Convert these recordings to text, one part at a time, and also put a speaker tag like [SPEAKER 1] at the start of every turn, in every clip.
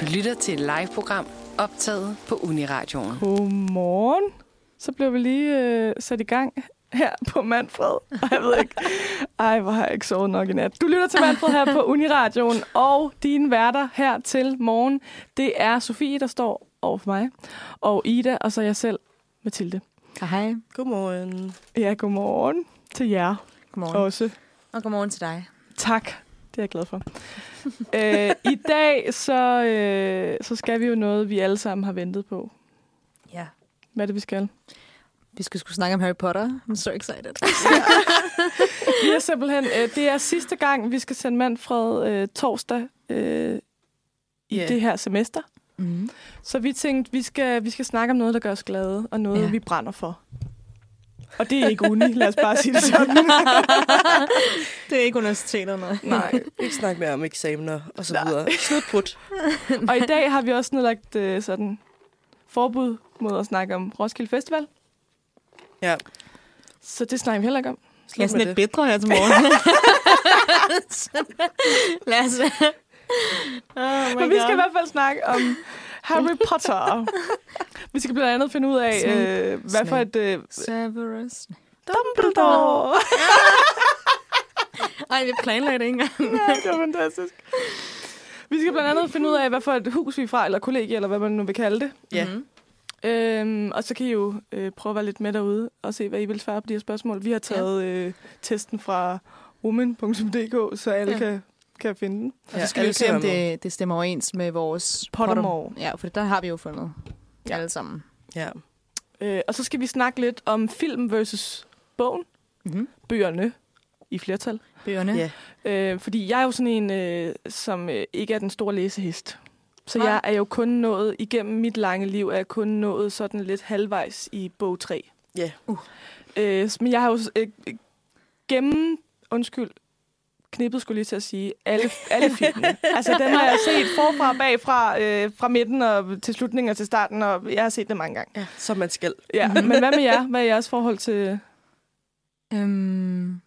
[SPEAKER 1] Du lytter til et live-program optaget på Uniradioen.
[SPEAKER 2] Godmorgen. Så blev vi lige øh, sat i gang her på Manfred. Og jeg ved ikke. Ej, hvor har jeg ikke sovet nok i nat. Du lytter til Manfred her på Uniradioen, og dine værter her til morgen, det er Sofie, der står over for mig, og Ida, og så jeg selv, Mathilde.
[SPEAKER 3] Og Ah, hej.
[SPEAKER 4] Godmorgen.
[SPEAKER 2] Ja, godmorgen til jer
[SPEAKER 3] Godmorgen. Og,
[SPEAKER 2] også.
[SPEAKER 3] og godmorgen til dig.
[SPEAKER 2] Tak. Det er jeg glad for. Æ, I dag, så, øh, så skal vi jo noget, vi alle sammen har ventet på.
[SPEAKER 3] Ja.
[SPEAKER 2] Hvad er det, vi skal?
[SPEAKER 3] Vi skal skulle snakke om Harry Potter. I'm so excited.
[SPEAKER 2] Vi er simpelthen, øh, det er sidste gang, vi skal sende Manfred øh, torsdag øh, i
[SPEAKER 4] Ja.
[SPEAKER 2] det her semester.
[SPEAKER 3] Mm.
[SPEAKER 2] Så vi tænkte, vi skal, vi skal snakke om noget, der gør os glade, og noget,
[SPEAKER 3] Ja.
[SPEAKER 2] ja. vi brænder for. Og det er ikke uni, lad os bare sige det sådan.
[SPEAKER 3] det er ikke universiteterne.
[SPEAKER 2] Nej.
[SPEAKER 4] Ikke snak mere om eksamener og så videre. Slut put.
[SPEAKER 2] Og i dag har vi også nedlagt øh, sådan forbud mod at snakke om Roskilde Festival.
[SPEAKER 4] Ja.
[SPEAKER 2] Så det snakker vi heller ikke om.
[SPEAKER 4] Slut
[SPEAKER 3] Jeg er
[SPEAKER 4] med
[SPEAKER 3] sådan lidt
[SPEAKER 4] det.
[SPEAKER 3] bedre her til morgen. Lad os Oh my
[SPEAKER 2] Men vi skal i hvert fald snakke om Harry Potter. vi skal blandt andet finde ud af,
[SPEAKER 3] Snape.
[SPEAKER 2] øh, hvad for
[SPEAKER 3] Snape.
[SPEAKER 2] et øh,
[SPEAKER 3] Severus.
[SPEAKER 2] Dumbledore...
[SPEAKER 3] Ej, vi planlagde det ikke engang.
[SPEAKER 2] Ja, det var fantastisk. Vi skal blandt andet finde ud af, hvad for et hus vi er fra, eller kollegie, eller hvad man nu vil kalde det.
[SPEAKER 4] Ja.
[SPEAKER 3] Mm.
[SPEAKER 2] Øhm, og så kan I jo øh, prøve at være lidt med derude og se, hvad I vil svare på de her spørgsmål. Vi har taget øh, testen fra woman.dk, så alle
[SPEAKER 3] Ja.
[SPEAKER 2] ja. kan, kan finde den.
[SPEAKER 3] Og så
[SPEAKER 4] Ja,
[SPEAKER 3] skal vi
[SPEAKER 4] alle
[SPEAKER 3] se, om
[SPEAKER 4] ser med.
[SPEAKER 3] det, det stemmer overens med vores...
[SPEAKER 2] Pottermore.
[SPEAKER 3] Potter- Ja, for der har vi jo fundet ja.
[SPEAKER 2] Ja.
[SPEAKER 3] alle sammen.
[SPEAKER 4] Ja.
[SPEAKER 2] Øh, og så skal vi snakke lidt om film versus bogen,
[SPEAKER 3] Mm-hmm.
[SPEAKER 2] bøgerne i flertal.
[SPEAKER 3] Bøgerne.
[SPEAKER 4] Ja.
[SPEAKER 2] Øh, fordi jeg er jo sådan en, øh, som øh, ikke er den store læsehest. Så
[SPEAKER 3] Nej.
[SPEAKER 2] jeg er jo kun nået, igennem mit lange liv, er jeg kun nået sådan lidt halvvejs i bog 3.
[SPEAKER 4] Ja.
[SPEAKER 2] Uh. Øh, s- men jeg har jo s- øh, øh, gennem, undskyld, knippet skulle jeg lige til at sige, alle, alle filmene. altså den har jeg set forfra og bagfra, øh, fra midten og til slutningen og til starten, og jeg har set det mange gange.
[SPEAKER 4] ja. Som man skal.
[SPEAKER 2] Ja, men hvad med jer? Hvad er jeres forhold til...
[SPEAKER 3] Øhm,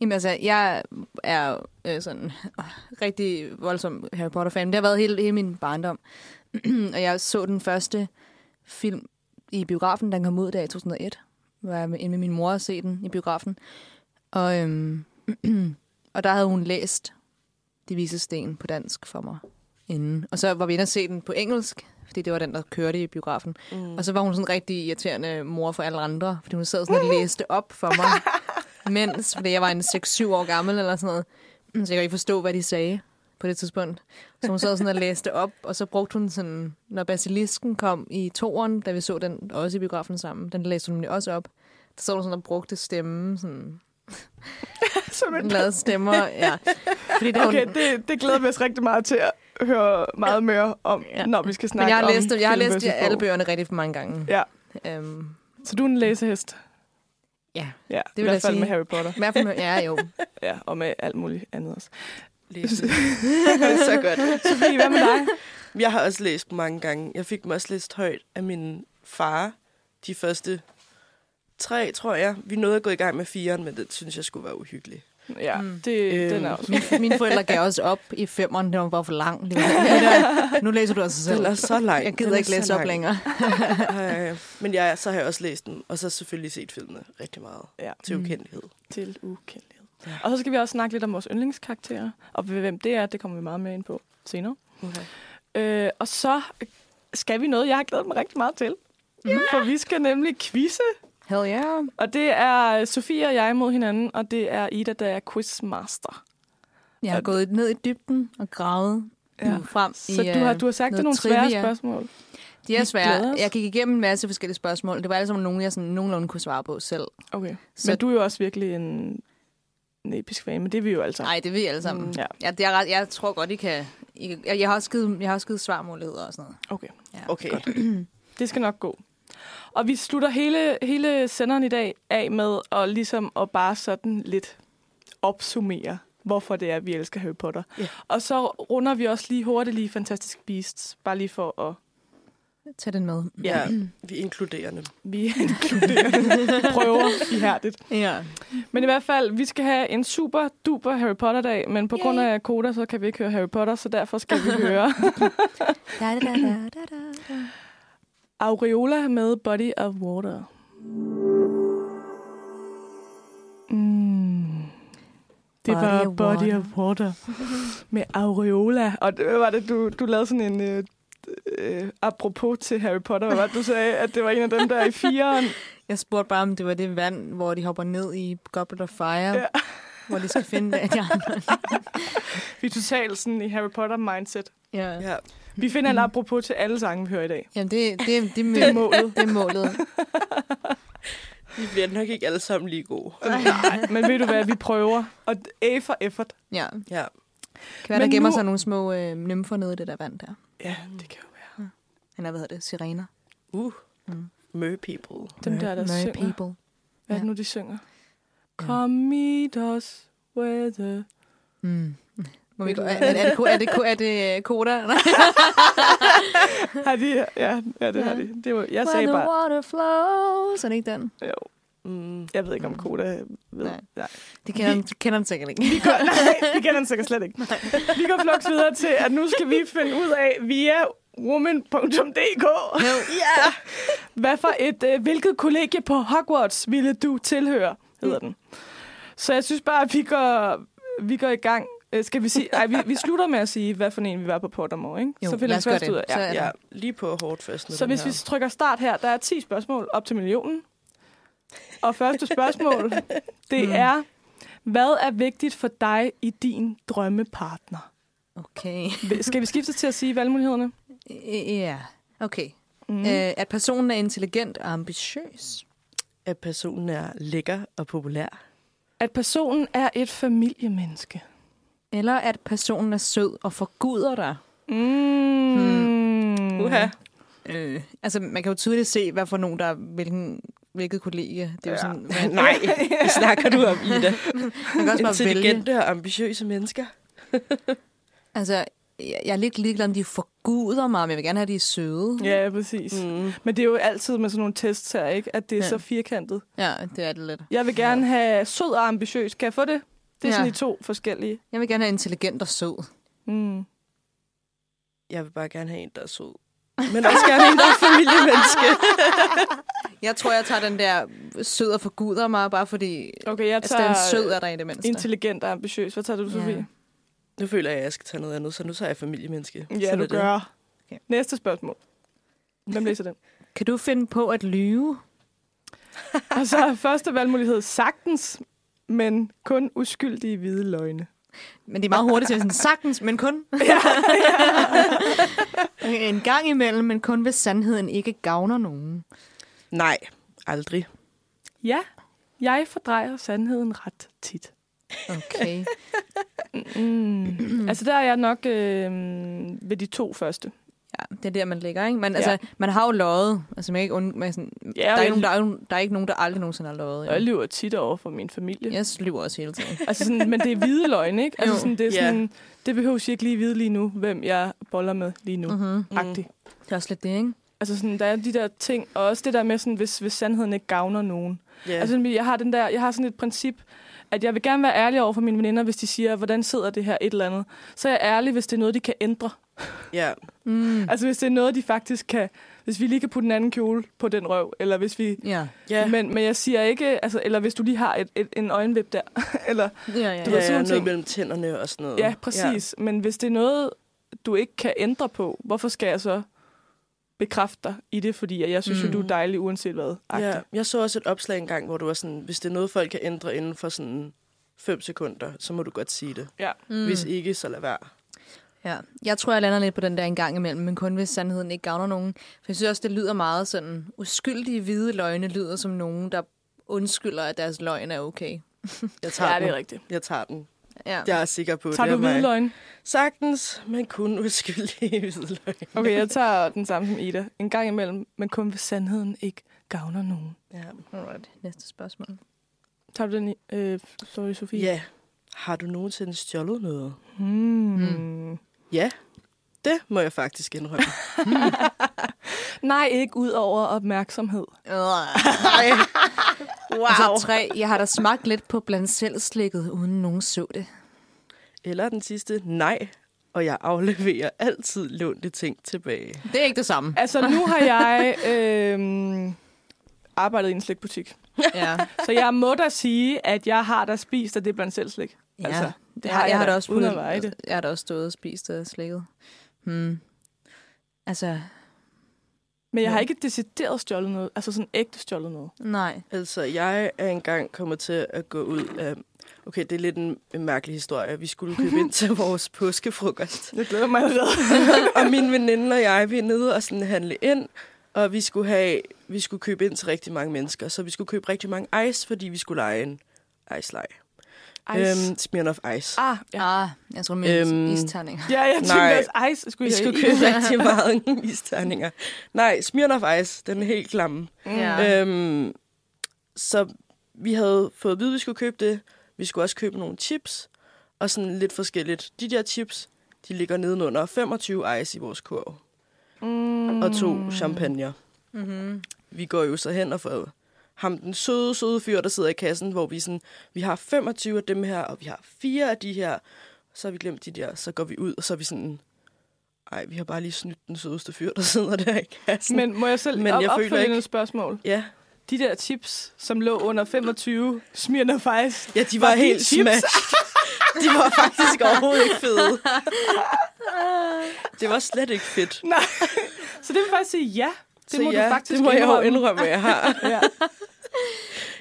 [SPEAKER 3] jamen altså, jeg er øh, sådan øh, rigtig voldsom Harry Potter-fan. Det har været hele, hele min barndom. og jeg så den første film i biografen, den kom ud der i 2001. Var jeg inde med min mor og se den i biografen. Og, øhm, og der havde hun læst De Vise Sten på dansk for mig inden. Og så var vi inde og se den på engelsk, fordi det var den, der kørte i biografen. Mm. Og så var hun sådan en rigtig irriterende mor for alle andre, fordi hun sad sådan og læste op for mig mens, fordi jeg var en 6-7 år gammel eller sådan noget. Så jeg kunne ikke forstå, hvad de sagde på det tidspunkt. Så hun sad sådan og læste op, og så brugte hun sådan, når Basilisken kom i toren, da vi så den også i biografen sammen, den læste hun nemlig også op. Så sad hun sådan og brugte stemmen, sådan
[SPEAKER 2] Som
[SPEAKER 3] hun lavede stemmer, ja. Fordi det,
[SPEAKER 2] Okay,
[SPEAKER 3] hun,
[SPEAKER 2] det, det glæder vi os rigtig meget til at høre meget mere om,
[SPEAKER 3] Ja.
[SPEAKER 2] ja. når vi skal
[SPEAKER 3] men
[SPEAKER 2] snakke
[SPEAKER 3] jeg har
[SPEAKER 2] om
[SPEAKER 3] læst, jeg har
[SPEAKER 2] film
[SPEAKER 3] læst
[SPEAKER 2] versus
[SPEAKER 3] alle
[SPEAKER 2] bog.
[SPEAKER 3] bøgerne rigtig mange gange.
[SPEAKER 2] Ja.
[SPEAKER 3] Øhm,
[SPEAKER 2] Så du er en læsehest?
[SPEAKER 3] ja.
[SPEAKER 2] Ja, det vil i
[SPEAKER 3] vil jeg
[SPEAKER 2] hvert fald
[SPEAKER 3] sige.
[SPEAKER 2] med Harry Potter.
[SPEAKER 3] I hvert fald med- Ja, jo.
[SPEAKER 2] Ja, og med alt muligt andet også.
[SPEAKER 4] Læse. så godt.
[SPEAKER 2] Sofie, hvad med dig?
[SPEAKER 4] Jeg har også læst mange gange. Jeg fik dem også læst højt af min far. De første tre, tror jeg. Vi nåede at gå i gang med firen, men det synes jeg skulle være uhyggeligt.
[SPEAKER 2] Ja,
[SPEAKER 3] Mm.
[SPEAKER 2] det,
[SPEAKER 4] Øhm.
[SPEAKER 2] den er også.
[SPEAKER 3] Mine, mine forældre gav os op i femmeren. Det var bare for langt. Det var sådan, "Ja, der- Nu læser du altså selv.
[SPEAKER 4] Den er så lang.
[SPEAKER 3] Jeg gider
[SPEAKER 4] Den er
[SPEAKER 3] ikke
[SPEAKER 4] så
[SPEAKER 3] læse op
[SPEAKER 4] lang.
[SPEAKER 3] længere.
[SPEAKER 4] Ej, men jeg, så har jeg også læst den, og så selvfølgelig set filmene rigtig meget
[SPEAKER 2] Ja,
[SPEAKER 4] til
[SPEAKER 3] Mm.
[SPEAKER 4] ukendelighed.
[SPEAKER 2] til ukendtlighed.
[SPEAKER 4] Ja.
[SPEAKER 2] Og så skal vi også snakke lidt om vores yndlingskarakterer, og hvem det er, det kommer vi meget mere ind på senere.
[SPEAKER 4] Okay.
[SPEAKER 2] Øh, og så skal vi noget, jeg har glædet mig rigtig meget til. Yeah. For vi skal nemlig quizze,
[SPEAKER 3] Hell yeah.
[SPEAKER 2] og det er Sofie og jeg mod hinanden, og det er Ida, der er quizmaster.
[SPEAKER 3] Jeg har gået ned i dybden og gravet ja. frem
[SPEAKER 2] Så
[SPEAKER 3] i,
[SPEAKER 2] du har,
[SPEAKER 3] øh,
[SPEAKER 2] du har sagt det
[SPEAKER 3] noget
[SPEAKER 2] er nogle svære
[SPEAKER 3] trivia.
[SPEAKER 2] spørgsmål.
[SPEAKER 3] De er
[SPEAKER 2] Vi glæder
[SPEAKER 3] svære.
[SPEAKER 2] os.
[SPEAKER 3] Jeg gik igennem en masse forskellige spørgsmål. Det var alle sammen nogen, jeg sådan nogenlunde kunne svare på selv.
[SPEAKER 2] Okay. Så
[SPEAKER 3] Så-
[SPEAKER 2] Men du er jo også virkelig en, en episk fan, men det er vi jo altså.
[SPEAKER 3] Nej, det ved I alle sammen.
[SPEAKER 2] Mm, ja.
[SPEAKER 3] Ja, det er ret, jeg tror godt, I kan... I, kan- jeg, jeg, har også givet, jeg har også givet svarmuligheder og sådan noget.
[SPEAKER 2] Okay.
[SPEAKER 4] Okay.
[SPEAKER 2] Det skal nok gå. Og vi slutter hele, hele senderen i dag af med at, ligesom at bare sådan lidt opsummere, hvorfor det er, at vi elsker Harry Potter.
[SPEAKER 4] Ja.
[SPEAKER 2] Og så runder vi også lige hurtigt lige Fantastic Beasts, bare lige for at
[SPEAKER 3] Tag den med.
[SPEAKER 4] Ja, vi er inkluderende.
[SPEAKER 2] Vi inkluderer- prøver ihærdigt.
[SPEAKER 3] Ja.
[SPEAKER 2] Men i hvert fald, vi skal have en super duper Harry Potter-dag, men på grund af koda, så kan vi ikke høre Harry Potter, så derfor skal vi høre
[SPEAKER 3] Da, da, da, da, da, da.
[SPEAKER 2] Aureola med Body of Water. Mm. Det
[SPEAKER 3] Body
[SPEAKER 2] var
[SPEAKER 3] of
[SPEAKER 2] Body
[SPEAKER 3] Water.
[SPEAKER 2] of Water med Aureola. Og det hvad var det, du, du lavede sådan en... Øh, øh, apropos til Harry Potter, hvad var det, du sagde? At det var en af dem der i fireren.
[SPEAKER 3] Jeg spurgte bare, om det var det vand, hvor de hopper ned i Goblet of Fire,
[SPEAKER 2] Ja.
[SPEAKER 3] ja. hvor de skal finde det. Ja.
[SPEAKER 2] Vi er totalt sådan i Harry Potter-mindset.
[SPEAKER 3] ja. Mm.
[SPEAKER 4] Ja.
[SPEAKER 2] Vi finder en apropos til alle sange, vi hører i dag.
[SPEAKER 3] Jamen, det, det, det, det,
[SPEAKER 2] Det er målet.
[SPEAKER 3] Det er målet.
[SPEAKER 4] Vi bliver nok ikke alle sammen lige gode.
[SPEAKER 2] Nej, men ved du hvad, vi prøver. Og A for effort.
[SPEAKER 3] Ja.
[SPEAKER 4] Ja,
[SPEAKER 3] Kan være,
[SPEAKER 2] Men
[SPEAKER 3] der gemmer
[SPEAKER 2] nu-
[SPEAKER 3] sig nogle små øh, nymfer nede i det der vand der.
[SPEAKER 2] Ja, det kan jo være.
[SPEAKER 3] Eller hvad hedder det? Sirener.
[SPEAKER 4] uh.
[SPEAKER 3] Mm.
[SPEAKER 4] Mer people.
[SPEAKER 2] Dem der, der
[SPEAKER 3] Mer- mer
[SPEAKER 2] synger.
[SPEAKER 3] people.
[SPEAKER 2] Hvad er det
[SPEAKER 3] Ja.
[SPEAKER 2] nu, de synger?
[SPEAKER 3] Ja.
[SPEAKER 2] Come meet us where the...
[SPEAKER 3] Mm. Må vi
[SPEAKER 2] Ved
[SPEAKER 3] gå?
[SPEAKER 2] du
[SPEAKER 3] Er,
[SPEAKER 2] hvad?
[SPEAKER 3] er, det, ko- er, det, ko- er det øh, koda? Nej.
[SPEAKER 2] Har de... Ja, ja det har
[SPEAKER 3] Ja.
[SPEAKER 2] de. Det var, jeg
[SPEAKER 3] Where
[SPEAKER 2] sagde
[SPEAKER 3] the
[SPEAKER 2] bare...
[SPEAKER 3] water flows. Er det ikke den?
[SPEAKER 2] Jo,
[SPEAKER 4] Mm.
[SPEAKER 2] jeg ved ikke, om Koda ved.
[SPEAKER 3] Nej.
[SPEAKER 2] Nej.
[SPEAKER 3] Det kender, den- kender den sikkert ikke.
[SPEAKER 2] Vi går, nej, det kender den sikkert slet ikke. Vi går flux videre til, at nu skal vi finde ud af via woman.dk. Ja. Hvad for et, øh, hvilket kollegie på Hogwarts ville du tilhøre, hedder den. Så jeg synes bare, at vi går, vi går i gang. Øh, Skal vi sige, ej, vi, vi slutter med at sige, hvad for en vi var på Pottermore, ikke?
[SPEAKER 3] Jo,
[SPEAKER 2] så finder
[SPEAKER 3] lad
[SPEAKER 2] vi
[SPEAKER 3] os gøre
[SPEAKER 2] først
[SPEAKER 3] det.
[SPEAKER 2] ud af.
[SPEAKER 3] Så
[SPEAKER 2] Ja.
[SPEAKER 3] er
[SPEAKER 4] Ja, lige på hårdt først. med
[SPEAKER 2] Så
[SPEAKER 4] den
[SPEAKER 2] hvis
[SPEAKER 4] her.
[SPEAKER 2] vi trykker start her, der er 10 spørgsmål op til millionen. Og første spørgsmål, det
[SPEAKER 3] Mm.
[SPEAKER 2] er, hvad er vigtigt for dig i din drømmepartner?
[SPEAKER 3] Okay.
[SPEAKER 2] Skal vi skifte til at sige valgmulighederne?
[SPEAKER 3] Ja. Okay.
[SPEAKER 2] Mm.
[SPEAKER 3] Øh, at personen er intelligent og ambitiøs.
[SPEAKER 4] At personen er lækker og populær.
[SPEAKER 3] Mm.
[SPEAKER 2] At personen er et familiemenneske.
[SPEAKER 3] Eller at personen er sød og forguder dig.
[SPEAKER 2] Mm. Hmm.
[SPEAKER 4] Uha.
[SPEAKER 3] Øh. Altså, man kan jo tydeligt se, hvad for nogen der er, hvilken, hvilket kollega. Det er jo
[SPEAKER 2] Ja.
[SPEAKER 3] sådan, man,
[SPEAKER 4] Nej, det snakker du om, Ida.
[SPEAKER 3] man kan også bare vælge.
[SPEAKER 4] Intelligente og ambitiøse mennesker.
[SPEAKER 3] Altså, jeg, jeg er lidt ligeglad, om de forguder mig, men jeg vil gerne have, at de er søde.
[SPEAKER 2] Ja, præcis. Mm.
[SPEAKER 4] Mm.
[SPEAKER 2] Men det er jo altid med sådan nogle tests her, ikke? at det er ja.
[SPEAKER 3] Ja.
[SPEAKER 2] så firkantet.
[SPEAKER 3] Ja, det er det lidt.
[SPEAKER 2] Jeg vil gerne have sød og ambitiøs. Kan jeg få det? Det er ja.
[SPEAKER 3] Ja.
[SPEAKER 2] sådan i to forskellige.
[SPEAKER 3] Jeg vil gerne have intelligent og sød.
[SPEAKER 2] Mm.
[SPEAKER 4] Jeg vil bare gerne have en, der er sød. Men også gerne en, der er familiemenneske.
[SPEAKER 3] Jeg tror, jeg tager den der sød og forguder mig, bare fordi
[SPEAKER 2] Okay, jeg
[SPEAKER 3] altså, den
[SPEAKER 2] tager øh,
[SPEAKER 3] er sød er der i det mindste.
[SPEAKER 2] intelligent og ambitiøs. Hvad tager du,
[SPEAKER 3] Ja.
[SPEAKER 2] Sofie?
[SPEAKER 4] Nu føler jeg, at jeg skal tage noget andet, så nu tager jeg familiemenneske.
[SPEAKER 2] Ja,
[SPEAKER 4] Sådan
[SPEAKER 2] du
[SPEAKER 4] er det.
[SPEAKER 2] gør.
[SPEAKER 3] Okay.
[SPEAKER 2] Næste spørgsmål. Hvem læser den?
[SPEAKER 3] Kan du finde på at lyve?
[SPEAKER 2] Og så er første valgmulighed sagtens, men kun uskyldige hvide løgne.
[SPEAKER 3] Men det er meget hurtigt til sådan, sagtens, men kun. Okay, en gang imellem, men kun hvis sandheden ikke gavner nogen.
[SPEAKER 4] Nej, aldrig.
[SPEAKER 2] Ja, jeg fordrejer sandheden ret tit.
[SPEAKER 3] Okay.
[SPEAKER 2] Mm. altså, der er jeg nok øh, ved de to første.
[SPEAKER 3] Ja, det er der, man ligger, ikke? Men altså, man har jo løjet. Altså, man kan ikke und- man er sådan,
[SPEAKER 2] Ja, og
[SPEAKER 3] der, er
[SPEAKER 2] jeg,
[SPEAKER 3] ikke nogen, der, er, jo- der er ikke nogen, der aldrig nogensinde har løjet.
[SPEAKER 2] og jeg
[SPEAKER 3] Jo.
[SPEAKER 2] lyver tit over for min familie.
[SPEAKER 3] Jeg lyver også hele tiden.
[SPEAKER 2] Altså sådan, men det er hvide løgne, ikke? Altså
[SPEAKER 3] Jo.
[SPEAKER 2] sådan, det, er
[SPEAKER 4] Ja.
[SPEAKER 2] sådan, det behøver jeg ikke lige vide lige nu, hvem jeg boller med lige nu.
[SPEAKER 3] Mm-hmm.
[SPEAKER 2] Agtig.
[SPEAKER 3] Det er også lidt det, ikke?
[SPEAKER 2] Altså sådan, der er de der ting, og også det der med, sådan, hvis, hvis sandheden ikke gavner nogen.
[SPEAKER 4] Ja.
[SPEAKER 2] Ja. Altså, sådan, jeg har, den der, jeg har sådan et princip, at jeg vil gerne være ærlig over for mine veninder, hvis de siger, hvordan sidder det her et eller andet. Så er jeg ærlig, hvis det er noget, de kan ændre.
[SPEAKER 4] ja.
[SPEAKER 3] Mm.
[SPEAKER 2] Altså hvis det er noget, de faktisk kan... Hvis vi lige kan putte en anden kjole på den røv, eller hvis vi...
[SPEAKER 3] Ja.
[SPEAKER 4] ja.
[SPEAKER 2] Men, men jeg siger ikke, altså, eller hvis du lige har et, et, en øjenvip der. eller,
[SPEAKER 3] Ja, ja.
[SPEAKER 2] Du
[SPEAKER 4] ja,
[SPEAKER 2] ved, sådan
[SPEAKER 4] ja,
[SPEAKER 2] nogle
[SPEAKER 4] noget
[SPEAKER 2] ting.
[SPEAKER 4] mellem tænderne og sådan noget.
[SPEAKER 2] ja, præcis. Ja. Men hvis det er noget, du ikke kan ændre på, hvorfor skal jeg så bekræfte dig i det? Fordi at jeg synes mm. jo,
[SPEAKER 4] Mm.
[SPEAKER 2] du er dejlig uanset hvad.
[SPEAKER 4] Ja.
[SPEAKER 2] Ja.
[SPEAKER 4] Jeg så også et opslag engang, hvor du var sådan, hvis det er noget, folk kan ændre inden for sådan 5 sekunder, så må du godt sige det.
[SPEAKER 2] ja.
[SPEAKER 4] Mm. Hvis ikke, så lad være.
[SPEAKER 3] Ja, jeg tror, jeg lander lidt på den der en gang imellem, men kun hvis sandheden ikke gavner nogen. For jeg synes også, det lyder meget sådan, uskyldige hvide løgne lyder som nogen, der undskylder, at deres løgn er okay.
[SPEAKER 4] Jeg tager
[SPEAKER 2] ja, det
[SPEAKER 4] den.
[SPEAKER 2] er rigtigt.
[SPEAKER 4] Jeg tager den.
[SPEAKER 3] Ja.
[SPEAKER 4] Jeg er sikker på,
[SPEAKER 2] Tager
[SPEAKER 4] det
[SPEAKER 2] du
[SPEAKER 4] er mig.
[SPEAKER 2] hvide løgne?
[SPEAKER 4] Sagtens, men kun uskyldige hvidløg.
[SPEAKER 2] Okay, jeg tager den samme som Ida. En gang imellem, men kun hvis sandheden ikke gavner nogen.
[SPEAKER 4] Ja.
[SPEAKER 3] Alright. Næste spørgsmål.
[SPEAKER 2] Tager du den, i- øh, sorry, Sofie?
[SPEAKER 4] ja. Har du nogensinde stjålet noget?
[SPEAKER 2] Hmm. Mm.
[SPEAKER 4] Ja, det må jeg faktisk indrømme.
[SPEAKER 2] Nej, ikke ud over opmærksomhed.
[SPEAKER 4] Nej.
[SPEAKER 3] Wow. Altså tre, jeg har da smagt lidt på blandt selv slikket, uden nogen så det.
[SPEAKER 4] Eller den sidste, nej, og jeg afleverer altid lånte ting tilbage.
[SPEAKER 3] Det er ikke det samme.
[SPEAKER 2] Altså, nu har jeg øh, arbejdet i en slikbutik.
[SPEAKER 3] Ja.
[SPEAKER 2] Så jeg må da sige, at jeg har da spist af det blandt selv slik.
[SPEAKER 3] Ja,
[SPEAKER 2] Altså,
[SPEAKER 3] det har, jeg, jeg har da også
[SPEAKER 2] uden at
[SPEAKER 3] puttet-
[SPEAKER 2] veje det.
[SPEAKER 3] Jeg har da også stået og spist og slikket. Hmm. Altså,
[SPEAKER 2] Men jeg har
[SPEAKER 3] Ja.
[SPEAKER 2] ikke decideret stjålet noget. Altså sådan ægte stjålet noget.
[SPEAKER 3] nej.
[SPEAKER 4] Altså, jeg er engang kommet til at gå ud af... Okay, det er lidt en, en mærkelig historie. Vi skulle købe ind til vores påskefrokost.
[SPEAKER 2] Jeg glæder mig allerede.
[SPEAKER 4] og min veninde og jeg, vi er nede og sådan handle ind. Og vi skulle, have, vi skulle købe ind til rigtig mange mennesker. Så vi skulle købe rigtig mange ice, fordi vi skulle lege en ice-leg.
[SPEAKER 2] Ice. Øhm,
[SPEAKER 4] Øhm, Smirnoff Ice.
[SPEAKER 2] ah, ja.
[SPEAKER 3] Ja. Ah, jeg tror, min
[SPEAKER 4] Øhm,
[SPEAKER 3] øhm, isterning.
[SPEAKER 2] ja, jeg
[SPEAKER 4] nej.
[SPEAKER 2] tænkte også, ice skulle
[SPEAKER 4] Vi
[SPEAKER 2] jeg
[SPEAKER 4] skulle
[SPEAKER 2] i.
[SPEAKER 4] købe rigtig meget isterninger. Nej, Smirnoff Ice, den er helt klamme.
[SPEAKER 3] Ja. Øh.
[SPEAKER 4] Øhm, så vi havde fået at vide, at vi skulle købe det. Vi skulle også købe nogle chips, og sådan lidt forskelligt. De der chips, de ligger nedenunder 25 ice i vores kurv,
[SPEAKER 2] Mm,
[SPEAKER 4] og to champagne.
[SPEAKER 3] Mm-hmm.
[SPEAKER 4] Vi går jo så hen og får ham den søde, søde fyr, der sidder i kassen, hvor vi sådan, vi har 25 af dem her, og vi har fire af de her. Så har vi glemt de der, så går vi ud, og så er vi sådan, ej, vi har bare lige snydt den sødeste fyr, der sidder der i kassen.
[SPEAKER 2] men må jeg selv
[SPEAKER 4] Men
[SPEAKER 2] men op,
[SPEAKER 4] jeg
[SPEAKER 2] jeg
[SPEAKER 4] føler
[SPEAKER 2] opfølge
[SPEAKER 4] ikke-
[SPEAKER 2] et spørgsmål?
[SPEAKER 4] ja,
[SPEAKER 2] De der chips, som lå under 25, smirner faktisk.
[SPEAKER 4] Ja, de var,
[SPEAKER 2] Var
[SPEAKER 4] var
[SPEAKER 2] de
[SPEAKER 4] helt
[SPEAKER 2] chips?
[SPEAKER 4] smashed. De var faktisk overhovedet ikke fede. Det var slet ikke fedt.
[SPEAKER 2] Nej. Så det vil faktisk sige ja. Det
[SPEAKER 4] Så
[SPEAKER 2] må
[SPEAKER 4] ja,
[SPEAKER 2] du faktisk
[SPEAKER 4] det må jeg jo
[SPEAKER 2] indrømme.
[SPEAKER 4] indrømme, at jeg har.
[SPEAKER 2] Ja.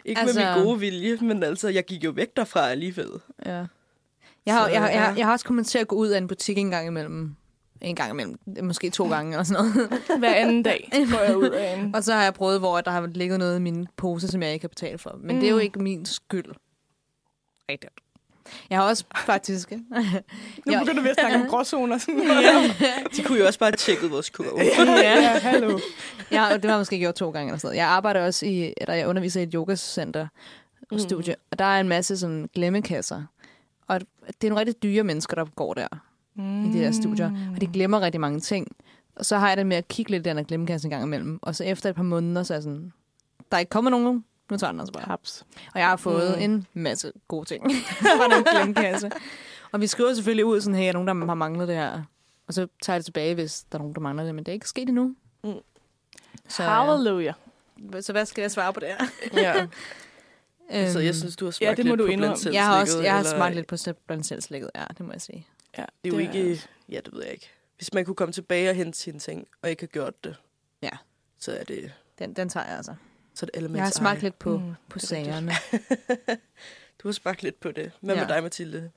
[SPEAKER 4] Ikke med
[SPEAKER 3] Altså-
[SPEAKER 4] min gode vilje, men altså, jeg gik jo væk derfra alligevel.
[SPEAKER 3] Ja. Jeg har,
[SPEAKER 4] Så,
[SPEAKER 3] jeg, har- jeg, har-
[SPEAKER 4] ja.
[SPEAKER 3] jeg har også kommet til at gå ud af en butik en gang imellem. En gang imellem. Måske to gange eller sådan noget.
[SPEAKER 2] Hver anden dag går jeg ud af en.
[SPEAKER 3] Og så har jeg prøvet, hvor der har ligget noget i min pose, som jeg ikke har betalt for. Men mm. det er jo
[SPEAKER 2] Mm.
[SPEAKER 3] ikke min skyld. Rigtigt. Jeg har også faktisk...
[SPEAKER 2] Nu
[SPEAKER 3] Ja.
[SPEAKER 2] begynder vi at snakke om gråzoner. Sådan.
[SPEAKER 4] De kunne jo også bare have tjekket vores kurve.
[SPEAKER 2] ja, hallo.
[SPEAKER 3] Ja, og det har jeg måske gjort to gange eller sådan noget. Jeg arbejder også i, eller jeg underviser i et yogacenter og studie, og der er en masse sådan glemmekasser. Og det er nogle rigtig dyre mennesker, der går der mm. i de der studier, og de glemmer rigtig mange ting. Og så har jeg det med at kigge lidt i den her glemmekasse en gang imellem, og så efter et par måneder, så er jeg sådan, der er ikke kommet nogen, nu tager den altså bare.
[SPEAKER 2] Haps.
[SPEAKER 3] Og jeg har fået mm. en masse gode ting fra den glemmekasse. Og vi skriver selvfølgelig ud sådan, hey, er der nogen, der har manglet det her? Og så tager jeg det tilbage, hvis der er nogen, der mangler det, men det er ikke sket endnu.
[SPEAKER 4] Mm.
[SPEAKER 3] Så,
[SPEAKER 2] Halleluja.
[SPEAKER 3] så hvad skal jeg svare på det her?
[SPEAKER 4] Ja. Så jeg synes, du har smagt
[SPEAKER 2] Ja, det må
[SPEAKER 4] lidt
[SPEAKER 2] du
[SPEAKER 4] på blandt
[SPEAKER 2] indrømme.
[SPEAKER 4] selv
[SPEAKER 3] jeg har, også,
[SPEAKER 4] slikket,
[SPEAKER 3] jeg har
[SPEAKER 4] eller-
[SPEAKER 3] smagt lidt på selv- blandt selv slikket, ja, det må jeg sige.
[SPEAKER 2] Ja,
[SPEAKER 4] Det er jo ikke... Ja, det ved jeg ikke. Hvis man kunne komme tilbage og hente sine ting, og ikke har gjort det,
[SPEAKER 3] Ja.
[SPEAKER 4] så er det,
[SPEAKER 3] Den, den tager jeg altså.
[SPEAKER 4] så er det elements
[SPEAKER 3] jeg har smagt
[SPEAKER 4] eye.
[SPEAKER 3] lidt på,
[SPEAKER 2] Mm,
[SPEAKER 3] mm, på sagerne.
[SPEAKER 4] Du har smagt lidt på det. Hvad ja.
[SPEAKER 3] Ja.
[SPEAKER 4] med dig, Mathilde?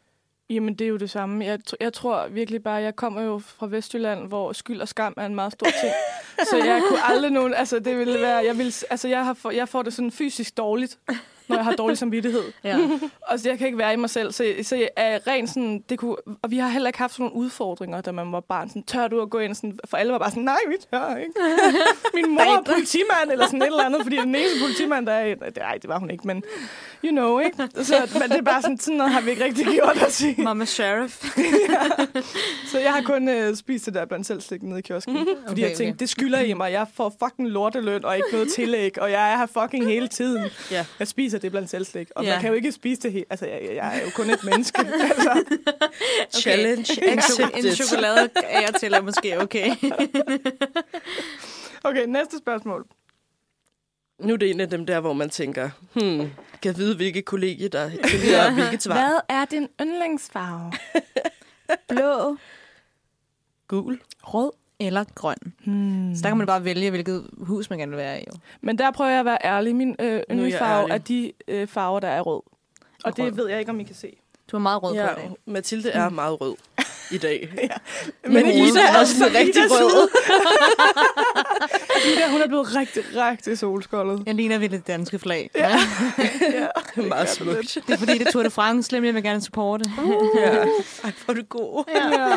[SPEAKER 2] Jamen, det er jo det samme. Jeg, tr- jeg tror virkelig bare, jeg kommer jo fra Vestjylland, hvor skyld og skam er en meget stor ting. så jeg kunne aldrig nogen... Altså, det ville være... Jeg, ville, altså, jeg, har for, jeg får det sådan fysisk dårligt, når jeg har dårlig samvittighed.
[SPEAKER 3] Ja.
[SPEAKER 2] Og så Altså, jeg kan ikke være i mig selv. Så, så jeg er rent sådan, det kunne, og vi har heller ikke haft sådan nogle udfordringer, da man var barn. Sådan, tør du at gå ind? Sådan, for alle var bare sådan, nej, vi tør ikke. Min mor er politimand, eller sådan et eller andet, fordi den eneste politimand, der er... i- Nej, det var hun ikke, men you know, ikke? Så, men det er bare sådan, sådan noget har vi ikke rigtig gjort at sige.
[SPEAKER 3] Mama Sheriff.
[SPEAKER 2] Så jeg har kun øh, spist det der blandt selv slik nede i kiosken. Fordi okay, jeg
[SPEAKER 3] Okay,
[SPEAKER 2] tænkte,
[SPEAKER 3] okay.
[SPEAKER 2] det skylder I mig. Jeg får fucking lorteløn og ikke noget tillæg, og jeg er her fucking hele tiden.
[SPEAKER 4] Ja.
[SPEAKER 2] Jeg spiser det blandt selv slik, og
[SPEAKER 3] Ja.
[SPEAKER 2] man kan jo ikke spise det helt. Altså, jeg, jeg er jo kun et menneske. altså,
[SPEAKER 4] Challenge
[SPEAKER 3] En, cho- en
[SPEAKER 4] accepted.
[SPEAKER 3] chokolade af og til er måske okay.
[SPEAKER 2] okay, næste spørgsmål.
[SPEAKER 4] Nu er det en af dem der, hvor man tænker, hmm, kan vide, hvilke kollegie der er hvilket svar. Hvad?
[SPEAKER 2] er din yndlingsfarve?
[SPEAKER 3] Blå,
[SPEAKER 4] Gul.
[SPEAKER 3] rød eller grøn.
[SPEAKER 2] Hmm.
[SPEAKER 3] Så der kan man bare vælge, hvilket hus man gerne vil være i. Jo.
[SPEAKER 2] Men der prøver jeg at være ærlig. Min øh, yndlingsfarve er,
[SPEAKER 4] ærlig.
[SPEAKER 2] de øh, farver, der er rød. Og
[SPEAKER 3] Rød.
[SPEAKER 2] det ved jeg ikke, om I kan se.
[SPEAKER 3] Du har meget rød Hmm. på i
[SPEAKER 4] Ja,
[SPEAKER 3] dag.
[SPEAKER 4] Mathilde er meget rød i dag.
[SPEAKER 2] Men,
[SPEAKER 4] Ida er også rigtig rød.
[SPEAKER 2] Ida, hun er blevet rigtig, rigtig solskoldet.
[SPEAKER 3] Jeg ligner ved det danske flag. Ja.
[SPEAKER 2] Ja.
[SPEAKER 4] meget smukt.
[SPEAKER 3] Det er fordi, det er Tour de France, nemlig jeg vil gerne supporte. Uh.
[SPEAKER 4] Ja. Ej, hvor er du god.
[SPEAKER 2] ja.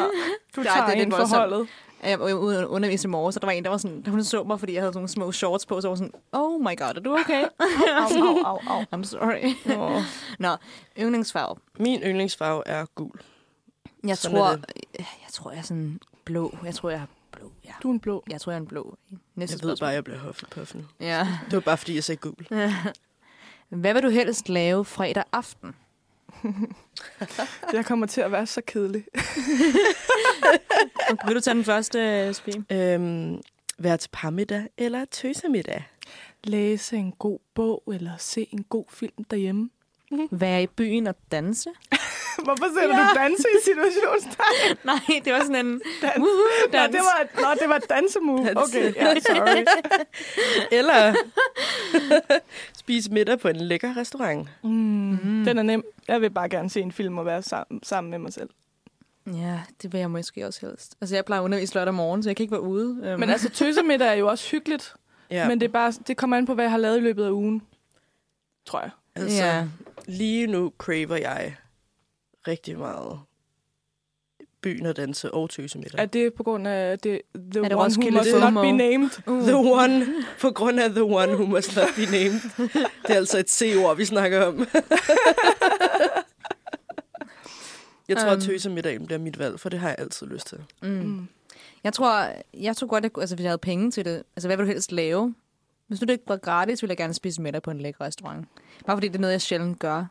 [SPEAKER 2] Du
[SPEAKER 3] det er
[SPEAKER 2] tager
[SPEAKER 3] lidt
[SPEAKER 2] ind for
[SPEAKER 3] voldsomt.
[SPEAKER 2] holdet.
[SPEAKER 3] Jeg var ude og undervise i morges, og der var en, der var sådan, hun så mig, fordi jeg havde sådan nogle små shorts på, så var hun sådan, oh my god, er du okay?
[SPEAKER 2] Au, au, au, au.
[SPEAKER 3] I'm sorry.
[SPEAKER 2] Nå.
[SPEAKER 3] Nå, yndlingsfarve.
[SPEAKER 4] Min yndlingsfarve er gul.
[SPEAKER 3] Jeg
[SPEAKER 4] Sådan
[SPEAKER 3] tror,
[SPEAKER 4] er
[SPEAKER 3] jeg tror, jeg er sådan blå. Jeg tror, jeg er blå, ja.
[SPEAKER 2] Du er en blå.
[SPEAKER 3] Jeg tror, jeg er en blå. Næste
[SPEAKER 4] Jeg ved
[SPEAKER 3] spørgsmål.
[SPEAKER 4] bare, at jeg bliver Hufflepuff nu.
[SPEAKER 3] Ja.
[SPEAKER 4] Det var bare, fordi jeg sagde gul.
[SPEAKER 3] Hvad vil du helst lave fredag aften?
[SPEAKER 2] Jeg kommer til at være så kedelig.
[SPEAKER 3] Okay, vil du tage den første, Sofie?
[SPEAKER 4] Øhm, være til parmiddag eller tøsemiddag?
[SPEAKER 2] Læse en god bog eller se en god film derhjemme.
[SPEAKER 3] Være i byen og danse?
[SPEAKER 2] Hvorfor sætter ja. du danse i situationstegn?
[SPEAKER 3] Nej, det var sådan en
[SPEAKER 2] Dans.
[SPEAKER 3] woohoo
[SPEAKER 2] Nå, det var, nå, det var et dansemove.
[SPEAKER 4] Dans.
[SPEAKER 2] Okay, ja, sorry.
[SPEAKER 4] Eller spise middag på en lækker restaurant?
[SPEAKER 2] Mm. Den er nem. Jeg vil bare gerne se en film og være sammen, sammen med mig selv.
[SPEAKER 3] Ja, det vil jeg måske også helst. Altså, jeg plejer at undervise lørdag morgen, så jeg kan ikke være ude. Øhm,
[SPEAKER 2] Men altså, tøsemiddag er jo også hyggeligt. Ja. Men det, er bare, det kommer an på, hvad jeg har lavet i løbet af ugen. Tror jeg.
[SPEAKER 4] altså,
[SPEAKER 3] ja.
[SPEAKER 4] ja. lige nu craver jeg rigtig meget byen og danse og tøsemiddag.
[SPEAKER 2] Er det på grund af det, the
[SPEAKER 3] det
[SPEAKER 2] one who
[SPEAKER 3] Roskilde
[SPEAKER 2] must
[SPEAKER 4] FOMO?
[SPEAKER 2] not be named?
[SPEAKER 4] The one, på grund af the one who must not be named. Det er altså et C-ord, vi snakker om. jeg tror,
[SPEAKER 3] Um.
[SPEAKER 4] at tøsemiddagen bliver mit valg, for det har jeg altid lyst til.
[SPEAKER 3] Mm.
[SPEAKER 2] Mm.
[SPEAKER 3] Jeg tror, jeg tror godt, at altså, hvis jeg havde penge til det, altså hvad vil du helst lave? Hvis nu det ikke var gratis, ville jeg gerne spise middag på en lækker restaurant. Bare fordi det er noget, jeg sjældent gør.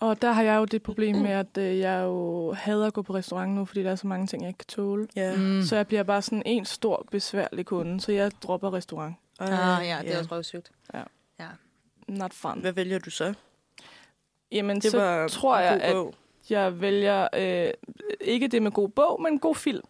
[SPEAKER 2] Og der har jeg jo det problem med, at øh, jeg jo hader at gå på restaurant nu, fordi der er så mange ting, jeg ikke kan tåle.
[SPEAKER 4] Ja.
[SPEAKER 3] Mm.
[SPEAKER 2] Så jeg bliver bare sådan en stor besværlig kunde, så jeg dropper restaurant.
[SPEAKER 3] Ah, ja, det er også røvsygt.
[SPEAKER 2] Not fun.
[SPEAKER 4] Hvad vælger du så?
[SPEAKER 2] Jamen,
[SPEAKER 4] Det
[SPEAKER 2] så
[SPEAKER 4] var
[SPEAKER 2] tror jeg,
[SPEAKER 4] en god
[SPEAKER 2] at
[SPEAKER 4] bog.
[SPEAKER 2] jeg vælger øh, ikke det med god bog, men god film.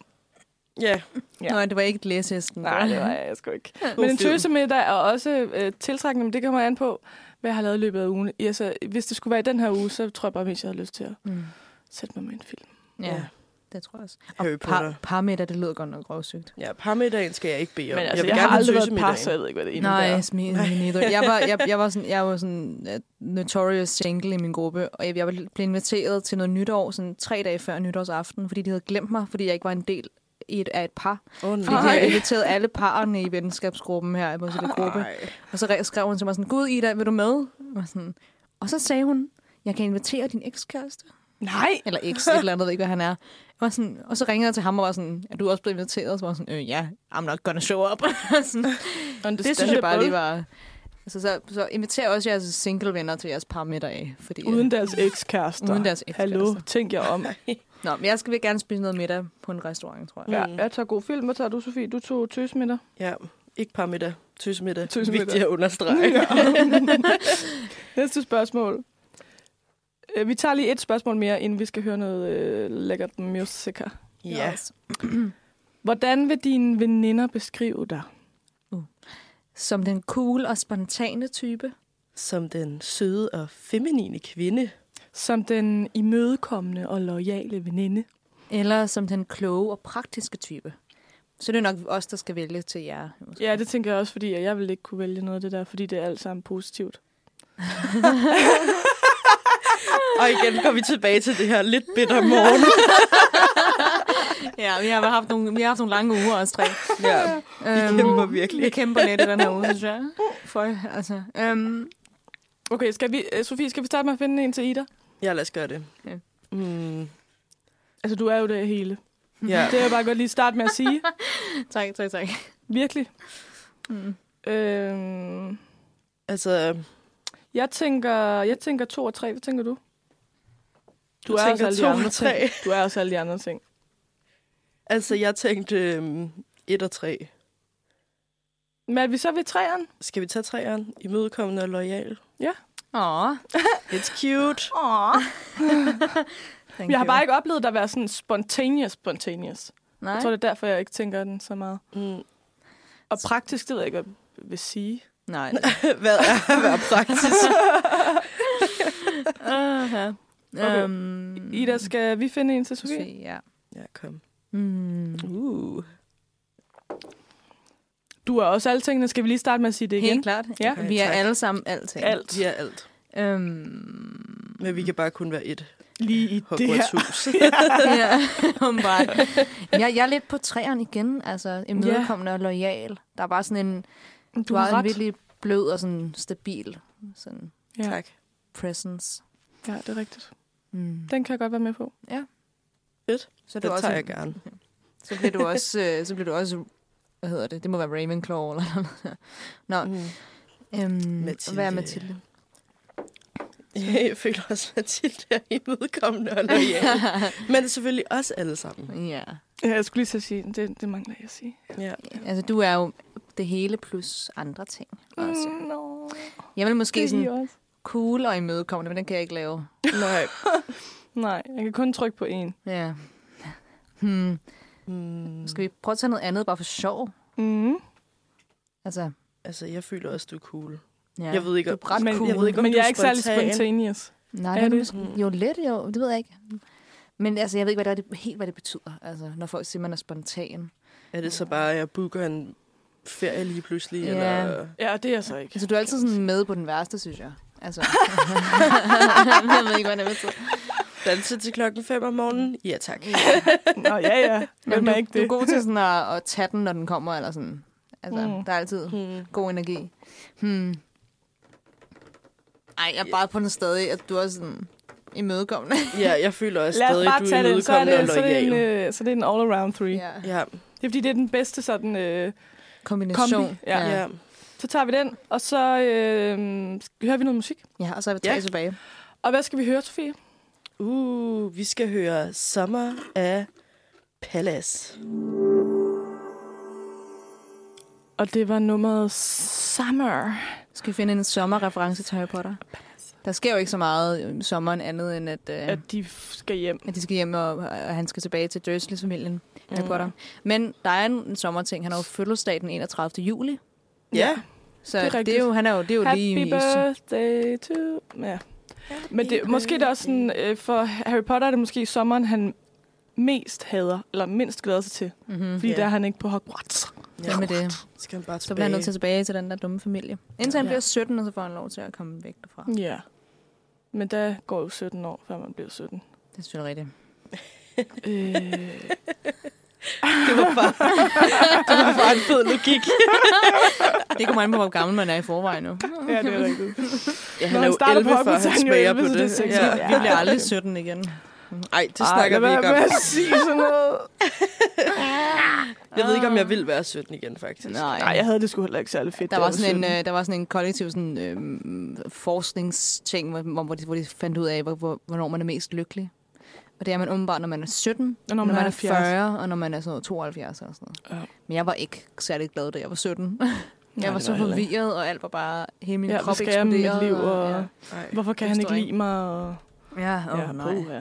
[SPEAKER 4] Ja,
[SPEAKER 2] Ja.
[SPEAKER 3] Ja. Nå, det var ikke et læsehesten.
[SPEAKER 2] Nej, det var jeg, jeg sgu ikke.
[SPEAKER 4] god
[SPEAKER 2] Men en
[SPEAKER 4] film.
[SPEAKER 2] tøsemiddag er også øh, tiltrækkende, men det kommer an på, hvad jeg har lavet i løbet af ugen. Altså, hvis det skulle være i den her uge, så tror jeg bare, at jeg havde lyst til at
[SPEAKER 3] Mm.
[SPEAKER 2] sætte mig med en film.
[SPEAKER 3] Ja, det tror jeg også.
[SPEAKER 4] Harry
[SPEAKER 3] Og
[SPEAKER 4] Potter.
[SPEAKER 3] par, parmiddag, det lyder godt nok røvsygt.
[SPEAKER 4] Ja, parmiddagen skal jeg ikke bede om.
[SPEAKER 2] Men altså, jeg,
[SPEAKER 4] vil
[SPEAKER 2] jeg
[SPEAKER 4] gerne
[SPEAKER 2] har
[SPEAKER 4] have
[SPEAKER 2] aldrig været et
[SPEAKER 4] tøsemiddagen.
[SPEAKER 2] par, så jeg ved ikke, hvad det indebærer.
[SPEAKER 3] Nej, smi- me neither. Jeg var, jeg, jeg var sådan, jeg var sådan uh, notorious single i min gruppe, og jeg, jeg blev inviteret til noget nytår, sådan tre dage før nytårsaften, fordi de havde glemt mig, fordi jeg ikke var en del i et, af et par.
[SPEAKER 4] Åh,
[SPEAKER 3] Fordi de
[SPEAKER 4] nej.
[SPEAKER 3] havde inviteret alle parerne i venskabsgruppen her i vores lille gruppe.
[SPEAKER 4] Ej.
[SPEAKER 3] Og så re- skrev hun til mig sådan, Gud Ida, vil du med? Og, jeg var sådan, og så sagde hun, jeg kan invitere din ekskæreste.
[SPEAKER 2] Nej.
[SPEAKER 3] Eller eks, et eller andet, jeg ved ikke, hvad han er. Jeg var sådan, og så ringede jeg til ham og var sådan, er du også blevet inviteret? Så var jeg sådan, øh, ja, I'm not gonna show up. sådan,
[SPEAKER 2] Understandable.
[SPEAKER 3] det synes jeg bare lige var... Altså, så, så inviter også jeres single-venner til jeres par middage. Fordi, øh,
[SPEAKER 2] Uden deres ekskærester.
[SPEAKER 3] Uden deres ekskærester.
[SPEAKER 2] Hallo, tænk jer om.
[SPEAKER 3] Nå, men jeg skal vil gerne spise noget middag på en restaurant, tror jeg.
[SPEAKER 2] Ja,
[SPEAKER 4] Mm.
[SPEAKER 2] jeg tager god film. Hvad tager du, Sofie? Du tog tøsmiddag.
[SPEAKER 4] Ja, ikke parmiddag. Tøsemiddag.
[SPEAKER 2] Tøsemiddag.
[SPEAKER 4] Vigtigt at understrege.
[SPEAKER 2] Næste spørgsmål. Øh, Vi tager lige et spørgsmål mere, inden vi skal høre noget øh, lækkert music her.
[SPEAKER 4] ja.
[SPEAKER 2] Hvordan vil dine veninder beskrive dig?
[SPEAKER 3] Som den cool og spontane type.
[SPEAKER 4] Som den søde og feminine kvinde.
[SPEAKER 2] Som den imødekommende og lojale veninde.
[SPEAKER 3] Eller som den kloge og praktiske type. Så det er nok os, der skal vælge til jer.
[SPEAKER 2] Ja, det tænker jeg også, fordi at jeg vil ikke kunne vælge noget af det der, fordi det er alt sammen positivt.
[SPEAKER 4] Og igen går vi tilbage til det her lidt bitter morgen.
[SPEAKER 3] ja vi, har bare haft nogle, vi har haft nogle lange uger også, tre.
[SPEAKER 4] Ja, vi kæmper virkelig.
[SPEAKER 3] Vi kæmper lidt i den her uge, synes jeg. Øhm, For, altså, øhm,
[SPEAKER 2] Okay, skal vi, øh, Sofie, skal vi starte med at finde en til Ida?
[SPEAKER 4] Ja, lad os gøre det.
[SPEAKER 3] Ja.
[SPEAKER 4] Mm,
[SPEAKER 2] Altså, du er jo det hele.
[SPEAKER 4] ja.
[SPEAKER 2] Det vil jeg bare godt lige starte med at sige.
[SPEAKER 3] tak, tak, tak.
[SPEAKER 2] Virkelig.
[SPEAKER 3] Mm.
[SPEAKER 2] Øhm,
[SPEAKER 4] Altså,
[SPEAKER 2] jeg, tænker, jeg tænker to og tre. Hvad tænker du? Du,
[SPEAKER 4] tænker to og tre.
[SPEAKER 2] ting. Du er også alle de andre ting.
[SPEAKER 4] altså jeg tænkte øhm, et og tre.
[SPEAKER 2] Men er vi så ved træerne?
[SPEAKER 4] Skal vi tage træeren? Imødekommende og lojal.
[SPEAKER 3] Åh.
[SPEAKER 4] It's cute.
[SPEAKER 3] Åh.
[SPEAKER 2] Vi har bare ikke oplevet dig være sådan spontaneous, spontaneous.
[SPEAKER 3] Nej.
[SPEAKER 2] Jeg tror, det er derfor, jeg ikke tænker den så meget.
[SPEAKER 4] Mm.
[SPEAKER 2] Og praktisk, det ved jeg ikke, hvad jeg vil sige.
[SPEAKER 3] Nej.
[SPEAKER 4] Hvad er at være praktisk?
[SPEAKER 3] uh-huh.
[SPEAKER 2] Okay.
[SPEAKER 3] um,
[SPEAKER 2] Mm. Ida, skal vi finde en til
[SPEAKER 3] Sofie,
[SPEAKER 2] Sofie?
[SPEAKER 3] Ja.
[SPEAKER 4] Ja, kom.
[SPEAKER 3] Mm.
[SPEAKER 4] Uh.
[SPEAKER 2] Du er også alle tingene. Skal vi lige starte med at sige det igen?
[SPEAKER 3] Helt klart.
[SPEAKER 2] Ja.
[SPEAKER 3] Ja. Vi er
[SPEAKER 4] Tak.
[SPEAKER 3] alle sammen alting.
[SPEAKER 2] Alt
[SPEAKER 4] Vi er alt.
[SPEAKER 3] Øhm,
[SPEAKER 4] Men vi kan bare kun være et
[SPEAKER 2] lige i det her.
[SPEAKER 4] Hogwarts hus.
[SPEAKER 3] ja, åbenbart. jeg, jeg er lidt på træerne igen, altså imødekommende og lojal. Der er bare sådan en, du
[SPEAKER 2] har
[SPEAKER 3] er en
[SPEAKER 2] ret.
[SPEAKER 3] virkelig blød og sådan stabil sådan
[SPEAKER 2] Ja.
[SPEAKER 4] Tak.
[SPEAKER 3] presence.
[SPEAKER 2] Ja, det er rigtigt.
[SPEAKER 3] Mm.
[SPEAKER 2] Den kan jeg godt være med på.
[SPEAKER 3] Så, er
[SPEAKER 4] Det
[SPEAKER 3] du
[SPEAKER 4] tager
[SPEAKER 3] også,
[SPEAKER 4] jeg gerne.
[SPEAKER 3] så bliver du også, øh, så bliver du også hvad hedder det? Det må være Ravenclaw eller noget. Nå,
[SPEAKER 4] Mm.
[SPEAKER 3] øhm,
[SPEAKER 4] Mathilde.
[SPEAKER 3] hvad er Mathilde?
[SPEAKER 4] Ja, jeg føler også, at Mathilde er imødekommende og lojal. Men selvfølgelig også alle sammen.
[SPEAKER 3] ja.
[SPEAKER 2] Ja, jeg skulle lige så sige, det, det mangler jeg at sige.
[SPEAKER 4] Ja.
[SPEAKER 3] Altså, du er jo det hele plus andre ting også.
[SPEAKER 2] Mm, no.
[SPEAKER 3] Jeg vil måske
[SPEAKER 2] Det er I
[SPEAKER 3] sådan
[SPEAKER 2] også.
[SPEAKER 3] cool og imødekommende, men den kan jeg ikke lave.
[SPEAKER 4] Nej.
[SPEAKER 2] Nej, jeg kan kun trykke på en.
[SPEAKER 3] Ja. Hmm.
[SPEAKER 4] Mm.
[SPEAKER 3] Skal vi prøve at tage noget andet bare for sjov?
[SPEAKER 2] Mm.
[SPEAKER 3] Altså,
[SPEAKER 4] Altså, jeg føler også, du er cool.
[SPEAKER 3] ja.
[SPEAKER 4] Jeg ved ikke,
[SPEAKER 3] du
[SPEAKER 4] om-
[SPEAKER 3] er ret
[SPEAKER 2] men,
[SPEAKER 3] cool.
[SPEAKER 4] jeg ved ikke, om
[SPEAKER 2] men
[SPEAKER 4] du
[SPEAKER 2] jeg
[SPEAKER 4] er
[SPEAKER 2] er ikke særlig
[SPEAKER 4] spontan.
[SPEAKER 2] spontaneous.
[SPEAKER 3] Nej,
[SPEAKER 2] Er Mm.
[SPEAKER 3] er
[SPEAKER 2] du?
[SPEAKER 3] det? Jo, lidt jo. Det ved jeg ikke. Men altså, jeg ved ikke hvad det, er, det- helt, hvad det betyder, altså, når folk siger, man er spontan.
[SPEAKER 4] Er det så bare, at jeg booker en ferie lige pludselig?
[SPEAKER 3] Ja.
[SPEAKER 4] Eller?
[SPEAKER 2] Ja, det er jeg så ikke.
[SPEAKER 3] Altså, du er altid sådan med på den værste, synes jeg. Altså. jeg ved ikke, hvad det betyder.
[SPEAKER 4] Danse til klokken 5 om morgenen? Ja, tak.
[SPEAKER 2] Nå, ja, ja. Hvem
[SPEAKER 3] Jamen,
[SPEAKER 2] er
[SPEAKER 3] du,
[SPEAKER 2] ikke
[SPEAKER 3] du er
[SPEAKER 2] det?
[SPEAKER 3] god til sådan at, at tage den, når den kommer, eller sådan. Altså,
[SPEAKER 2] Mm.
[SPEAKER 3] mm. der er altid
[SPEAKER 4] Hmm.
[SPEAKER 3] god energi. Hmm. Ej, jeg er bare på den stadig, at du er sådan imødekommende.
[SPEAKER 4] Ja, jeg føler også
[SPEAKER 2] Lad os
[SPEAKER 4] stadig,
[SPEAKER 2] bare
[SPEAKER 4] du er
[SPEAKER 2] tage den. Så er
[SPEAKER 4] imødekommende og
[SPEAKER 2] det, så er det, en,
[SPEAKER 4] lojal.
[SPEAKER 2] øh, så det er en all-around three.
[SPEAKER 3] ja.
[SPEAKER 4] Ja,
[SPEAKER 2] Det er fordi, det er den bedste sådan... Øh,
[SPEAKER 3] Kombination.
[SPEAKER 2] Kombi, ja.
[SPEAKER 4] ja.
[SPEAKER 2] så tager vi den, og så øh, hører vi noget musik.
[SPEAKER 3] ja. og så er vi tre
[SPEAKER 4] Ja.
[SPEAKER 3] tilbage.
[SPEAKER 2] Og hvad skal vi høre, Sofie?
[SPEAKER 4] Uh, vi skal høre Sommer af Palace.
[SPEAKER 2] Og det var nummeret Summer.
[SPEAKER 3] Skal vi finde en sommerreference til Harry Potter? Der sker jo ikke så meget om sommeren andet, end at, øh,
[SPEAKER 2] Ja.
[SPEAKER 3] at,
[SPEAKER 2] At de f- skal hjem.
[SPEAKER 3] at de skal hjem, og, og han skal tilbage til Dursley-familien. Harry
[SPEAKER 2] Mm.
[SPEAKER 3] Potter. Men der er en, en sommerting. Han har jo fødselsdag den 31. juli.
[SPEAKER 4] Ja.
[SPEAKER 3] Så
[SPEAKER 2] Det er
[SPEAKER 3] det er, det
[SPEAKER 2] rigtigt.
[SPEAKER 3] er jo, han er jo, det er jo lige...
[SPEAKER 2] Happy
[SPEAKER 3] i-
[SPEAKER 2] birthday to... Ja. Men det, måske det er også sådan, øh, for Harry Potter er det måske sommeren, han mest hader, eller mindst glæder sig til.
[SPEAKER 3] Mhm.
[SPEAKER 2] Fordi
[SPEAKER 4] Ja.
[SPEAKER 2] yeah. der er han ikke på Hogwarts.
[SPEAKER 3] Hvad med det?
[SPEAKER 4] Skal han bare
[SPEAKER 3] Så bliver han nødt til
[SPEAKER 4] tilbage?
[SPEAKER 3] at tilbage til den der dumme familie. Indtil han
[SPEAKER 2] Ja.
[SPEAKER 3] bliver 17, og så får han lov til at komme væk derfra. Det
[SPEAKER 2] Ja. Men der går jo 17 år, før man bliver 17.
[SPEAKER 3] er selvfølgelig rigtigt.
[SPEAKER 2] øh,
[SPEAKER 4] Det var bare, det var bare en fed logik.
[SPEAKER 3] Det kommer an på, hvor gammel man er i forvejen nu.
[SPEAKER 2] ja, det er rigtigt. Når
[SPEAKER 4] Ja, han er
[SPEAKER 2] han
[SPEAKER 4] jo
[SPEAKER 2] starter
[SPEAKER 4] 11,
[SPEAKER 2] på
[SPEAKER 4] før
[SPEAKER 2] Hogwarts,
[SPEAKER 4] han
[SPEAKER 2] han er jo
[SPEAKER 4] smager på
[SPEAKER 2] 11, så det er
[SPEAKER 4] det.
[SPEAKER 2] seks
[SPEAKER 4] Ja.
[SPEAKER 2] år.
[SPEAKER 3] Vi bliver aldrig 17 igen.
[SPEAKER 4] Ej, det snakker vi ikke om.
[SPEAKER 2] Hvad at sige sådan noget?
[SPEAKER 4] Jeg ved ikke, om jeg vil være 17 igen, faktisk.
[SPEAKER 2] Nej, jeg havde det sgu heller ikke særlig fedt.
[SPEAKER 3] Der
[SPEAKER 2] da
[SPEAKER 3] var,
[SPEAKER 2] jeg
[SPEAKER 3] sådan en,
[SPEAKER 2] 17.
[SPEAKER 3] øh, der var sådan en kollektiv sådan, øh, forskningsting, hvor, hvor, hvor, de, hvor de fandt ud af, hvor, hvor, hvornår man er mest lykkelig. Og det er man åbenbart, når man er 17,
[SPEAKER 2] Og når man er
[SPEAKER 3] når man er
[SPEAKER 2] 70.
[SPEAKER 3] 40, og når man er sådan noget 72 eller sådan noget.
[SPEAKER 2] Ja.
[SPEAKER 3] Men jeg var ikke særlig glad, da jeg var 17.
[SPEAKER 2] Nej,
[SPEAKER 3] jeg var
[SPEAKER 2] det
[SPEAKER 3] så
[SPEAKER 2] jeg heller ikke.
[SPEAKER 3] forvirret, og alt var bare... Hele min
[SPEAKER 2] Ja,
[SPEAKER 3] krop
[SPEAKER 2] hvad skal jeg med mit liv? Og,
[SPEAKER 3] ja.
[SPEAKER 4] Nej.
[SPEAKER 2] Hvorfor kan
[SPEAKER 3] Det
[SPEAKER 2] han ikke
[SPEAKER 3] forstår jeg
[SPEAKER 2] lide mig? Og...
[SPEAKER 3] Ja, åh oh, nej.
[SPEAKER 2] puha.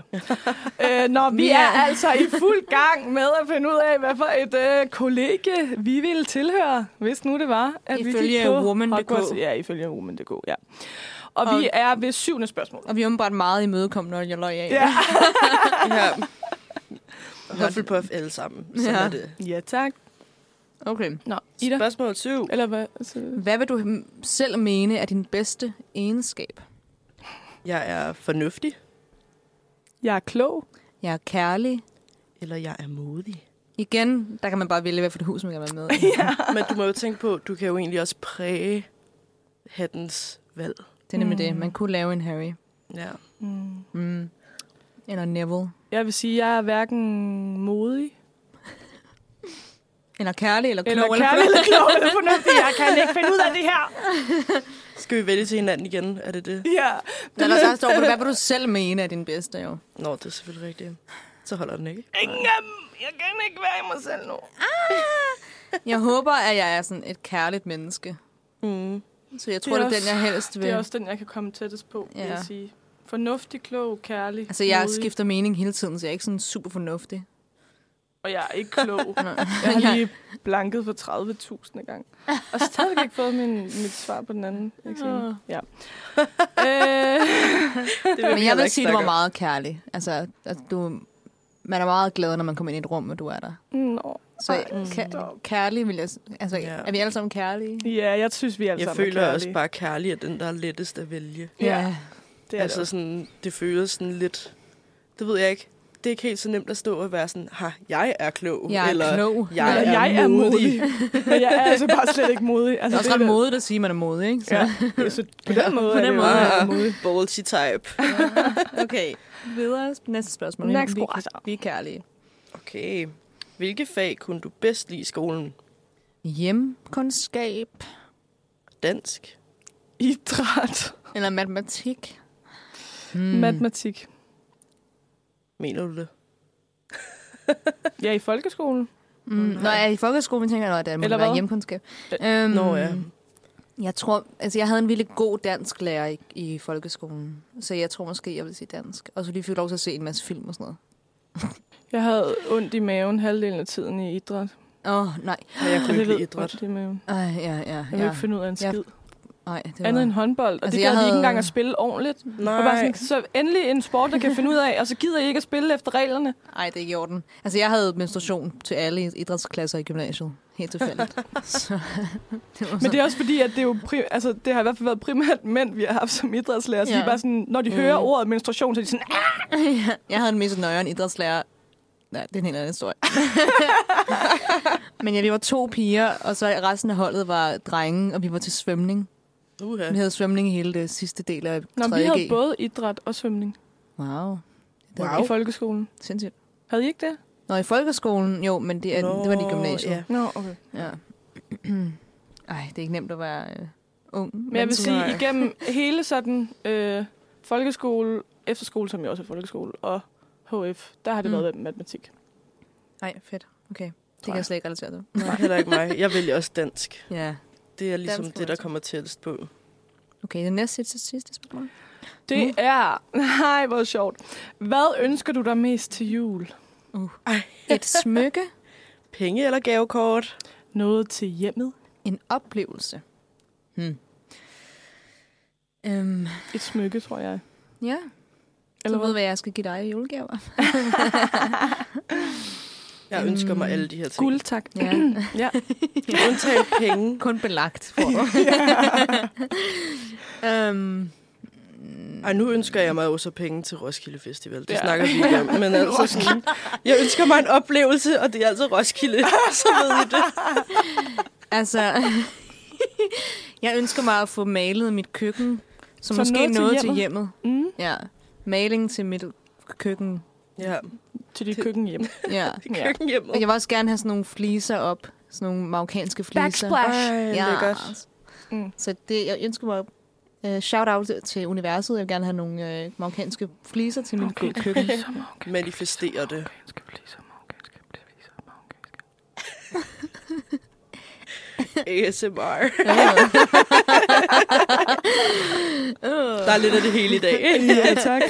[SPEAKER 2] øh, nå, vi
[SPEAKER 3] Mia.
[SPEAKER 2] er altså i fuld gang med at finde ud af, hvad for et øh, kollegie vi ville tilhøre, hvis nu det var, at vi
[SPEAKER 3] Ifølge
[SPEAKER 2] gik på
[SPEAKER 3] woman.dk.
[SPEAKER 2] Hogwarts. Ja, ifølge Woman.dk, ja. Og,
[SPEAKER 3] Og-
[SPEAKER 2] og vi er ved syvende spørgsmål.
[SPEAKER 3] Og vi er åbenbart meget imødekommende, og jeg løg af.
[SPEAKER 2] Ja.
[SPEAKER 4] Ja. Hufflepuff alle sammen. Sådan
[SPEAKER 3] Ja.
[SPEAKER 4] er det.
[SPEAKER 2] ja, tak.
[SPEAKER 3] Okay.
[SPEAKER 2] Nå, Ida.
[SPEAKER 4] Spørgsmål 7.
[SPEAKER 2] Eller hvad? Altså,
[SPEAKER 3] Hvad vil du hm, selv mene er din bedste egenskab?
[SPEAKER 4] Jeg er fornuftig,
[SPEAKER 2] jeg er klog.
[SPEAKER 3] Jeg er kærlig.
[SPEAKER 4] eller jeg er modig.
[SPEAKER 3] Igen, der kan man bare vælge, hvad for et hus man kan være med i.
[SPEAKER 4] Men du må jo tænke på, du kan jo egentlig også præge hattens valg.
[SPEAKER 3] Det er nemlig
[SPEAKER 2] Mm.
[SPEAKER 3] det. Man kunne lave en Harry.
[SPEAKER 4] Ja.
[SPEAKER 2] Mm.
[SPEAKER 3] Mm. Eller Neville.
[SPEAKER 2] Jeg vil sige, at jeg er hverken modig,
[SPEAKER 3] Eller kærlig, eller klog.
[SPEAKER 2] eller kærlig, eller klog, eller fornuftig. Jeg kan ikke finde ud af det her.
[SPEAKER 4] Skal vi vælge til hinanden igen? Er det det?
[SPEAKER 2] Ja.
[SPEAKER 3] Eller så står på det, hvad vil du selv mene er din bedste, jo?
[SPEAKER 4] Nå, det er selvfølgelig rigtigt. Så holder den ikke.
[SPEAKER 2] Ingen af dem. Jeg kan ikke være i mig selv nu.
[SPEAKER 3] Jeg håber, at jeg er sådan et kærligt menneske.
[SPEAKER 4] Mm.
[SPEAKER 3] Så jeg
[SPEAKER 2] Det er
[SPEAKER 3] tror, det er,
[SPEAKER 2] også-
[SPEAKER 3] den, jeg helst
[SPEAKER 2] Det
[SPEAKER 3] vil.
[SPEAKER 2] er også den, jeg kan komme tættest på, ja. vil
[SPEAKER 3] Ja.
[SPEAKER 2] jeg sige. Fornuftig, klog, kærlig,
[SPEAKER 3] Altså, jeg
[SPEAKER 2] modig,
[SPEAKER 3] skifter mening hele tiden, så jeg er ikke sådan super fornuftig.
[SPEAKER 2] og jeg er ikke klog.
[SPEAKER 3] Nå.
[SPEAKER 2] Jeg har lige blanket for 30.000 gang. Og stadig ikke fået min, mit svar på den anden eksamen. Ja. øh,
[SPEAKER 4] Det vil
[SPEAKER 3] Men jeg vil sige, at du var meget kærlig. Altså, at du, man er meget glad, når man kommer ind i et rum, og du er der.
[SPEAKER 2] nå.
[SPEAKER 3] Så
[SPEAKER 2] Ej,
[SPEAKER 3] ka-
[SPEAKER 2] stop.
[SPEAKER 3] kærlig vil jeg... s- Altså,
[SPEAKER 4] Ja.
[SPEAKER 3] er vi alle sammen kærlige?
[SPEAKER 2] Ja, jeg synes, vi er alle
[SPEAKER 4] Jeg
[SPEAKER 2] sammen er
[SPEAKER 4] føler også
[SPEAKER 2] kærlige.
[SPEAKER 4] bare, at kærlig er den, der er lettest at vælge.
[SPEAKER 2] Ja, det
[SPEAKER 4] Det
[SPEAKER 2] er altså,
[SPEAKER 4] altså
[SPEAKER 2] det
[SPEAKER 4] sådan, det føles sådan lidt... Det ved jeg ikke. Det er ikke helt så nemt at stå og være sådan, ha, jeg er klog.
[SPEAKER 3] Jeg er
[SPEAKER 4] eller,
[SPEAKER 3] klog.
[SPEAKER 4] Jeg,
[SPEAKER 2] Eller,
[SPEAKER 4] er,
[SPEAKER 2] jeg er
[SPEAKER 4] modig.
[SPEAKER 2] modig. Men jeg er altså bare slet ikke modig.
[SPEAKER 3] Det er
[SPEAKER 2] Altså,
[SPEAKER 3] også ret modigt at sige, at man er modig, ikke? Så.
[SPEAKER 2] Ja, så på den måde
[SPEAKER 3] på
[SPEAKER 2] er
[SPEAKER 3] den
[SPEAKER 2] det jo-
[SPEAKER 3] måde er
[SPEAKER 4] det modig. Ballsy type.
[SPEAKER 3] Okay. Videre. Næste spørgsmål.
[SPEAKER 2] Next
[SPEAKER 3] vi,
[SPEAKER 2] question.
[SPEAKER 3] vi er kærlige.
[SPEAKER 4] Okay. Hvilke fag kunne du bedst lide i skolen?
[SPEAKER 3] hjemkundskab
[SPEAKER 4] Dansk.
[SPEAKER 2] Idræt.
[SPEAKER 3] eller matematik. Hmm.
[SPEAKER 2] Mm. Matematik.
[SPEAKER 4] Mener du det?
[SPEAKER 2] Ja, i folkeskolen.
[SPEAKER 3] Mm. Nå, ja, i folkeskolen tænker jeg, at det må
[SPEAKER 2] Eller
[SPEAKER 3] være
[SPEAKER 2] hvad?
[SPEAKER 3] hjemkundskab. Øhm,
[SPEAKER 4] Nå ja.
[SPEAKER 3] Jeg tror, altså jeg havde en virkelig god dansk lærer i, i folkeskolen, så jeg tror måske, jeg vil sige dansk. Og så lige fik lov til at se en masse film og sådan noget.
[SPEAKER 2] Jeg havde ondt i maven halvdelen af tiden i idræt.
[SPEAKER 3] Åh, oh, nej.
[SPEAKER 4] Ja, jeg kunne
[SPEAKER 2] det
[SPEAKER 4] ikke lide
[SPEAKER 2] lød
[SPEAKER 4] idræt.
[SPEAKER 2] ondt i maven.
[SPEAKER 3] Ej, ja, ja,
[SPEAKER 2] Jeg kunne
[SPEAKER 3] ja.
[SPEAKER 2] ikke finde ud af en
[SPEAKER 3] Ja,
[SPEAKER 2] skid.
[SPEAKER 3] Ej, det var...
[SPEAKER 2] Andet end håndbold, og
[SPEAKER 3] Altså,
[SPEAKER 2] altså, det
[SPEAKER 3] jeg
[SPEAKER 2] gad havde... de ikke
[SPEAKER 3] havde-
[SPEAKER 2] engang at spille ordentligt. Og bare
[SPEAKER 4] Nej.
[SPEAKER 2] sådan, så endelig en sport, der kan finde ud af, og så gider I ikke at spille efter reglerne.
[SPEAKER 3] Ej, det er ikke i orden. Altså, jeg havde menstruation til alle idrætsklasser i gymnasiet. Helt tilfældigt. så, det var
[SPEAKER 2] Men det
[SPEAKER 3] sådan-
[SPEAKER 2] er også fordi, at det, er jo prim- altså, det har i hvert fald været primært mænd, vi har haft som idrætslærer. Så ja. de
[SPEAKER 3] Ja.
[SPEAKER 2] er bare sådan, når de mm. hører ordet menstruation, så er de sådan, "Ah!"
[SPEAKER 3] Ja, jeg havde en mest nøjeren idrætslærer. Nej, det er en helt anden historie. Men ja, vi var to piger, og så resten af holdet var drenge, og vi var til svømning.
[SPEAKER 4] Uha.
[SPEAKER 3] Vi havde svømning i hele det sidste del af 3.G.
[SPEAKER 2] Nå, vi havde både idræt og svømning
[SPEAKER 3] Wow. Det
[SPEAKER 4] Wow.
[SPEAKER 3] wow.
[SPEAKER 2] wow. i folkeskolen.
[SPEAKER 3] Sindssygt.
[SPEAKER 2] Havde I ikke det?
[SPEAKER 3] Nå, i folkeskolen, jo, men det, er, det var det i gymnasiet.
[SPEAKER 4] Ja.
[SPEAKER 2] Nå, okay.
[SPEAKER 3] Ja. Ej, det er ikke nemt at være øh, ung.
[SPEAKER 2] Men jeg vil sige,
[SPEAKER 4] Nej.
[SPEAKER 2] igennem hele sådan øh, folkeskole, efterskole, som jo også er folkeskole, og HF, der har det
[SPEAKER 3] Mm.
[SPEAKER 2] mm. været matematik.
[SPEAKER 3] Nej, fedt. Okay. Det
[SPEAKER 2] Tror
[SPEAKER 3] kan jeg
[SPEAKER 2] jeg.
[SPEAKER 3] slet ikke relatere til.
[SPEAKER 4] Nej, heller ikke mig. Jeg vælger også dansk.
[SPEAKER 3] Ja.
[SPEAKER 4] Det er ligesom
[SPEAKER 3] Dansk
[SPEAKER 4] det, der
[SPEAKER 3] også.
[SPEAKER 4] kommer tættest på.
[SPEAKER 3] Okay, det næste til sidste spørgsmål.
[SPEAKER 2] Det
[SPEAKER 3] Mm.
[SPEAKER 2] er... Nej, hvor sjovt. Hvad ønsker du dig mest til jul?
[SPEAKER 3] Et smykke,
[SPEAKER 4] Penge eller gavekort?
[SPEAKER 2] Noget til hjemmet?
[SPEAKER 3] en oplevelse. Hmm. Øhm,
[SPEAKER 2] Et smykke, tror jeg.
[SPEAKER 3] ja,
[SPEAKER 2] Eller
[SPEAKER 3] Eller du ved,
[SPEAKER 2] hvad?
[SPEAKER 3] hvad jeg skal give dig i julegaver.
[SPEAKER 4] Jeg
[SPEAKER 3] Mm.
[SPEAKER 4] ønsker mig alle de her ting.
[SPEAKER 2] Guld, tak.
[SPEAKER 3] Ja.
[SPEAKER 2] ja.
[SPEAKER 4] Undtagen penge.
[SPEAKER 3] Kun belagt for øhm,
[SPEAKER 4] Ej, nu ønsker jeg mig jo så penge til Roskilde Festival. Det
[SPEAKER 2] Ja.
[SPEAKER 4] ja. snakker vi ikke om. Men altså sådan, jeg ønsker mig en oplevelse, og det er altså Roskilde. Så ved I det.
[SPEAKER 3] Altså, jeg ønsker mig at få malet mit køkken, så,
[SPEAKER 2] Som
[SPEAKER 3] måske
[SPEAKER 2] noget
[SPEAKER 3] noget,
[SPEAKER 2] til
[SPEAKER 3] til hjemmet.
[SPEAKER 2] Mm,
[SPEAKER 3] Ja, maling til mit køkken.
[SPEAKER 4] Ja,
[SPEAKER 2] til dit køkken hjem.
[SPEAKER 3] Ja.
[SPEAKER 2] Ja.
[SPEAKER 3] Og
[SPEAKER 4] køkkenhjemmet.
[SPEAKER 3] jeg vil også gerne have sådan nogle fliser op. Sådan nogle marokkanske fliser.
[SPEAKER 4] Ej,
[SPEAKER 3] Ja.
[SPEAKER 4] lækkert.
[SPEAKER 2] Mm.
[SPEAKER 3] Så det, jeg ønsker mig uh, shout-out til universet. Jeg vil gerne have nogle uh, marokkanske fliser til mit okay. køkken.
[SPEAKER 4] Manifestere det. ASMR.
[SPEAKER 3] Øh.
[SPEAKER 4] Der er lidt af det hele i dag.
[SPEAKER 2] ja, tak.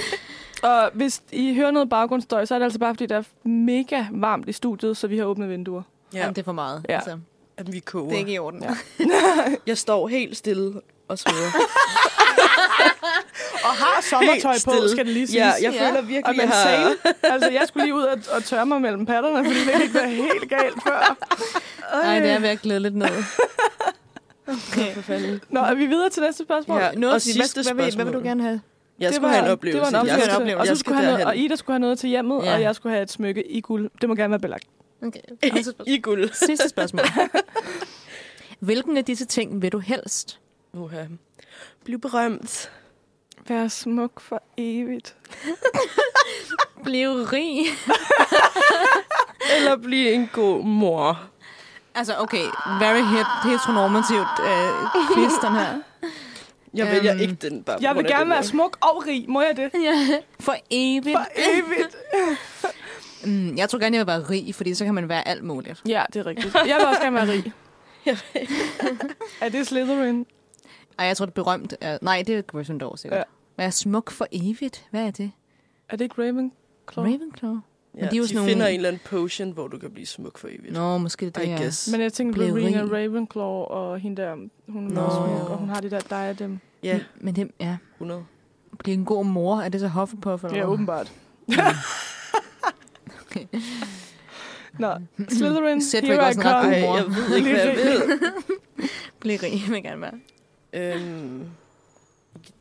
[SPEAKER 2] Og hvis I hører noget baggrundsstøj, så er det altså bare, fordi det er mega varmt i studiet, så vi har åbnet vinduer.
[SPEAKER 4] Ja,
[SPEAKER 3] Jamen, det er for meget.
[SPEAKER 2] Ja.
[SPEAKER 3] Altså,
[SPEAKER 4] at vi
[SPEAKER 3] det er ikke
[SPEAKER 4] koger.
[SPEAKER 3] i orden.
[SPEAKER 2] Ja.
[SPEAKER 4] Jeg står helt stille og sveder.
[SPEAKER 2] Og har sommertøj
[SPEAKER 4] Helt
[SPEAKER 2] på,
[SPEAKER 4] stille.
[SPEAKER 2] skal det lige siges.
[SPEAKER 4] Ja, jeg
[SPEAKER 3] Ja.
[SPEAKER 4] føler
[SPEAKER 2] og
[SPEAKER 4] virkelig,
[SPEAKER 2] men
[SPEAKER 4] jeg har...
[SPEAKER 2] sale. Altså, jeg skulle lige ud og, og tørre mig mellem patterne, fordi det gik da helt galt før.
[SPEAKER 3] Nej, det er ved at glæde lidt ned.
[SPEAKER 4] For fanden.
[SPEAKER 2] Nå, er vi videre til næste spørgsmål?
[SPEAKER 4] Ja,
[SPEAKER 3] Noget,
[SPEAKER 4] og
[SPEAKER 3] fordi, hvad,
[SPEAKER 4] sidste
[SPEAKER 3] hvad, vil, hvad vil du
[SPEAKER 4] spørgsmål.
[SPEAKER 3] gerne have?
[SPEAKER 4] Jeg skulle have en oplevelse.
[SPEAKER 2] Det var en
[SPEAKER 4] Jeg
[SPEAKER 2] oplevelse.
[SPEAKER 4] skal-
[SPEAKER 3] oplevelse.
[SPEAKER 2] Og,
[SPEAKER 4] jeg
[SPEAKER 2] så
[SPEAKER 4] skal
[SPEAKER 2] skulle have noget,
[SPEAKER 4] derhen.
[SPEAKER 2] og Ida skulle have noget til hjemmet,
[SPEAKER 3] Ja.
[SPEAKER 2] og jeg skulle have et smykke i guld. Det må gerne være belagt.
[SPEAKER 3] Okay. Og så-
[SPEAKER 4] I guld.
[SPEAKER 3] Sidste spørgsmål. Hvilken af disse ting vil du helst?
[SPEAKER 4] Uha. Bliv berømt.
[SPEAKER 2] Vær smuk for evigt.
[SPEAKER 3] Blive rig.
[SPEAKER 4] Eller blive en god mor.
[SPEAKER 3] Altså, okay, very het- heteronormativt øh, quiz, den her.
[SPEAKER 4] Jeg
[SPEAKER 3] Øhm,
[SPEAKER 4] vælger ikke den bare. på
[SPEAKER 2] Jeg vil
[SPEAKER 4] grund af
[SPEAKER 2] gerne
[SPEAKER 4] den
[SPEAKER 2] være
[SPEAKER 4] her.
[SPEAKER 2] smuk og rig. Må jeg det?
[SPEAKER 3] Ja. For evigt.
[SPEAKER 2] For evigt.
[SPEAKER 3] Mm, jeg tror gerne, jeg vil være rig, fordi så kan man være alt muligt.
[SPEAKER 2] Ja, det er rigtigt. Jeg vil også gerne være rig. er det Slytherin?
[SPEAKER 3] Ej, jeg tror, det er berømt. Er, nej, det er Gryffindor sikkert.
[SPEAKER 2] Ja.
[SPEAKER 3] Ja. Være smuk for evigt. Hvad er det?
[SPEAKER 2] Er det ikke Ravenclaw?
[SPEAKER 3] Ravenclaw? Men
[SPEAKER 4] Ja,
[SPEAKER 3] de er jo
[SPEAKER 4] de
[SPEAKER 3] sådan nogle-
[SPEAKER 4] finder en eller anden potion, hvor du kan blive smuk for evigt.
[SPEAKER 3] Nå, måske det er
[SPEAKER 4] I
[SPEAKER 3] det, jeg-
[SPEAKER 4] guess.
[SPEAKER 2] Men jeg tænkte,
[SPEAKER 3] Blev
[SPEAKER 2] Lorena
[SPEAKER 3] rig.
[SPEAKER 2] Ravenclaw og hende der, hun er
[SPEAKER 4] Nå.
[SPEAKER 2] meget smuk, og hun har det der diadem.
[SPEAKER 4] Ja,
[SPEAKER 3] Men det, ja,
[SPEAKER 4] 100.
[SPEAKER 3] blive en god mor. Er det så Hufflepuff? Eller
[SPEAKER 2] Ja,
[SPEAKER 3] hvad?
[SPEAKER 2] åbenbart.
[SPEAKER 3] Okay.
[SPEAKER 2] Nå, Slytherin,
[SPEAKER 3] Cedric
[SPEAKER 2] here
[SPEAKER 3] er
[SPEAKER 2] I
[SPEAKER 3] også en ret
[SPEAKER 2] come.
[SPEAKER 4] Ej,
[SPEAKER 3] god mor.
[SPEAKER 4] jeg ved ikke, hvad jeg
[SPEAKER 2] Lige
[SPEAKER 4] ved.
[SPEAKER 3] Blive rig, vil jeg gerne være.
[SPEAKER 4] øhm,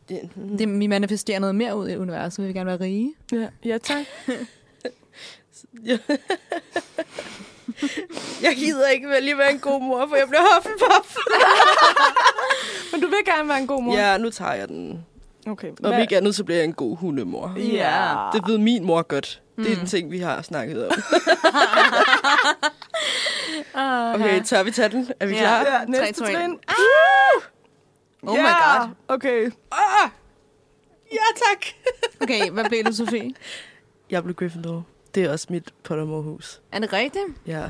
[SPEAKER 4] det,
[SPEAKER 3] Det, vi manifesterer noget mere ud i universet. Vi vil gerne være rige.
[SPEAKER 2] Ja, ja, tak.
[SPEAKER 4] jeg, jeg gider ikke vælge at være en god mor, for jeg bliver Hufflepuff.
[SPEAKER 2] Men du vil gerne være en god mor?
[SPEAKER 4] Ja, nu tager jeg den.
[SPEAKER 2] Okay.
[SPEAKER 4] Om
[SPEAKER 2] hvad-
[SPEAKER 4] ikke andet, så bliver jeg en god hundemor.
[SPEAKER 2] Ja.
[SPEAKER 4] Det
[SPEAKER 3] Mm.
[SPEAKER 4] ved min mor godt. Det er den ting, vi har snakket om.
[SPEAKER 3] Uh,
[SPEAKER 4] Okay, tør vi tage den? Er vi
[SPEAKER 3] Ja.
[SPEAKER 4] klar?
[SPEAKER 3] Ja.
[SPEAKER 2] Ja, næste
[SPEAKER 3] to, en.
[SPEAKER 2] trin.
[SPEAKER 3] Oh my god.
[SPEAKER 2] Okay.
[SPEAKER 4] Ah! Ja, tak!
[SPEAKER 3] Okay, hvad blev du, Sofie?
[SPEAKER 4] Jeg blev Gryffindor. Det er også mit Pottermore-hus.
[SPEAKER 3] Er det rigtigt?
[SPEAKER 4] Ja.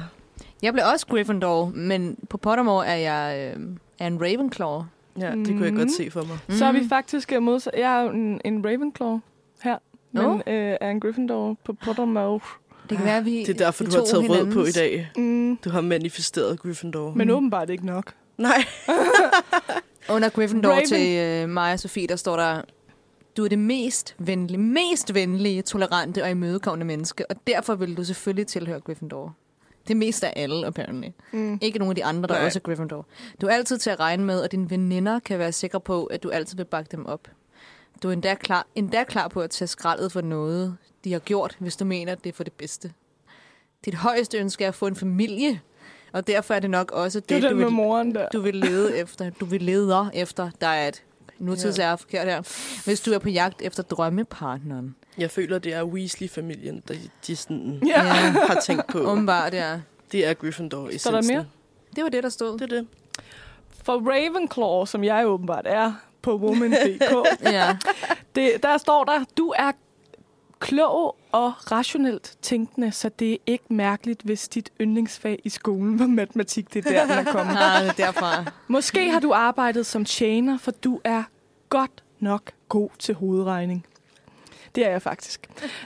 [SPEAKER 3] Jeg blev også Gryffindor, men på Pottermore er jeg øh, er en Ravenclaw.
[SPEAKER 4] Ja, det kunne jeg
[SPEAKER 2] Mhm.
[SPEAKER 4] godt
[SPEAKER 3] Mm.
[SPEAKER 4] se for mig.
[SPEAKER 2] Så er vi faktisk øh, modsat. Jeg er jo en, en Ravenclaw her, men
[SPEAKER 3] Nå.
[SPEAKER 2] øh, er en Gryffindor på Pottermore.
[SPEAKER 3] Det kan være, vi
[SPEAKER 4] Det er derfor,
[SPEAKER 3] vi
[SPEAKER 4] du har
[SPEAKER 3] tog
[SPEAKER 4] taget rød på i
[SPEAKER 3] hinandens.
[SPEAKER 4] dag.
[SPEAKER 2] Mm,
[SPEAKER 4] Du har manifesteret Gryffindor.
[SPEAKER 2] men åbenbart ikke nok.
[SPEAKER 4] Nej.
[SPEAKER 3] Under Gryffindor
[SPEAKER 2] Raven-
[SPEAKER 3] Raven. til øh, mig og Sofie, der står der, du er det mest venlige, mest venlige, tolerante og imødekommende menneske, og derfor vil du selvfølgelig tilhøre Gryffindor. Det mest af alle, apparently.
[SPEAKER 2] Mm.
[SPEAKER 3] Ikke nogen af de andre, der
[SPEAKER 4] Nej.
[SPEAKER 3] også er Gryffindor. Du er altid til at regne med, og dine veninder kan være sikre på, at du altid vil bakke dem op. Du er endda klar, endda klar på at tage skraldet for noget, de har gjort, hvis du mener, det er for det bedste. Dit højeste ønske er at få en familie, og derfor er det nok også det,
[SPEAKER 2] Det er
[SPEAKER 3] du
[SPEAKER 2] den med
[SPEAKER 3] vil
[SPEAKER 2] moren der.
[SPEAKER 3] du vil lede efter, du vil leder efter, der er et nutids er forkert her, hvis du er på jagt efter drømmepartneren.
[SPEAKER 4] Jeg føler, det er Weasley-familien, der de sådan
[SPEAKER 2] Ja.
[SPEAKER 4] har tænkt på.
[SPEAKER 3] Åbenbart, ja.
[SPEAKER 4] Det er Gryffindor i
[SPEAKER 2] Står der mere?
[SPEAKER 3] Det var det, der stod.
[SPEAKER 4] Det er det.
[SPEAKER 2] For Ravenclaw, som jeg åbenbart er på woman.dk,
[SPEAKER 3] Ja.
[SPEAKER 2] det, der står der, du er klog og rationelt tænkende, så det er ikke mærkeligt, hvis dit yndlingsfag i skolen var matematik. Det er der, den er kommet.
[SPEAKER 3] Nej, det er derfra.
[SPEAKER 2] Måske har du arbejdet som tjener, for du er godt nok god til hovedregning. Det er jeg faktisk.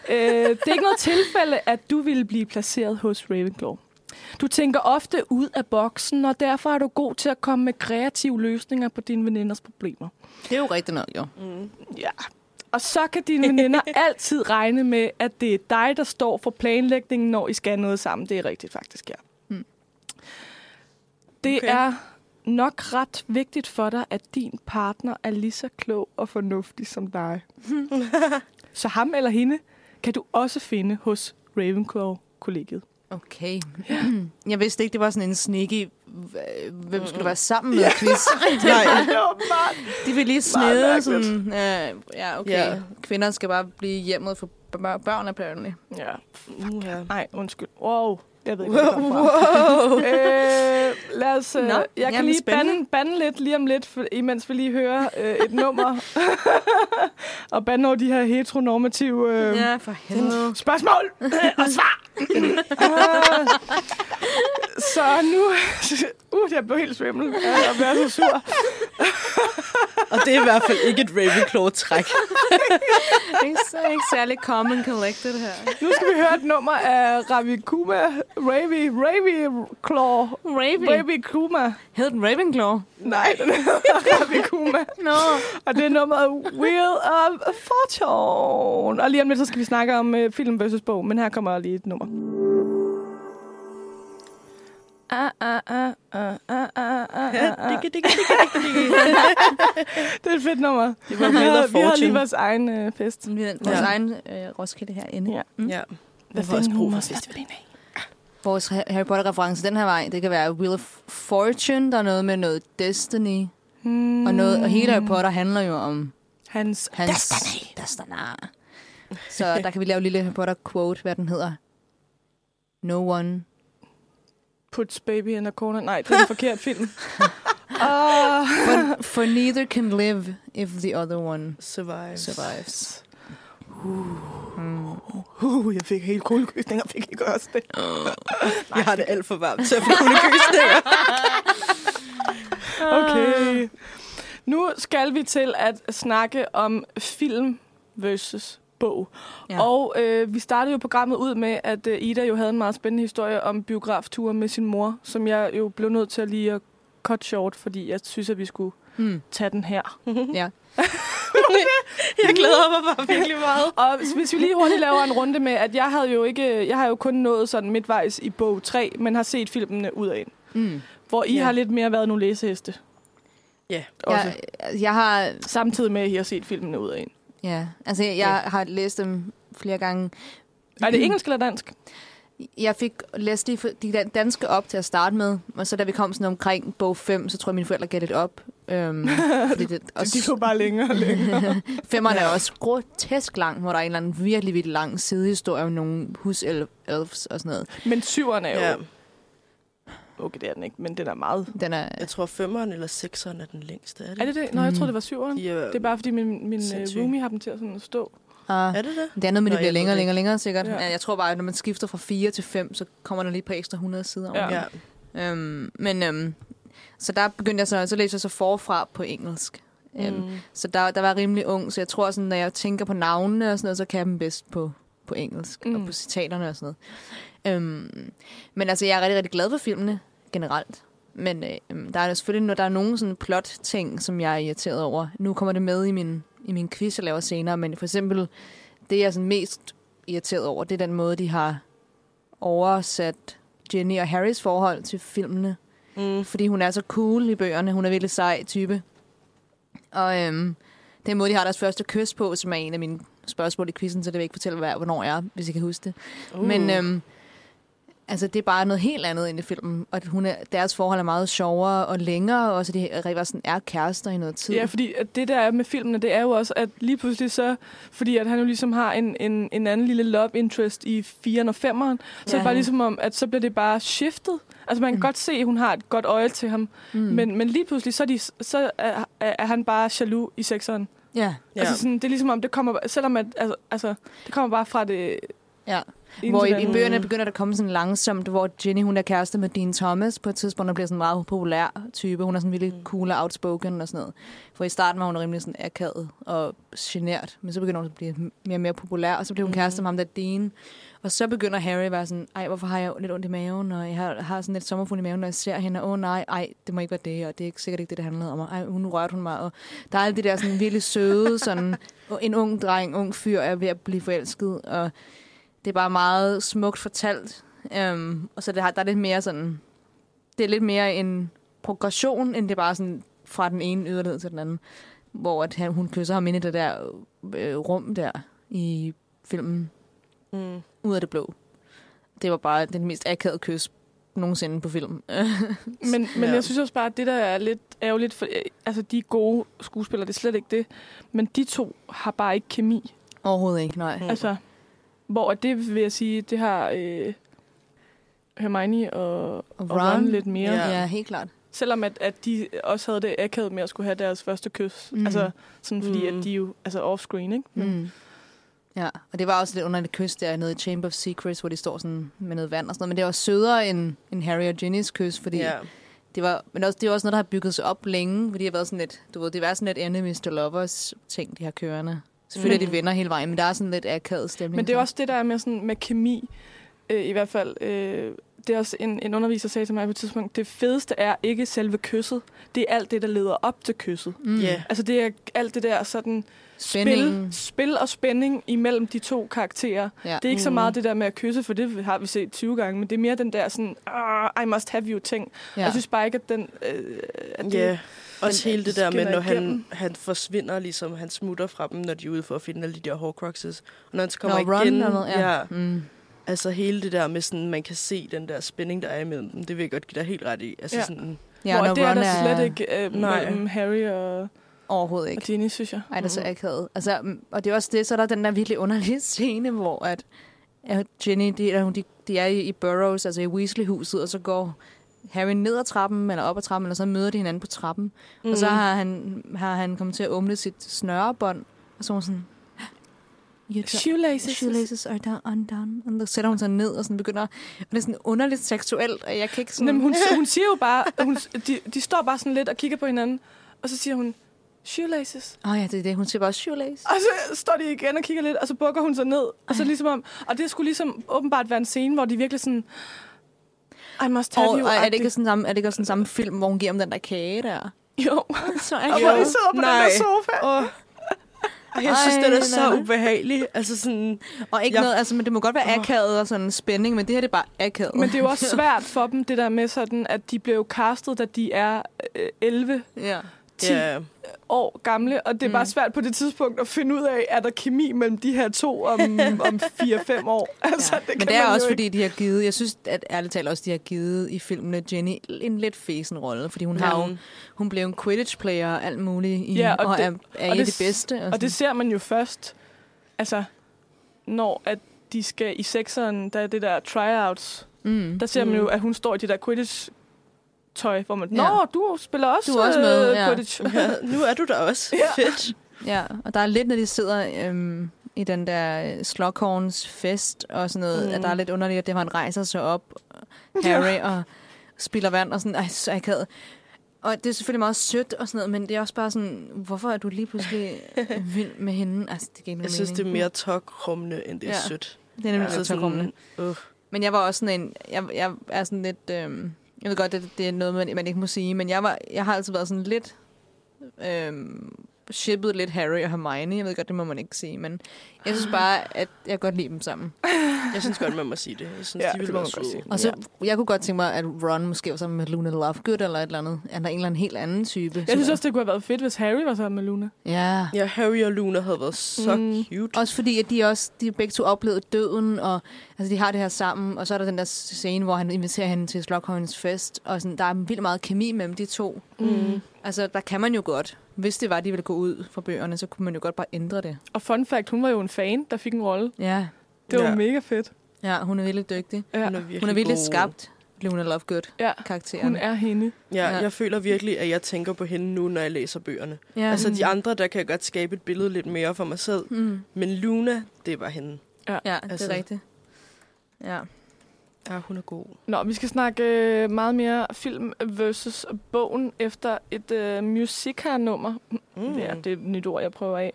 [SPEAKER 2] Øh, det er ikke noget tilfælde, at du ville blive placeret hos Ravenclaw. Du tænker ofte ud af boksen, og derfor er du god til at komme med kreative løsninger på dine veninders problemer.
[SPEAKER 3] Det er jo rigtigt nok, jo.
[SPEAKER 2] Ja. Og så kan dine veninder altid regne med, at det er dig, der står for planlægningen, når I skal noget sammen. Det er rigtigt faktisk, ja.
[SPEAKER 3] Mm.
[SPEAKER 2] Det
[SPEAKER 4] Okay.
[SPEAKER 2] okay. er nok ret vigtigt for dig, at din partner er lige så klog og fornuftig som dig. så ham eller hende kan du også finde hos Ravenclaw-kollegiet.
[SPEAKER 3] Okay. Jeg vidste ikke, det var sådan en sneaky, hv- hvem skulle du være sammen med, quiz. Nej. De vil lige snede
[SPEAKER 4] Meget
[SPEAKER 3] sådan, øh, ja, okay.
[SPEAKER 4] Ja.
[SPEAKER 3] Kvinder skal bare blive hjemme for b- børn, apparently.
[SPEAKER 2] Ja.
[SPEAKER 4] Ja.
[SPEAKER 2] Nej, undskyld. Wow. Jeg ved ikke, hvor det kom fra. øh, lad os, øh,
[SPEAKER 3] Nå,
[SPEAKER 2] jeg
[SPEAKER 3] jamen,
[SPEAKER 2] kan lige
[SPEAKER 3] spændende.
[SPEAKER 2] bande, bande lidt lige om lidt, for, imens vi lige hører øh, et nummer. og bande over de her heteronormative øh, ja.
[SPEAKER 3] for helvede.
[SPEAKER 2] spørgsmål øh, og svar. Øh, så nu... uh, jeg blev helt svimmel af at være så sur.
[SPEAKER 4] Og det er i hvert fald ikke et Ravenclaw-træk.
[SPEAKER 3] Det er så ikke særlig common collected her.
[SPEAKER 2] Nu skal vi høre et nummer af Ravi Kuma. Ravi, Ravi Claw.
[SPEAKER 3] Raven.
[SPEAKER 2] Ravi Kuma.
[SPEAKER 3] Hed den Ravenclaw?
[SPEAKER 2] Nej, den hedder Ravi Kuma.
[SPEAKER 3] Nå. No.
[SPEAKER 2] Og det er nummeret Wheel of Fortune. Og lige om lidt, så skal vi snakke om uh, film versus bog, men her kommer lige et nummer. Ah, ah, ah, ah, ah, ah, ah, ah.
[SPEAKER 4] Dikke, dikke, dikke, dikke, dikke.
[SPEAKER 2] Det er et fedt nummer.
[SPEAKER 4] Det var Wheel of
[SPEAKER 2] Vi har lige
[SPEAKER 4] Fortune.
[SPEAKER 2] vores egen øh, fest.
[SPEAKER 3] Vores
[SPEAKER 4] Ja.
[SPEAKER 3] egen øh, Roskilde herinde.
[SPEAKER 2] Ja.
[SPEAKER 4] Ja.
[SPEAKER 2] The
[SPEAKER 4] har også
[SPEAKER 2] thing
[SPEAKER 4] brug
[SPEAKER 2] who
[SPEAKER 4] for
[SPEAKER 2] must have
[SPEAKER 4] festival.
[SPEAKER 2] been
[SPEAKER 3] Vores Ha- Harry Potter-reference den her vej, det kan være Wheel of Fortune, der er noget med noget Destiny.
[SPEAKER 2] hmm.
[SPEAKER 3] Og, noget, og hele Harry Potter handler jo om
[SPEAKER 2] Hans
[SPEAKER 3] hans... Destiny! Destiny. Så der kan vi lave en lille Harry Potter-quote, hvad den hedder. No one.
[SPEAKER 2] puts baby in a corner. Nej, det er en forkert film. Ah.
[SPEAKER 3] For, for neither can live if the other one
[SPEAKER 4] Survive.
[SPEAKER 3] survives.
[SPEAKER 2] Uh, jeg fik helt kuldegysninger, fik ikke også det.
[SPEAKER 4] Jeg har det alt for varmt til at få kuldegysninger.
[SPEAKER 2] Okay. Ah. Nu skal vi til at snakke om film versus bog. Ja.
[SPEAKER 3] Ja.
[SPEAKER 2] Og øh, vi startede jo programmet ud med, at øh, Ida jo havde en meget spændende historie om biografture med sin mor, som jeg jo blev nødt til at lige at cut short, fordi jeg synes, at vi skulle
[SPEAKER 4] Hmm.
[SPEAKER 3] Mm.
[SPEAKER 2] tage den her.
[SPEAKER 3] Ja.
[SPEAKER 4] Jeg glæder mig bare virkelig meget.
[SPEAKER 2] Og hvis vi lige hurtigt laver en runde med, at jeg havde jo ikke, øh, jeg har jo kun nået sådan midtvejs i bog 3, men har set filmene ud af en.
[SPEAKER 3] Mm.
[SPEAKER 2] Hvor I
[SPEAKER 4] Ja.
[SPEAKER 2] ja. har lidt mere været nogle læseheste.
[SPEAKER 4] Ja.
[SPEAKER 2] Også.
[SPEAKER 3] Jeg, jeg har
[SPEAKER 2] Samtidig med, at I har set filmene ud af en.
[SPEAKER 3] Ja, altså jeg,
[SPEAKER 4] Ja.
[SPEAKER 3] jeg har læst dem flere gange.
[SPEAKER 2] Er det engelsk eller dansk?
[SPEAKER 3] Jeg fik læst de, de dan- danske op til at starte med, og så da vi kom sådan omkring bog 5, så tror jeg, mine forældre gav det op. Øhm, fordi det, og
[SPEAKER 2] De tog bare længere og længere.
[SPEAKER 3] femmerne er også grotesk lang, hvor der er en eller anden virkelig, virkelig lang sidehistorie om nogle huselves og sådan noget.
[SPEAKER 2] Men syveren er jo...
[SPEAKER 4] ja.
[SPEAKER 2] Ja. Okay, det er den ikke, men den er meget.
[SPEAKER 3] Den er...
[SPEAKER 4] Jeg tror, femmeren eller sekseren er den længste. Er det
[SPEAKER 2] Er det det? Nå, jeg
[SPEAKER 3] Mm.
[SPEAKER 2] tror det var syveren.
[SPEAKER 4] De er,
[SPEAKER 2] Det er bare, fordi min, min øh,
[SPEAKER 4] Sindssygt.
[SPEAKER 2] roomie har dem til at sådan at stå.
[SPEAKER 3] Ah.
[SPEAKER 4] er det det?
[SPEAKER 3] Det er noget med,
[SPEAKER 4] Nå,
[SPEAKER 3] det bliver
[SPEAKER 4] jeg ved
[SPEAKER 3] længere og
[SPEAKER 4] det
[SPEAKER 3] længere længere, sikkert.
[SPEAKER 2] Ja.
[SPEAKER 3] Ja. Jeg tror bare, at når man skifter fra 4 til 5, så kommer der lige et par ekstra 100 sider over.
[SPEAKER 2] Ja.
[SPEAKER 4] Ja.
[SPEAKER 3] Øhm, men øhm, så der begyndte jeg så, så læste jeg så forfra på engelsk. Mm. Øhm,
[SPEAKER 4] Mm.
[SPEAKER 3] så der, der var jeg rimelig ung, så jeg tror, sådan, når jeg tænker på navnene og sådan noget, så kan jeg dem bedst på, på engelsk mm.
[SPEAKER 2] Mm.
[SPEAKER 3] og på citaterne og sådan noget. Øhm, men altså, jeg er rigtig, rigtig glad for filmene generelt. Men øh, øhm, der er selvfølgelig når der er nogle sådan plot-ting, som jeg er irriteret over. Nu kommer det med i min, i min quiz, jeg laver senere, men for eksempel, det jeg er sådan mest irriteret over, det er den måde, de har oversat Jenny og Harrys forhold til filmene
[SPEAKER 4] Mm.
[SPEAKER 3] fordi hun er så cool i bøgerne. Hun er virkelig sej type. Og øhm, den måde, de har deres første kys på, som er en af mine spørgsmål i quizzen, så det vil jeg ikke fortælle, hvad, hvornår jeg er, hvis I kan huske det. Uh. Men øhm, altså, det er bare noget helt andet end i filmen. Og at hun er, deres forhold er meget sjovere og længere, og så de rigtig var sådan, er kærester i noget tid.
[SPEAKER 2] Ja, fordi at det der er med filmene, det er jo også, at lige pludselig så, fordi at han jo ligesom har en, en, en anden lille love interest i 4'eren og 5'eren, så er
[SPEAKER 3] Ja.
[SPEAKER 2] det bare ligesom om, at så bliver det bare shiftet. Altså man kan mm. godt se, at hun har et godt øje til ham, mm. men, men lige pludselig, så er, de, så er, er er han bare jaloux i 6'eren.
[SPEAKER 3] ja.
[SPEAKER 2] Ja. Altså sådan, det er ligesom om, det kommer, selvom at, altså, altså, det kommer bare fra det...
[SPEAKER 3] Ja.
[SPEAKER 2] ene
[SPEAKER 3] Hvor
[SPEAKER 2] til det
[SPEAKER 3] i, i
[SPEAKER 2] andet.
[SPEAKER 3] bøgerne begynder der at komme sådan langsomt, hvor Jenny hun er kæreste med Dean Thomas på et tidspunkt, og bliver sådan en meget populær type. Hun er sådan virkelig cool og outspoken og sådan noget. For i starten var hun rimelig sådan akavet og genert, men så begynder hun at blive mere og mere populær, og så bliver hun kæreste med ham der Dean. Og så begynder Harry at være sådan, ej, hvorfor har jeg lidt ondt i maven, og jeg har, har sådan lidt sommerfugl i maven, når jeg ser hende, og åh nej, ej, det må ikke være det, og det er ikke sikkert ikke det, det handlede om, og ej, hun rørte hun mig, og der er alt det der sådan virkelig søde, sådan en ung dreng, ung fyr er ved at blive forelsket, og det er bare meget smukt fortalt. Øhm, og så det har, der er lidt mere sådan... Det er lidt mere en progression, end det er bare sådan fra den ene yderlighed til den anden. Hvor at han, hun kysser ham ind i det der øh, rum der i filmen.
[SPEAKER 4] Mm.
[SPEAKER 3] Ud af det blå. Det var bare den mest akavede kys nogensinde på film.
[SPEAKER 2] Men, men
[SPEAKER 4] Ja.
[SPEAKER 2] ja. jeg synes også bare, at det der er lidt ærgerligt, for, øh, altså de er gode skuespillere, det er slet ikke det, men de to har bare ikke kemi.
[SPEAKER 3] Overhovedet ikke, nej.
[SPEAKER 4] Mm.
[SPEAKER 2] Altså, hvor det vil jeg sige, det har øh, Hermione og, og Ron lidt mere.
[SPEAKER 4] Ja.
[SPEAKER 2] Ja.
[SPEAKER 3] Ja, helt klart.
[SPEAKER 2] Selvom at, at de også havde det akavet med at skulle have deres første kys.
[SPEAKER 3] Mm.
[SPEAKER 2] Mm. Altså, sådan fordi
[SPEAKER 4] Mm.
[SPEAKER 2] at de jo altså off-screen, ikke?
[SPEAKER 3] Mm. Ja, og det var også lidt under det kys der nede i Chamber of Secrets, hvor de står sådan med noget vand og sådan noget. Men det var sødere end, end Harry og Ginnys kys, fordi
[SPEAKER 4] Ja.
[SPEAKER 3] det var, men også, det er også noget, der har bygget sig op længe, fordi det har været sådan lidt, du ved, det var sådan lidt enemies to lovers ting, de har kørende. Selvfølgelig mm. er
[SPEAKER 4] Mm.
[SPEAKER 3] de venner hele vejen, men der er sådan lidt akavet stemning.
[SPEAKER 2] Men det er også det, der er med, sådan, med kemi, øh, i hvert fald. Øh, det er også en, en underviser sagde til mig på et tidspunkt, det fedeste er ikke selve kysset, det er alt det, der leder op til kysset.
[SPEAKER 3] mm.
[SPEAKER 4] Ja.
[SPEAKER 2] Altså det er alt det der sådan spil,
[SPEAKER 3] Spændingen.
[SPEAKER 2] spil og spænding imellem de to karakterer.
[SPEAKER 3] Ja. Mm.
[SPEAKER 2] Det er ikke så meget det der med at kysse, for det har vi set 20 gange, men det er mere den der sådan, "Ah, I must have you ting. Ja.
[SPEAKER 3] Ja.
[SPEAKER 2] Jeg synes bare ikke, at den... Øh, at det,
[SPEAKER 4] Ja, også
[SPEAKER 2] den-
[SPEAKER 4] hele det der med,
[SPEAKER 2] skinner
[SPEAKER 4] når han,
[SPEAKER 2] igennem.
[SPEAKER 4] han forsvinder, ligesom han smutter fra dem, når de er ude for at finde alle de der Horcruxes. Og når han så
[SPEAKER 3] Nå,
[SPEAKER 4] kommer
[SPEAKER 3] Ron
[SPEAKER 4] igen,
[SPEAKER 3] og noget, ja.
[SPEAKER 4] ja,
[SPEAKER 3] Mm.
[SPEAKER 4] altså hele det der med sådan, man kan se den der spænding, der er imellem dem, det vil jeg godt give dig helt ret i. Altså ja.
[SPEAKER 2] Ja.
[SPEAKER 4] sådan,
[SPEAKER 3] ja
[SPEAKER 2] hvor
[SPEAKER 3] når
[SPEAKER 2] det er
[SPEAKER 3] Ron
[SPEAKER 2] der slet ikke øh,
[SPEAKER 4] Nej.
[SPEAKER 2] mellem Harry og,
[SPEAKER 3] Overhovedet ikke.
[SPEAKER 2] og Ginny, synes jeg.
[SPEAKER 3] Ej, det er så akavet. Altså, mm, og det er også det, så er der den der virkelig underlige scene, hvor at, at Jenny, de, eller hun- de, de er i, i Burroughs, altså i Weasley-huset, og så går Harry ned ad trappen, eller op ad trappen, eller så møder de hinanden på trappen. Mm. Og
[SPEAKER 2] Mhm.
[SPEAKER 3] så har han, har han kommet til at åbne sit snørebånd, og så er hun sådan... "Your do-
[SPEAKER 2] Shoelaces.
[SPEAKER 3] Shoelaces are down, undone. Og så sætter hun sig ned og sådan begynder... Og det er sådan underligt seksuelt, og jeg kan ikke sådan...
[SPEAKER 2] Jamen, hun, hun siger jo bare, hun, de, de står bare sådan lidt og kigger på hinanden, og så siger hun, shoelaces.
[SPEAKER 3] Åh oh, ja, det er det. Hun siger bare shoelace.
[SPEAKER 2] Og så står de igen og kigger lidt, og så bukker hun sig ned. Og så ligesom om, og det skulle ligesom åbenbart være en scene, hvor de virkelig sådan... I must have
[SPEAKER 3] Og,
[SPEAKER 2] you.
[SPEAKER 3] og er, det ikke sådan samme, er det ikke også sådan samme film, hvor hun giver ham den der kage der?
[SPEAKER 2] Jo.
[SPEAKER 3] Så
[SPEAKER 2] Og hvor de sidder på
[SPEAKER 4] Nej.
[SPEAKER 2] den der sofa.
[SPEAKER 4] Åh. Ej, jeg synes,
[SPEAKER 3] Ej,
[SPEAKER 4] den er
[SPEAKER 3] nej,
[SPEAKER 4] så
[SPEAKER 3] nej.
[SPEAKER 4] ubehagelig. Altså sådan,
[SPEAKER 3] Og ikke
[SPEAKER 4] Jeg-
[SPEAKER 3] jeg... noget, altså, men det må godt være akavet og sådan spænding, men det her det er bare akavet.
[SPEAKER 2] Men det er jo også svært for dem, det der med sådan, at de blev jo castet, da de er øh, 11
[SPEAKER 3] ja.
[SPEAKER 2] 10
[SPEAKER 4] ja,
[SPEAKER 2] år gamle, og det er bare
[SPEAKER 3] Mm.
[SPEAKER 2] svært på det tidspunkt at finde ud af, er der kemi mellem de her to om, om 4-5 år. Altså,
[SPEAKER 3] ja.
[SPEAKER 2] det kan
[SPEAKER 3] men det er
[SPEAKER 2] man
[SPEAKER 3] også
[SPEAKER 2] jo
[SPEAKER 3] fordi, de har givet, jeg synes at ærligt talt også, de har givet i filmene Jenny en lidt fesen rolle, fordi hun, ja. har jo, hun blev en Quidditch-player og alt muligt, i, ja, og, og, det, er, er og det, det bedste. Og,
[SPEAKER 2] Og det
[SPEAKER 3] sådan.
[SPEAKER 2] ser man jo først, altså, når at de skal i sekseren, der er det der tryouts,
[SPEAKER 3] mm.
[SPEAKER 2] Mm. der ser man jo, at hun står i de der Quidditch tøj, hvor man, nå,
[SPEAKER 3] Ja.
[SPEAKER 2] du spiller også,
[SPEAKER 3] Du er også med,
[SPEAKER 2] øh,
[SPEAKER 3] ja.
[SPEAKER 2] Quidditch.
[SPEAKER 4] Ja, nu er du der også.
[SPEAKER 2] Ja.
[SPEAKER 4] Ja. Fedt.
[SPEAKER 3] Ja, og der er lidt, når de sidder øhm, i den der øh, Slughorns fest og sådan noget, mm.
[SPEAKER 4] Mm.
[SPEAKER 3] at der er lidt underligt, at det, han rejser sig op, Harry, ja. og spiller vand og sådan, ej, så akavet. Og det er selvfølgelig meget sødt og sådan noget, men det er også bare sådan, hvorfor er du lige pludselig vild med hende? Altså, det giver ingen
[SPEAKER 4] Jeg synes, det er mere tokrummende, end det er
[SPEAKER 3] Ja.
[SPEAKER 4] sødt.
[SPEAKER 3] det er nemlig
[SPEAKER 4] Altså
[SPEAKER 3] ja, så
[SPEAKER 4] sådan, uh,
[SPEAKER 3] Men jeg var også sådan en, jeg, jeg er sådan lidt, øhm, jeg ved godt, det, det er noget, man, man ikke må sige, men jeg, var, jeg har altid været sådan lidt, øhm, shippet lidt Harry og Hermione. Jeg ved godt, det må man ikke sige, men jeg synes bare, at jeg kan godt lide dem sammen.
[SPEAKER 4] jeg synes godt, man må sige det. Jeg synes,
[SPEAKER 2] Ja,
[SPEAKER 4] de
[SPEAKER 2] det
[SPEAKER 4] ville
[SPEAKER 2] må man
[SPEAKER 4] være
[SPEAKER 2] godt
[SPEAKER 4] søde.
[SPEAKER 2] sige.
[SPEAKER 3] Og så, jeg kunne godt tænke mig, at Ron måske var sammen med Luna Lovegood eller et eller andet. Han er en eller anden helt anden type.
[SPEAKER 2] Jeg synes også, det kunne have været fedt, hvis Harry var sammen med Luna.
[SPEAKER 3] Ja.
[SPEAKER 4] Ja, Harry og Luna havde været så
[SPEAKER 2] Mm.
[SPEAKER 4] mm. cute.
[SPEAKER 3] Også fordi, at de også de begge to oplevede døden, og altså, de har det her sammen. Og så er der den der scene, hvor han inviterer hende til Slughorns fest, og sådan, der er vildt meget kemi mellem de to.
[SPEAKER 2] Mm.
[SPEAKER 3] Altså, der kan man jo godt. Hvis det var, de ville gå ud fra bøgerne, så kunne man jo godt bare ændre det.
[SPEAKER 2] Og fun fact, hun var jo en fan, der fik en rolle.
[SPEAKER 3] Ja,
[SPEAKER 2] Det var
[SPEAKER 4] Ja.
[SPEAKER 2] mega fedt.
[SPEAKER 3] ja hun er virkelig dygtig.
[SPEAKER 2] Ja.
[SPEAKER 4] virkelig
[SPEAKER 3] Hun er virkelig
[SPEAKER 4] god.
[SPEAKER 3] skabt, Luna Lovegood,
[SPEAKER 2] ja.
[SPEAKER 3] karakteren.
[SPEAKER 2] Hun er hende.
[SPEAKER 4] Ja,
[SPEAKER 3] Ja.
[SPEAKER 4] jeg føler virkelig, at jeg tænker på hende nu, når jeg læser bøgerne.
[SPEAKER 3] Ja.
[SPEAKER 4] Ja. Altså de andre, der kan jeg godt skabe et billede lidt mere for mig selv.
[SPEAKER 3] Mm.
[SPEAKER 4] Men Luna, det var hende.
[SPEAKER 3] Ja, det
[SPEAKER 4] Altså-
[SPEAKER 3] er rigtigt. Ja.
[SPEAKER 4] Ja, hun er god.
[SPEAKER 2] Nå, vi skal snakke øh, meget mere film versus bogen efter et øh, musical-nummer. Mm. Ja, det er et nyt ord, jeg prøver af.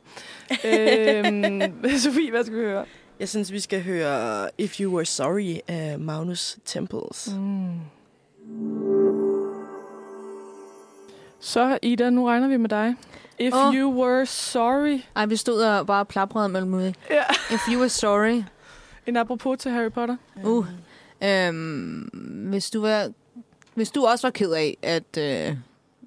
[SPEAKER 2] øhm, Sofie, hvad skal vi høre?
[SPEAKER 4] Jeg synes, vi skal høre If You Were Sorry af Magnus Temples. Mm.
[SPEAKER 2] Mm. Så Ida, nu regner vi med dig. If
[SPEAKER 3] Åh.
[SPEAKER 2] oh. you were sorry.
[SPEAKER 3] Ej, vi stod og bare plaprede mellem ude.
[SPEAKER 2] Ja.
[SPEAKER 3] If you were sorry.
[SPEAKER 2] En apropos til Harry Potter.
[SPEAKER 3] Uh.
[SPEAKER 4] Mm.
[SPEAKER 3] Øhm, hvis, du var, hvis du også var ked af, at, øh,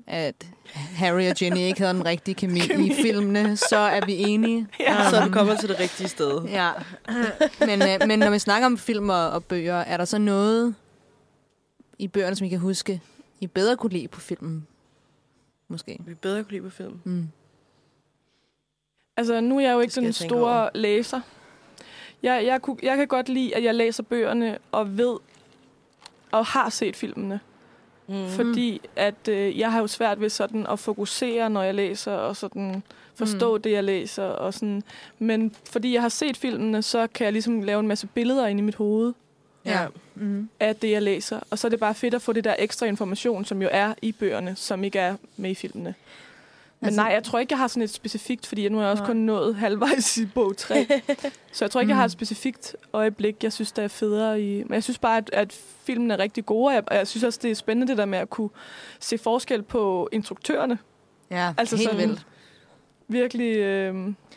[SPEAKER 3] at Harry og Ginny ikke havde den rigtige kemi, kemi. i filmene, så er vi enige.
[SPEAKER 4] Ja. Så er du kommet til det rigtige sted.
[SPEAKER 3] Ja, men, øh, men når vi snakker om film og, og bøger, er der så noget i bøgerne, som I kan huske, I bedre kunne lide på filmen? Måske.
[SPEAKER 4] Vi bedre kunne lide på film.
[SPEAKER 3] Mm.
[SPEAKER 2] Altså, nu er jeg jo ikke
[SPEAKER 4] skal
[SPEAKER 2] den
[SPEAKER 4] jeg tænke
[SPEAKER 2] store
[SPEAKER 4] over.
[SPEAKER 2] læser. Jeg, jeg, kunne, jeg kan godt lide, at jeg læser bøgerne og ved og har set filmene.
[SPEAKER 4] Mm.
[SPEAKER 2] Fordi at øh, jeg har jo svært ved sådan at fokusere, når jeg læser, og sådan forstå mm. det, jeg læser. Og sådan. Men fordi jeg har set filmene, så kan jeg ligesom lave en masse billeder ind i mit hoved
[SPEAKER 4] Ja.
[SPEAKER 3] Mm.
[SPEAKER 2] af det, jeg læser. Og så er det bare fedt at få det der ekstra information, som jo er i bøgerne, som ikke er med i filmene. Men altså,
[SPEAKER 3] Altså-
[SPEAKER 2] nej, jeg tror ikke, jeg har sådan et specifikt, fordi nu er jeg også
[SPEAKER 3] Nej.
[SPEAKER 2] kun nået halvvejs i bog 3. så jeg tror ikke, jeg har
[SPEAKER 3] Mm.
[SPEAKER 2] et specifikt øjeblik, jeg synes, der er federe i. Men jeg synes bare, at, at filmen er rigtig gode, og jeg, og jeg synes også, det er spændende det der med at kunne se forskel på instruktørerne.
[SPEAKER 3] Ja, altså
[SPEAKER 2] Altså
[SPEAKER 3] helt
[SPEAKER 2] sådan-
[SPEAKER 3] vildt.
[SPEAKER 2] Virkelig, øh,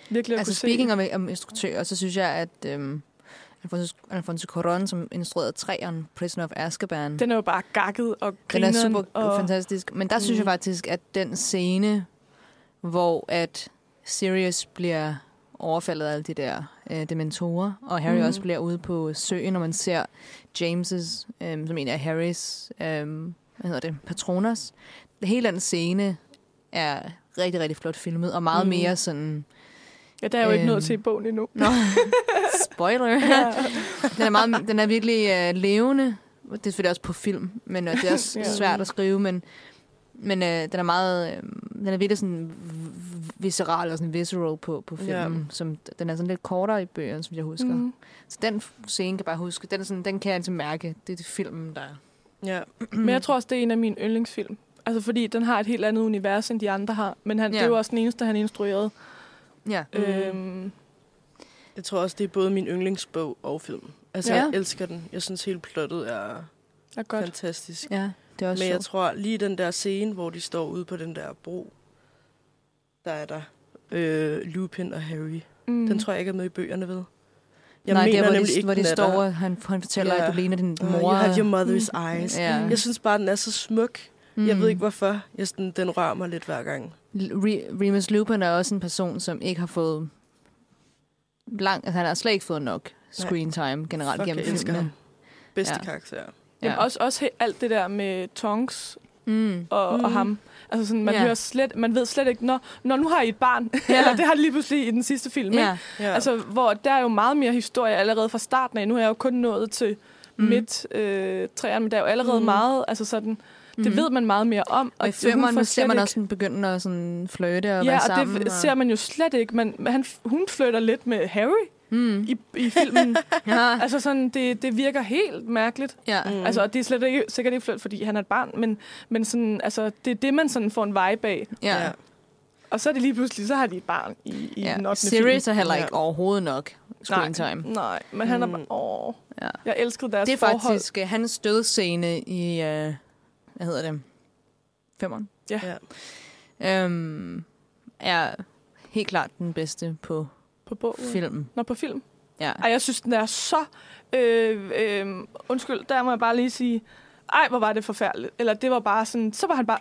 [SPEAKER 2] virkelig at
[SPEAKER 3] Altså
[SPEAKER 2] kunne
[SPEAKER 3] speaking
[SPEAKER 2] se.
[SPEAKER 3] om, om instruktører, så synes jeg, at øhm, Alfonso, Alfonso Cuarón, som instruerede træeren Prisoner of Azkaban,
[SPEAKER 2] Den er jo bare gakket og
[SPEAKER 3] den
[SPEAKER 2] grineren.
[SPEAKER 3] er super og...
[SPEAKER 2] og,
[SPEAKER 3] fantastisk. Men der synes jeg
[SPEAKER 2] Mm.
[SPEAKER 3] faktisk, at den scene, hvor at Sirius bliver overfaldet af alle de der øh, dementorer, og Harry mm.
[SPEAKER 2] Mhm.
[SPEAKER 3] også bliver ude på søen, og man ser James' øh, som en af Harrys øh, hvad hedder det, patroners. Hele den scene er rigtig, rigtig flot filmet, og meget mm.
[SPEAKER 2] Mhm.
[SPEAKER 3] mere sådan...
[SPEAKER 2] Ja, der er jo ikke
[SPEAKER 3] Øhm.
[SPEAKER 2] nået til i bogen endnu.
[SPEAKER 3] Nå, spoiler! den, er meget, den er virkelig øh, levende. Det er selvfølgelig også på film, men øh, det er også
[SPEAKER 2] Ja.
[SPEAKER 3] svært at skrive, men, men øh, den er meget, øh, den er virkelig sådan v- v- visceral og sådan visceral på, på filmen. Ja. Som, den er sådan lidt kortere i bøgerne, som jeg husker.
[SPEAKER 4] Mhm.
[SPEAKER 3] Mm.
[SPEAKER 2] Mm.
[SPEAKER 3] Så den f- scene kan jeg bare huske. Den, er sådan, den kan jeg altid mærke. Det er det filmen, der er.
[SPEAKER 4] Ja.
[SPEAKER 2] Men jeg tror også, det er en af mine yndlingsfilm. Altså fordi den har et helt andet univers, end de andre har. Men han, ja. det
[SPEAKER 3] Ja.
[SPEAKER 2] er jo også den eneste, han instruerede.
[SPEAKER 3] Ja.
[SPEAKER 2] Mm. Øhm,
[SPEAKER 4] Jeg tror også, det er både min yndlingsbog og film. Altså,
[SPEAKER 3] Ja.
[SPEAKER 4] ja. jeg elsker den. Jeg synes, hele plottet er
[SPEAKER 2] er
[SPEAKER 4] Godt.
[SPEAKER 2] godt.
[SPEAKER 4] fantastisk.
[SPEAKER 3] ja, det er også
[SPEAKER 4] Men jeg
[SPEAKER 3] sjovt.
[SPEAKER 4] tror, lige den der scene, hvor de står ude på den der bro, der er der øh, Lupin og Harry.
[SPEAKER 2] Mm.
[SPEAKER 4] Den tror jeg ikke er med i bøgerne, ved.
[SPEAKER 3] Nej, der, hvor
[SPEAKER 4] nemlig
[SPEAKER 3] de, hvor de
[SPEAKER 4] den er
[SPEAKER 3] står,
[SPEAKER 4] der.
[SPEAKER 3] og han, han fortæller,
[SPEAKER 4] Ja.
[SPEAKER 3] at du ligner din
[SPEAKER 4] Uh,
[SPEAKER 3] mor. Mm.
[SPEAKER 4] You had your mother's eyes.
[SPEAKER 3] Ja.
[SPEAKER 4] Jeg synes bare, den er så smuk. Mm. Jeg
[SPEAKER 3] Mm.
[SPEAKER 4] ved ikke, hvorfor. Jeg, sådan, den rører mig lidt hver gang.
[SPEAKER 3] Re- Remus Lupin er også en person, som ikke har fået lang, altså han har slet ikke fået nok screen time generelt
[SPEAKER 4] Fuck,
[SPEAKER 3] gennem
[SPEAKER 4] jeg elsker ham.
[SPEAKER 3] filmene.
[SPEAKER 4] Bedste
[SPEAKER 3] Ja.
[SPEAKER 4] ja. karakter.
[SPEAKER 2] Jamen, også, også he- alt det der med Tonks
[SPEAKER 3] Mm.
[SPEAKER 2] og, mm. og
[SPEAKER 4] Mm.
[SPEAKER 2] ham. Altså sådan, man,
[SPEAKER 3] Ja.
[SPEAKER 2] yeah. hører slet, man ved slet ikke, når, når nu har I et barn.
[SPEAKER 3] Ja.
[SPEAKER 2] Eller det har de lige pludselig i den sidste film.
[SPEAKER 3] Ja.
[SPEAKER 2] Ikke?
[SPEAKER 4] Ja.
[SPEAKER 2] Altså, hvor der er jo meget mere historie allerede fra starten af. Nu er jeg jo kun nået til mm. midt øh, træerne, men der er jo allerede mm. meget, altså sådan, Mm-hmm. Det ved man meget mere om.
[SPEAKER 3] Og i
[SPEAKER 2] det- hun
[SPEAKER 3] femmeren
[SPEAKER 2] får
[SPEAKER 3] nu
[SPEAKER 2] slet
[SPEAKER 3] ser man
[SPEAKER 2] ikke-
[SPEAKER 3] også sådan begynde at sådan flirte og
[SPEAKER 2] Ja,
[SPEAKER 3] være
[SPEAKER 2] og
[SPEAKER 3] sammen.
[SPEAKER 2] det ser man jo slet ikke. Men men han, hun flytter lidt med Harry
[SPEAKER 3] Mm.
[SPEAKER 2] i, i filmen.
[SPEAKER 3] Ja,
[SPEAKER 2] altså sådan, det, det virker helt mærkeligt.
[SPEAKER 3] ja.
[SPEAKER 2] Mm. Altså, og det er slet ikke, sikkert ikke flyttet, fordi han er et barn, men, men sådan, altså, det er det, man sådan får en vibe af.
[SPEAKER 3] ja.
[SPEAKER 2] Og så er det lige pludselig, så har de et barn i, i ja. den
[SPEAKER 3] ja.
[SPEAKER 2] 8.
[SPEAKER 3] Sirius
[SPEAKER 2] film.
[SPEAKER 3] er heller ikke
[SPEAKER 4] Ja.
[SPEAKER 3] overhovedet nok screen
[SPEAKER 2] Nej.
[SPEAKER 3] time.
[SPEAKER 2] Nej, men han er
[SPEAKER 4] Mm.
[SPEAKER 2] bare, åh,
[SPEAKER 3] Ja.
[SPEAKER 2] jeg elskede deres
[SPEAKER 3] Det er
[SPEAKER 2] forhold.
[SPEAKER 3] faktisk øh, hans dødsscene i, øh, hvad hedder det, femmeren.
[SPEAKER 2] Ja.
[SPEAKER 4] Ja.
[SPEAKER 3] Øhm, er helt klart den bedste på
[SPEAKER 2] På bogen.
[SPEAKER 3] filmen.
[SPEAKER 2] Nå, på film.
[SPEAKER 3] Ja.
[SPEAKER 2] Ej, jeg synes, den er så... Øh, øh, undskyld, der må jeg bare lige sige, ej, hvor var det forfærdeligt. Eller det var bare sådan, så var han bare...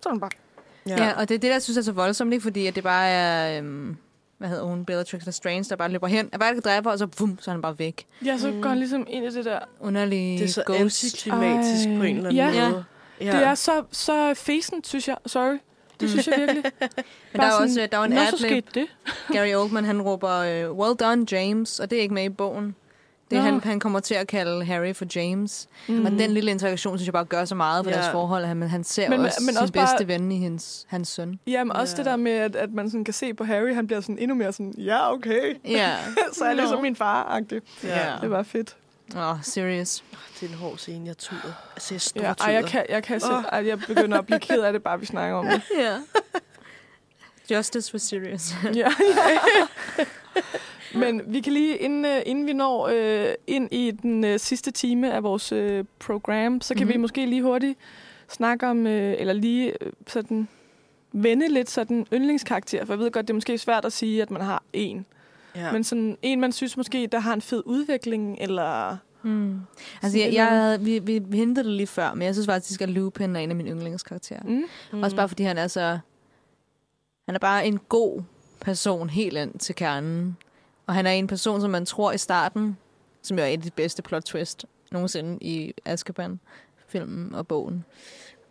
[SPEAKER 2] Så var han bare...
[SPEAKER 4] Ja.
[SPEAKER 3] Ja, og det er det, der jeg synes er så voldsomt, ikke? fordi at det bare er, øhm, hvad hedder hun, Bellatrix Lestrange, der bare løber hen, er bare ikke dræber, og så, vum, så er han bare væk.
[SPEAKER 2] Ja, så mm. går han ligesom ind i det der...
[SPEAKER 3] Underlig
[SPEAKER 4] Det er så
[SPEAKER 3] ghost.
[SPEAKER 4] antiklimatisk på en eller anden
[SPEAKER 2] Ej. Ja.
[SPEAKER 4] måde.
[SPEAKER 2] Ja. Det er så, så fesen, synes jeg. Sorry. Det synes jeg virkelig.
[SPEAKER 3] Men der er også øh, der er en
[SPEAKER 2] Nå, så
[SPEAKER 3] adlib,
[SPEAKER 2] skete det.
[SPEAKER 3] Gary Oldman, han råber, øh, well done, James, og det er ikke med i bogen. Det er,
[SPEAKER 2] Nå.
[SPEAKER 3] han, han kommer til at kalde Harry for James. Mm. Og den lille interaktion, synes jeg bare gør så meget for
[SPEAKER 4] Ja.
[SPEAKER 3] ja. deres forhold. at Han, han ser
[SPEAKER 2] Mm-hmm. Men-
[SPEAKER 3] men, også
[SPEAKER 2] men
[SPEAKER 3] men sin
[SPEAKER 2] også
[SPEAKER 3] også
[SPEAKER 2] bare-
[SPEAKER 3] bedste ven i hans, hans søn.
[SPEAKER 2] Jamen også
[SPEAKER 4] Ja.
[SPEAKER 2] det der med, at, at man sådan kan se på Harry, han bliver sådan endnu mere sådan, ja, okay.
[SPEAKER 3] Ja.
[SPEAKER 2] så er jeg
[SPEAKER 3] Nå.
[SPEAKER 2] ligesom min far-agtig.
[SPEAKER 3] ja.
[SPEAKER 2] Det var fedt.
[SPEAKER 3] Åh, oh, serious.
[SPEAKER 4] Det er en hård scene, jeg tuder. Altså, jeg
[SPEAKER 2] Ja,
[SPEAKER 4] studer
[SPEAKER 2] ej, jeg kan, jeg kan selv, ej, jeg begynder at blive ked af det, bare vi snakker om det.
[SPEAKER 3] Ja. Justice for serious.
[SPEAKER 2] Ja, ja. Men vi kan lige, inden, øh, inden vi når øh, ind i den øh, sidste time af vores øh, program, så kan mm-hmm. vi
[SPEAKER 3] Mhm.
[SPEAKER 2] måske lige hurtigt snakke om, øh, eller lige øh, sådan vende lidt sådan yndlingskarakter, for jeg ved godt, det er måske svært at sige, at man har en.
[SPEAKER 4] Ja.
[SPEAKER 2] Ja. Men sådan en, man synes måske, der har en fed udvikling, eller...
[SPEAKER 3] Mm.
[SPEAKER 2] Sådan
[SPEAKER 3] Altså, jeg,
[SPEAKER 2] et
[SPEAKER 3] jeg,
[SPEAKER 2] eller
[SPEAKER 3] havde- vi, vi hentede det lige før, men jeg synes faktisk, at Lupin er en af mine yndlingskarakterer.
[SPEAKER 2] Mm.
[SPEAKER 3] Mm. Også bare fordi han er så... Han er bare en god person helt ind til kernen. Og han er en person, som man tror i starten, som jo er et af de bedste plot twist nogensinde i Azkaban filmen og bogen.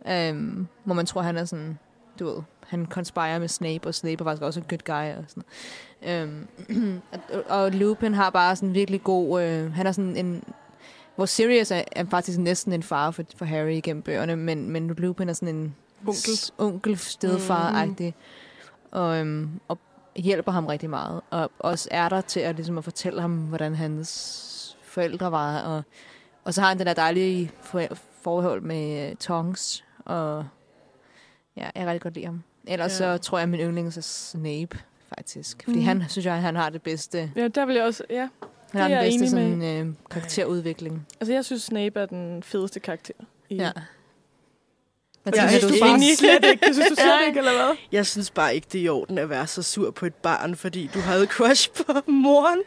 [SPEAKER 3] Øhm, hvor man tror, han er sådan, du ved, han konspirer med Snape, og Snape er faktisk også en good guy og sådan øhm, og, og Lupin har bare sådan virkelig god, øh, han er sådan en, hvor Sirius er, er faktisk næsten en far for, for Harry igennem bøgerne, men, men Lupin er sådan en
[SPEAKER 2] Onkel.
[SPEAKER 3] s- onkel stedfar-agtig.
[SPEAKER 2] Mm.
[SPEAKER 3] Og, øhm, og hjælper ham rigtig meget. Og også er der til at, ligesom at fortælle ham, hvordan hans forældre var. Og, og så har han den der dejlige for- forhold med øh, Tongs. Og ja, jeg kan rigtig godt lide ham. Ellers
[SPEAKER 4] Ja.
[SPEAKER 3] så tror jeg, at min yndlings er Snape, faktisk. Fordi
[SPEAKER 2] Mhm.
[SPEAKER 3] han, synes jeg, han har det bedste.
[SPEAKER 2] Ja, der vil jeg også... Ja.
[SPEAKER 3] Han har
[SPEAKER 2] Det er
[SPEAKER 3] den
[SPEAKER 2] jeg
[SPEAKER 3] bedste
[SPEAKER 2] enig
[SPEAKER 3] sådan, øh, karakterudvikling.
[SPEAKER 2] Altså, jeg synes, Snape er den fedeste karakter. I.
[SPEAKER 3] Ja. Hvad
[SPEAKER 4] Jeg
[SPEAKER 2] Jeg
[SPEAKER 4] synes,
[SPEAKER 2] synes, du
[SPEAKER 4] er du
[SPEAKER 2] er
[SPEAKER 4] bare-
[SPEAKER 2] enig. slet ikke. Det synes du slet ikke, eller hvad?
[SPEAKER 4] Jeg synes bare ikke, det er i orden at være så sur på et barn, fordi du havde crush på moren.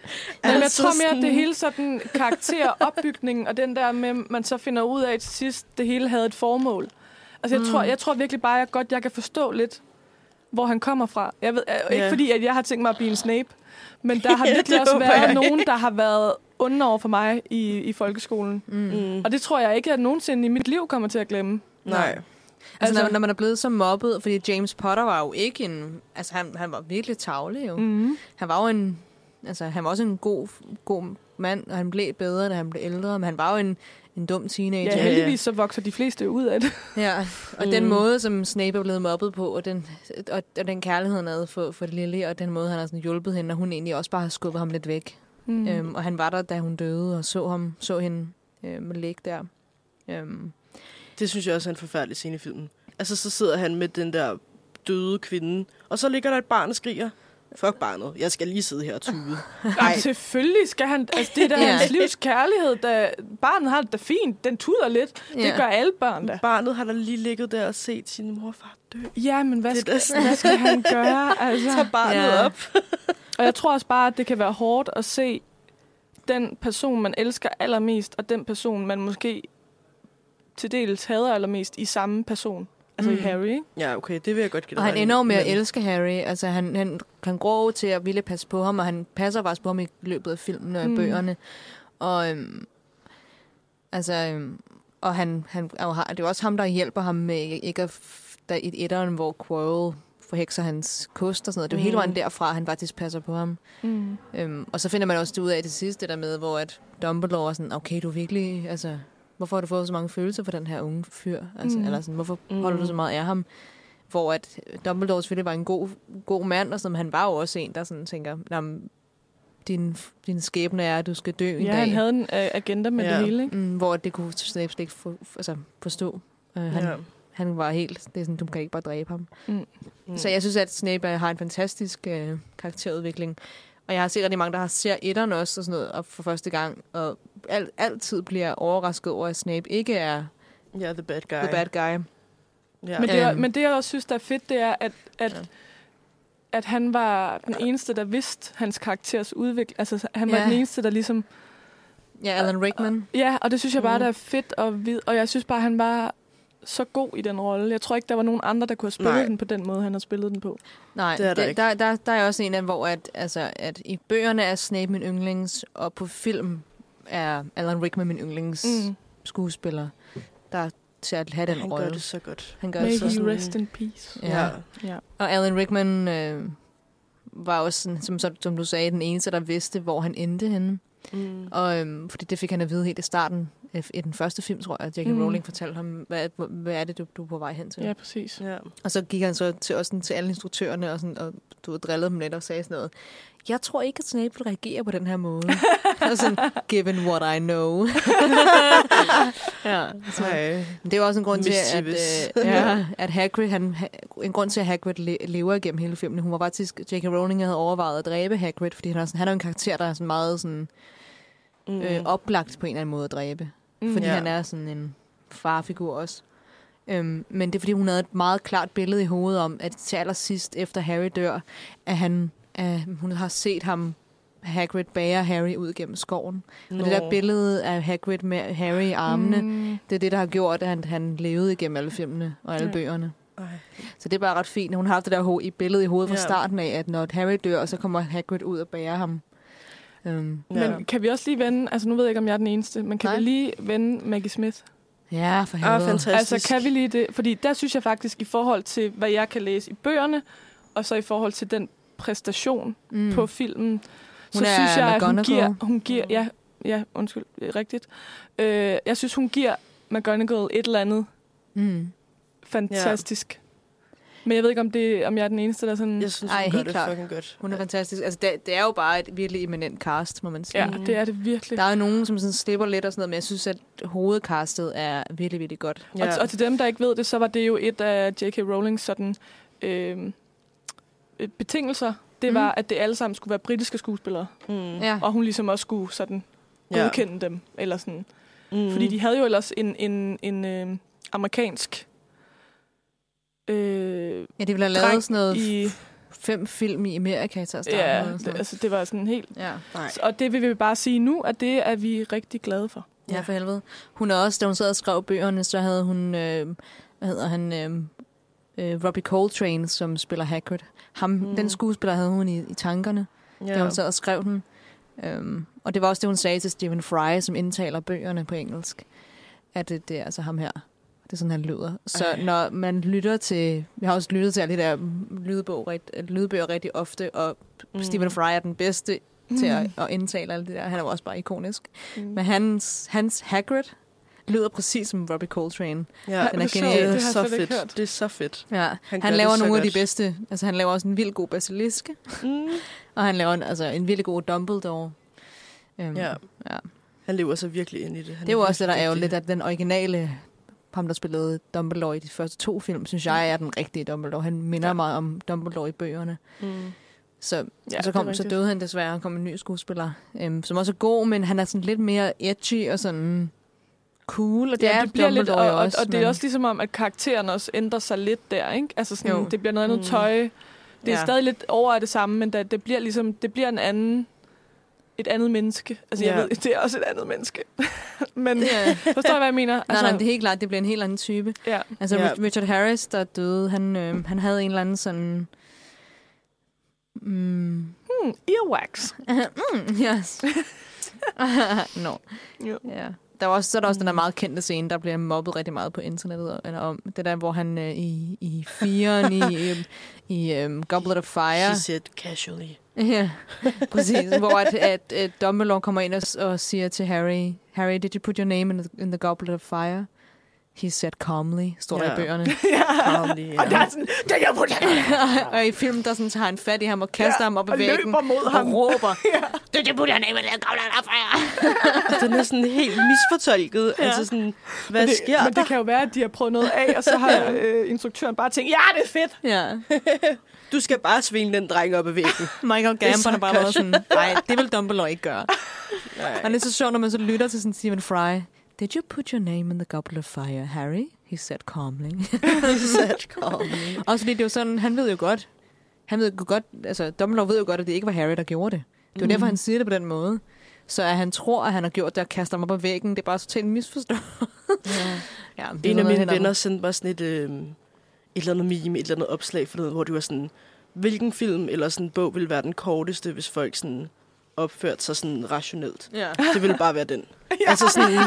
[SPEAKER 4] Altså,
[SPEAKER 2] Men jeg tror mere, at det hele sådan karakteropbygningen, og den der med, man så finder ud af til sidst, det hele havde et formål. Altså, jeg, mm. tror, jeg tror virkelig bare, at godt jeg kan forstå lidt, hvor han kommer fra. Jeg ved, øh, ikke
[SPEAKER 4] Ja.
[SPEAKER 2] fordi, at jeg har tænkt mig at blive en Snape, men der har
[SPEAKER 4] Ja,
[SPEAKER 2] virkelig
[SPEAKER 4] det
[SPEAKER 2] også
[SPEAKER 4] håber jeg
[SPEAKER 2] været
[SPEAKER 4] ikke.
[SPEAKER 2] nogen, der har været onde over for mig i, i folkeskolen.
[SPEAKER 4] Mm.
[SPEAKER 2] Og det tror jeg ikke, at jeg nogensinde i mit liv kommer til at glemme.
[SPEAKER 4] Nej.
[SPEAKER 3] Altså,
[SPEAKER 2] Altså-
[SPEAKER 3] altså når, når man er blevet så mobbet, fordi James Potter var jo ikke en... Altså, han, han var virkelig tavle jo. Mm.
[SPEAKER 2] Mm-hmm.
[SPEAKER 3] Han var jo en... Altså, han var også en god, god mand, og han blev bedre, da han blev ældre, men han var jo en, en dum teenager.
[SPEAKER 2] Ja, heldigvis så vokser de fleste jo ud af det.
[SPEAKER 3] Ja, og mm. den måde, som Snape er blevet mobbet på, og den, og, og den kærlighed, han havde for, for Lily, og den måde, han har sådan hjulpet hende, og hun egentlig også bare har skubbet ham lidt væk.
[SPEAKER 2] Mhm.
[SPEAKER 3] Mm. Øhm, og han var der, da hun døde, og så ham, så hende øhm, ligge der. Øhm,
[SPEAKER 4] Det synes jeg også er en forfærdelig scene i filmen. Altså, så sidder han med den der døde kvinde, og så ligger der et barn og skriger. Fuck barnet, jeg skal lige sidde her og tude.
[SPEAKER 2] Ej. Selvfølgelig skal han... Altså, det er da
[SPEAKER 3] Ja.
[SPEAKER 2] hans livs kærlighed. Da barnet har det da fint. Den tuder lidt. Ja.
[SPEAKER 3] Ja.
[SPEAKER 2] Det gør alle børn da.
[SPEAKER 4] Barnet har da lige ligget der og set sin mor og far dø.
[SPEAKER 2] Ja, men hvad,
[SPEAKER 4] Det er da
[SPEAKER 2] skal, hvad skal han gøre? Altså?
[SPEAKER 4] Tag barnet
[SPEAKER 3] Ja.
[SPEAKER 4] op.
[SPEAKER 2] Og jeg tror også bare, at det kan være hårdt at se den person, man elsker allermest, og den person, man måske til dels hader allermest i samme person. Altså mm. i Harry, ikke?
[SPEAKER 4] Ja, okay, det vil jeg godt give dig
[SPEAKER 3] Og han
[SPEAKER 4] ret i,
[SPEAKER 3] ender jo med at
[SPEAKER 4] men-
[SPEAKER 3] elske Harry. Altså, han, han, han går over til at ville passe på ham, og han passer faktisk på ham i løbet af filmen og i
[SPEAKER 2] Mm.
[SPEAKER 3] mm. bøgerne. Og, øhm, altså, øhm, og han, han, og har- det er jo også ham, der hjælper ham med ikke- ikke at... f- Der, I etteren, hvor Quirrell forhekser hans kost og sådan noget. Det er jo mm. hele vejen derfra, han faktisk passer på ham.
[SPEAKER 2] Mm.
[SPEAKER 3] Øhm, og så finder man også det ud af det sidste, det der med, hvor at Dumbledore er sådan, okay, du er virkelig, altså, hvorfor har du fået så mange følelser for den her unge fyr? Altså,
[SPEAKER 2] Mm.
[SPEAKER 3] mm. eller sådan, hvorfor
[SPEAKER 4] Mm.
[SPEAKER 3] holder du så meget af ham? Hvor at Dumbledore selvfølgelig var en god, god mand, og sådan, men han var jo også en, der sådan tænker, "Nå, men din, din skæbne er, at du skal dø en
[SPEAKER 2] Ja,
[SPEAKER 3] dag.
[SPEAKER 2] han havde en øh, agenda med ja.
[SPEAKER 4] Ja.
[SPEAKER 2] det hele, ikke?
[SPEAKER 3] mm, hvor det kunne slet slet ikke for, altså, forstå. Uh, han,
[SPEAKER 4] Ja.
[SPEAKER 3] han var helt, det er sådan, du kan ikke bare dræbe ham.
[SPEAKER 4] Mm.
[SPEAKER 3] Så jeg synes, at Snape øh, har en fantastisk øh, karakterudvikling. Og jeg har set rigtig mange, der har ser etteren også og sådan noget, og for første gang, og al, altid bliver overrasket over, at Snape ikke er
[SPEAKER 4] Ja, the bad guy.
[SPEAKER 3] the bad guy.
[SPEAKER 4] Ja.
[SPEAKER 2] Men det, jeg-
[SPEAKER 3] Øhm.
[SPEAKER 2] men det, jeg også synes, der er fedt, det er, at, at,
[SPEAKER 3] Ja.
[SPEAKER 2] ja. at han var den eneste, der vidste hans karakters udvikling. Altså, han var
[SPEAKER 3] Ja.
[SPEAKER 2] den eneste, der ligesom...
[SPEAKER 3] Ja,
[SPEAKER 4] Øh,
[SPEAKER 3] Alan Rickman.
[SPEAKER 2] Ja, og det synes jeg bare,
[SPEAKER 4] Mhm.
[SPEAKER 2] der er fedt og vid. Og jeg synes bare, han var så god i den rolle. Jeg tror ikke, der var nogen andre, der kunne have spillet
[SPEAKER 4] Nej.
[SPEAKER 2] den på den måde, han har spillet den på.
[SPEAKER 3] Nej,
[SPEAKER 4] Det er der ikke.
[SPEAKER 3] der, der, der er også en af, hvor at, altså, at i bøgerne er Snape min yndlings, og på film er Alan Rickman min yndlings mm.
[SPEAKER 2] Mm.
[SPEAKER 3] skuespiller, der til at have den
[SPEAKER 4] Han
[SPEAKER 3] rolle.
[SPEAKER 4] gør det så godt.
[SPEAKER 3] Han gør
[SPEAKER 2] Mm. May
[SPEAKER 3] det så
[SPEAKER 2] he
[SPEAKER 4] sådan-
[SPEAKER 2] rest in peace.
[SPEAKER 3] Ja. Og Alan Rickman øh, var også, sådan, som, som- som du sagde, den eneste, der vidste, hvor han endte henne.
[SPEAKER 4] Mm.
[SPEAKER 3] Og, øhm, fordi det fik han at vide helt i starten af i den første film, tror jeg, at J.K. Mm.
[SPEAKER 2] Mm.
[SPEAKER 3] Rowling fortalte ham, hvad, hvad er det, du, du er på vej hen til.
[SPEAKER 2] Ja, præcis.
[SPEAKER 4] Ja.
[SPEAKER 3] Og så gik han så til, også sådan, til alle instruktørerne og, sådan, og du ved, drillede dem lidt og sagde sådan noget. Jeg tror ikke, at Snape vil reagere på den her måde. og sådan, given what I know. ja, så,
[SPEAKER 4] Hej.
[SPEAKER 3] men det er jo også en grund til, at,
[SPEAKER 4] Mischievous.
[SPEAKER 3] øh, ja, at Hagrid, han, ha- en grund til, at Hagrid le, lever igennem hele filmen. Hun var faktisk, J.K. Rowling havde overvejet at dræbe Hagrid, fordi han er, sådan, han er jo en karakter, der er sådan meget sådan,
[SPEAKER 4] Mm.
[SPEAKER 3] øh, oplagt på en eller anden måde at dræbe. Mm, fordi
[SPEAKER 4] Ja.
[SPEAKER 3] ja. han er sådan en farfigur også. Øhm, men det er, fordi hun havde et meget klart billede i hovedet om, at til allersidst efter Harry dør, at han, at hun har set ham Hagrid bære Harry ud gennem skoven.
[SPEAKER 4] Mm.
[SPEAKER 3] Og det der billede af Hagrid med Harry i armene,
[SPEAKER 2] Mm.
[SPEAKER 3] det er det, der har gjort, at han, han levede igennem alle filmene og alle ja.
[SPEAKER 2] Ja.
[SPEAKER 3] bøgerne.
[SPEAKER 4] Ej.
[SPEAKER 3] Så det er bare ret fint. Hun har haft det der ho- i billede i hovedet fra
[SPEAKER 4] Ja.
[SPEAKER 3] starten af, at når Harry dør, så kommer Hagrid ud og bærer ham. Um,
[SPEAKER 4] Ja.
[SPEAKER 2] Men kan vi også lige vende... Altså, nu ved jeg ikke, om jeg er den eneste, men kan
[SPEAKER 3] Nej.
[SPEAKER 2] vi lige vende Maggie Smith?
[SPEAKER 3] ja, for
[SPEAKER 4] ah,
[SPEAKER 3] helvede.
[SPEAKER 4] fantastisk.
[SPEAKER 2] Altså, kan vi lige det? Fordi der synes jeg faktisk, i forhold til, hvad jeg kan læse i bøgerne, og så i forhold til den præstation
[SPEAKER 3] mm.
[SPEAKER 2] mm. på filmen, hun så
[SPEAKER 3] er
[SPEAKER 2] synes jeg, at hun
[SPEAKER 3] McGonagall.
[SPEAKER 2] giver... Hun giver ja, ja, undskyld, det er rigtigt. Øh, jeg synes, hun giver McGonagall et eller andet
[SPEAKER 3] Mm.
[SPEAKER 2] fantastisk. Men jeg ved ikke, om, det, om jeg er den eneste, der sådan...
[SPEAKER 4] Jeg synes,
[SPEAKER 3] Ej,
[SPEAKER 4] Ej, hun gør
[SPEAKER 3] helt
[SPEAKER 4] det
[SPEAKER 3] klart.
[SPEAKER 4] fucking godt.
[SPEAKER 3] Hun er fantastisk. Altså, det, det er jo bare et virkelig eminent cast, må man sige.
[SPEAKER 2] Ja,
[SPEAKER 3] Ja.
[SPEAKER 4] Mm.
[SPEAKER 2] det er det virkelig.
[SPEAKER 3] Der er jo nogen, som sådan slipper lidt og sådan noget, men jeg synes, at hovedcastet er virkelig, virkelig godt.
[SPEAKER 2] Ja. Og, t- og til dem, der ikke ved det, så var det jo et af J.K. Rowlings sådan, øh, betingelser. Det
[SPEAKER 3] Mm.
[SPEAKER 2] var, at det alle sammen skulle være britiske skuespillere.
[SPEAKER 4] mm.
[SPEAKER 3] Ja.
[SPEAKER 2] Og hun ligesom også skulle sådan godkende ja. dem. Eller sådan.
[SPEAKER 4] Mm.
[SPEAKER 2] Mm. Fordi de havde jo ellers en, en, en øh, amerikansk... Øh,
[SPEAKER 3] ja, de ville have
[SPEAKER 2] Dreng
[SPEAKER 3] lavet sådan noget
[SPEAKER 2] i,
[SPEAKER 3] fem film i Amerika til at starte
[SPEAKER 2] ja,
[SPEAKER 3] med. og sådan noget.
[SPEAKER 2] altså det var sådan helt...
[SPEAKER 3] Ja.
[SPEAKER 4] Nej.
[SPEAKER 2] Og det vil vi bare sige nu, at det er vi rigtig glade for.
[SPEAKER 3] Ja,
[SPEAKER 4] Ja.
[SPEAKER 3] for helvede. Hun er også, da hun sad og skrev bøgerne, så havde hun, øh, hvad hedder han, øh, øh, Robbie Coltrane, som spiller Hagrid. Ham,
[SPEAKER 4] Mm.
[SPEAKER 3] mm. Den skuespiller havde hun i, i tankerne, ja. da hun sad og skrev den. Øhm, og det var også det, hun sagde til Stephen Fry, som indtaler bøgerne på engelsk, at det, det er altså ham her. Det er sådan, han lyder. Så
[SPEAKER 4] Ej.
[SPEAKER 3] Ej. når man lytter til... Jeg har også lyttet til alle de der lydbog, rigt- lydbøger rigtig ofte, og mm. Stephen Fry er den bedste mm. til at, at indtale alt det der. Han er jo også bare ikonisk.
[SPEAKER 2] Mm.
[SPEAKER 3] Men hans, hans Hagrid lyder præcis som Robbie Coltrane.
[SPEAKER 4] Ja,
[SPEAKER 3] Den er
[SPEAKER 4] det
[SPEAKER 3] genial.
[SPEAKER 4] Det
[SPEAKER 2] Det
[SPEAKER 4] er
[SPEAKER 2] har jeg
[SPEAKER 4] så
[SPEAKER 2] slet ikke
[SPEAKER 4] fedt.
[SPEAKER 2] hørt.
[SPEAKER 4] Det er så fedt.
[SPEAKER 3] Ja, han,
[SPEAKER 4] gør
[SPEAKER 3] han
[SPEAKER 4] det
[SPEAKER 3] laver
[SPEAKER 4] så
[SPEAKER 3] nogle af
[SPEAKER 4] godt.
[SPEAKER 3] de bedste. Altså, han laver også en vild god basiliske,
[SPEAKER 4] Mm.
[SPEAKER 3] og han laver en, altså, en vild god Dumbledore. Øhm,
[SPEAKER 4] Ja.
[SPEAKER 3] ja.
[SPEAKER 4] Han lever så virkelig ind i det. Han
[SPEAKER 3] Det er jo også det, der
[SPEAKER 4] virkelig
[SPEAKER 3] er jo
[SPEAKER 4] dygtig.
[SPEAKER 3] lidt, at den originale, ham der spillede Dumbledore i de første to film, synes jeg er den rigtige Dumbledore. Han minder ja. mig om Dumbledore i bøgerne.
[SPEAKER 4] Mm.
[SPEAKER 3] Så, ja,
[SPEAKER 2] Ja,
[SPEAKER 3] så,
[SPEAKER 2] det er
[SPEAKER 3] kom, så
[SPEAKER 2] rigtigt.
[SPEAKER 3] døde han desværre, og kom en ny skuespiller, øhm, som også er god, men han er sådan lidt mere edgy og sådan cool, og det
[SPEAKER 2] Ja,
[SPEAKER 3] er
[SPEAKER 2] det bliver lidt, og,
[SPEAKER 3] Dumbledore jo
[SPEAKER 2] og, og det
[SPEAKER 3] men-
[SPEAKER 2] er også ligesom om, at karakteren også ændrer sig lidt der, ikke? Altså sådan,
[SPEAKER 3] Jo.
[SPEAKER 2] jo. det bliver noget andet
[SPEAKER 4] Mm.
[SPEAKER 2] tøj. Det er
[SPEAKER 4] Ja.
[SPEAKER 2] stadig lidt over af det samme, men da, det bliver ligesom, det bliver en anden, et andet menneske. Altså
[SPEAKER 4] Ja.
[SPEAKER 2] jeg ved, det er også et andet menneske. men
[SPEAKER 3] Ja.
[SPEAKER 2] forstår jeg, hvad jeg mener?
[SPEAKER 3] Nej,
[SPEAKER 2] Altså,
[SPEAKER 3] nej, det er helt klart, det bliver en helt anden type.
[SPEAKER 2] ja.
[SPEAKER 3] Altså
[SPEAKER 4] Ja.
[SPEAKER 3] ja. Richard Harris, der døde, han, øh, han havde en eller anden sådan... Mm,
[SPEAKER 2] Hmm, earwax.
[SPEAKER 3] mm, yes. no.
[SPEAKER 2] Ja.
[SPEAKER 3] Ja. Der var også, så er der også den der meget kendte scene, der bliver mobbet rigtig meget på internettet. og- Eller om, det der, hvor han øh, øhm, i, i firen i, i, i um, Goblet of Fire...
[SPEAKER 4] She said casually.
[SPEAKER 3] Ja, præcis. Hvor at, at, at Dumbledore kommer ind og, s- og siger til Harry, Harry, did you put your name in the, in the goblet of fire? He said calmly, står der
[SPEAKER 4] Ja.
[SPEAKER 3] i bøgerne.
[SPEAKER 4] Calmly,
[SPEAKER 2] Og der er sådan, det er jeg på det.
[SPEAKER 3] og i filmen, der sådan, tager han fat i ham og kaster ja, ham op ad
[SPEAKER 2] og
[SPEAKER 3] væggen.
[SPEAKER 2] løber mod ham.
[SPEAKER 3] Og råber,
[SPEAKER 4] Altså, Den er sådan helt misfortolket. Ja. Altså sådan, hvad
[SPEAKER 2] det,
[SPEAKER 4] sker
[SPEAKER 2] men
[SPEAKER 4] der?
[SPEAKER 2] det kan jo være, at de har prøvet noget af, og så har øh, instruktøren bare tænkt, ja, det er fedt.
[SPEAKER 3] ja.
[SPEAKER 4] Du skal bare svinge den dreng op ad væggen.
[SPEAKER 3] Michael
[SPEAKER 4] er
[SPEAKER 3] Gambon er bare
[SPEAKER 4] sarkasme.
[SPEAKER 3] været sådan, nej, det vil Dumbledore ikke gøre.
[SPEAKER 4] Nej.
[SPEAKER 3] Og det er så sjovt, når man så lytter til sådan Stephen Fry. Did you put your name in the goblet of fire, Harry? He said calmly. Også fordi det er jo sådan, han ved jo godt, han ved jo godt, altså Dumbledore ved jo godt, at det ikke var Harry, der gjorde det. Det er mm. derfor, han siger det på den måde. Så at han tror, at han har gjort det og kaster ham op ad væggen, det er bare totalt misforstået. ja, det er
[SPEAKER 4] En
[SPEAKER 3] noget
[SPEAKER 4] af mine
[SPEAKER 3] helt andet.
[SPEAKER 4] venner sendte mig sådan et, øh, et eller andet meme, et eller andet opslag for noget, hvor det var sådan, hvilken film eller sådan en bog ville være den korteste, hvis folk sådan opførte sig sådan rationelt.
[SPEAKER 3] Ja.
[SPEAKER 4] Det ville bare være den. ja. Altså sådan,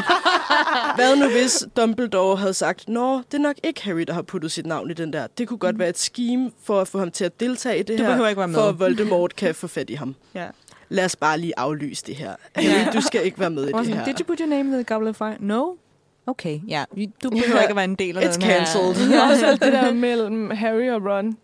[SPEAKER 4] hvad nu hvis Dumbledore havde sagt, Nå, det er nok ikke Harry, der har puttet sit navn i den der. Det kunne godt være et scheme for at få ham til at deltage i det
[SPEAKER 3] Mm. Du
[SPEAKER 4] her,
[SPEAKER 3] behøver ikke være med.
[SPEAKER 4] for at Voldemort kan få fat i ham.
[SPEAKER 3] Ja.
[SPEAKER 4] Lad os bare lige aflyse det her.
[SPEAKER 3] Ja.
[SPEAKER 4] Harry, du skal ikke være med i
[SPEAKER 3] Og
[SPEAKER 4] det
[SPEAKER 3] sådan,
[SPEAKER 4] her.
[SPEAKER 3] did you put your name in the goblet of fire? No? Okay, ja. Yeah. Du behøver
[SPEAKER 4] Ja.
[SPEAKER 3] ikke at være en del af
[SPEAKER 4] It's
[SPEAKER 3] den her.
[SPEAKER 4] cancelled.
[SPEAKER 2] Ja. Også alt det der mellem Harry og Ron,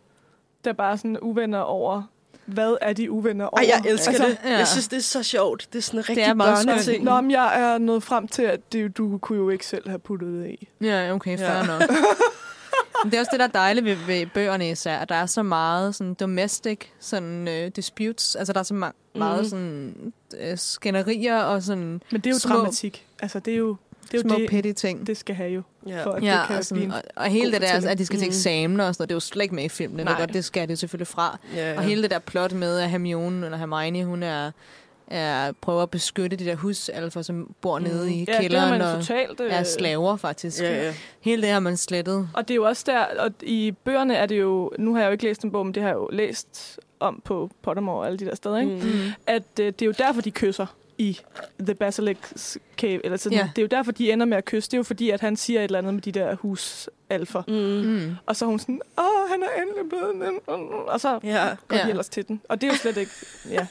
[SPEAKER 2] der bare er sådan uvenner over, hvad er de uvenner over?
[SPEAKER 4] Ej, jeg elsker
[SPEAKER 2] altså,
[SPEAKER 4] det.
[SPEAKER 3] ja.
[SPEAKER 4] Jeg synes, det er så sjovt. Det er sådan en rigtig
[SPEAKER 3] meget skønt.
[SPEAKER 4] børneting.
[SPEAKER 2] Nå, men jeg er nået frem til, at det, du kunne jo ikke selv have puttet det i.
[SPEAKER 3] Ja, okay, fair
[SPEAKER 4] Ja.
[SPEAKER 3] ja. nok. Men det er også det, der er dejligt ved, ved bøgerne især, at der er så meget sådan domestic sådan, øh, disputes. Altså, der er så
[SPEAKER 2] Mhm.
[SPEAKER 3] ma- meget sådan, øh, skænderier og sådan
[SPEAKER 2] Men det er jo
[SPEAKER 3] Små-
[SPEAKER 2] små, dramatik. Altså, det er jo det, er
[SPEAKER 3] små
[SPEAKER 2] jo det,
[SPEAKER 3] petty ting.
[SPEAKER 2] det skal have jo.
[SPEAKER 4] Ja.
[SPEAKER 2] For at det
[SPEAKER 3] Ja,
[SPEAKER 2] kan
[SPEAKER 3] og, sådan,
[SPEAKER 2] blive
[SPEAKER 3] og,
[SPEAKER 2] en
[SPEAKER 3] og hele
[SPEAKER 2] god
[SPEAKER 3] det der, altså,
[SPEAKER 2] fortælling.
[SPEAKER 3] at de skal til
[SPEAKER 4] Mm.
[SPEAKER 3] eksamener og sådan noget, det er jo slet ikke med i filmen. Det,
[SPEAKER 2] Nej.
[SPEAKER 3] godt, det skal det jo selvfølgelig fra.
[SPEAKER 4] Ja, ja.
[SPEAKER 3] Og hele det der plot med, at Hermione, eller Hermione, hun er, er prøver at beskytte de der husalfer, som bor
[SPEAKER 4] Mm.
[SPEAKER 3] nede i
[SPEAKER 2] ja, det har
[SPEAKER 3] kælderen
[SPEAKER 2] man
[SPEAKER 3] og
[SPEAKER 2] totalt... Øh,
[SPEAKER 3] er slaver, faktisk.
[SPEAKER 4] Ja, ja.
[SPEAKER 3] Hele det har man slettet.
[SPEAKER 2] Og det er jo også der, og i bøgerne er det jo, nu har jeg jo ikke læst en bog, men det har jeg jo læst om på Pottermore og alle de der steder, ikke? Mm.
[SPEAKER 3] Mm.
[SPEAKER 2] at øh, det er jo derfor, de kysser i The Basilisk Cave. Eller sådan.
[SPEAKER 3] Ja.
[SPEAKER 2] Det er jo derfor, de ender med at kysse. Det er jo fordi, at han siger et eller andet med de der husalfer. Mm.
[SPEAKER 3] Mm.
[SPEAKER 2] Og så er hun sådan, åh, han er endelig blevet en. Og så
[SPEAKER 4] Ja.
[SPEAKER 2] går ja.
[SPEAKER 3] Ja.
[SPEAKER 2] de ellers til den. Og det er jo slet ikke... Ja.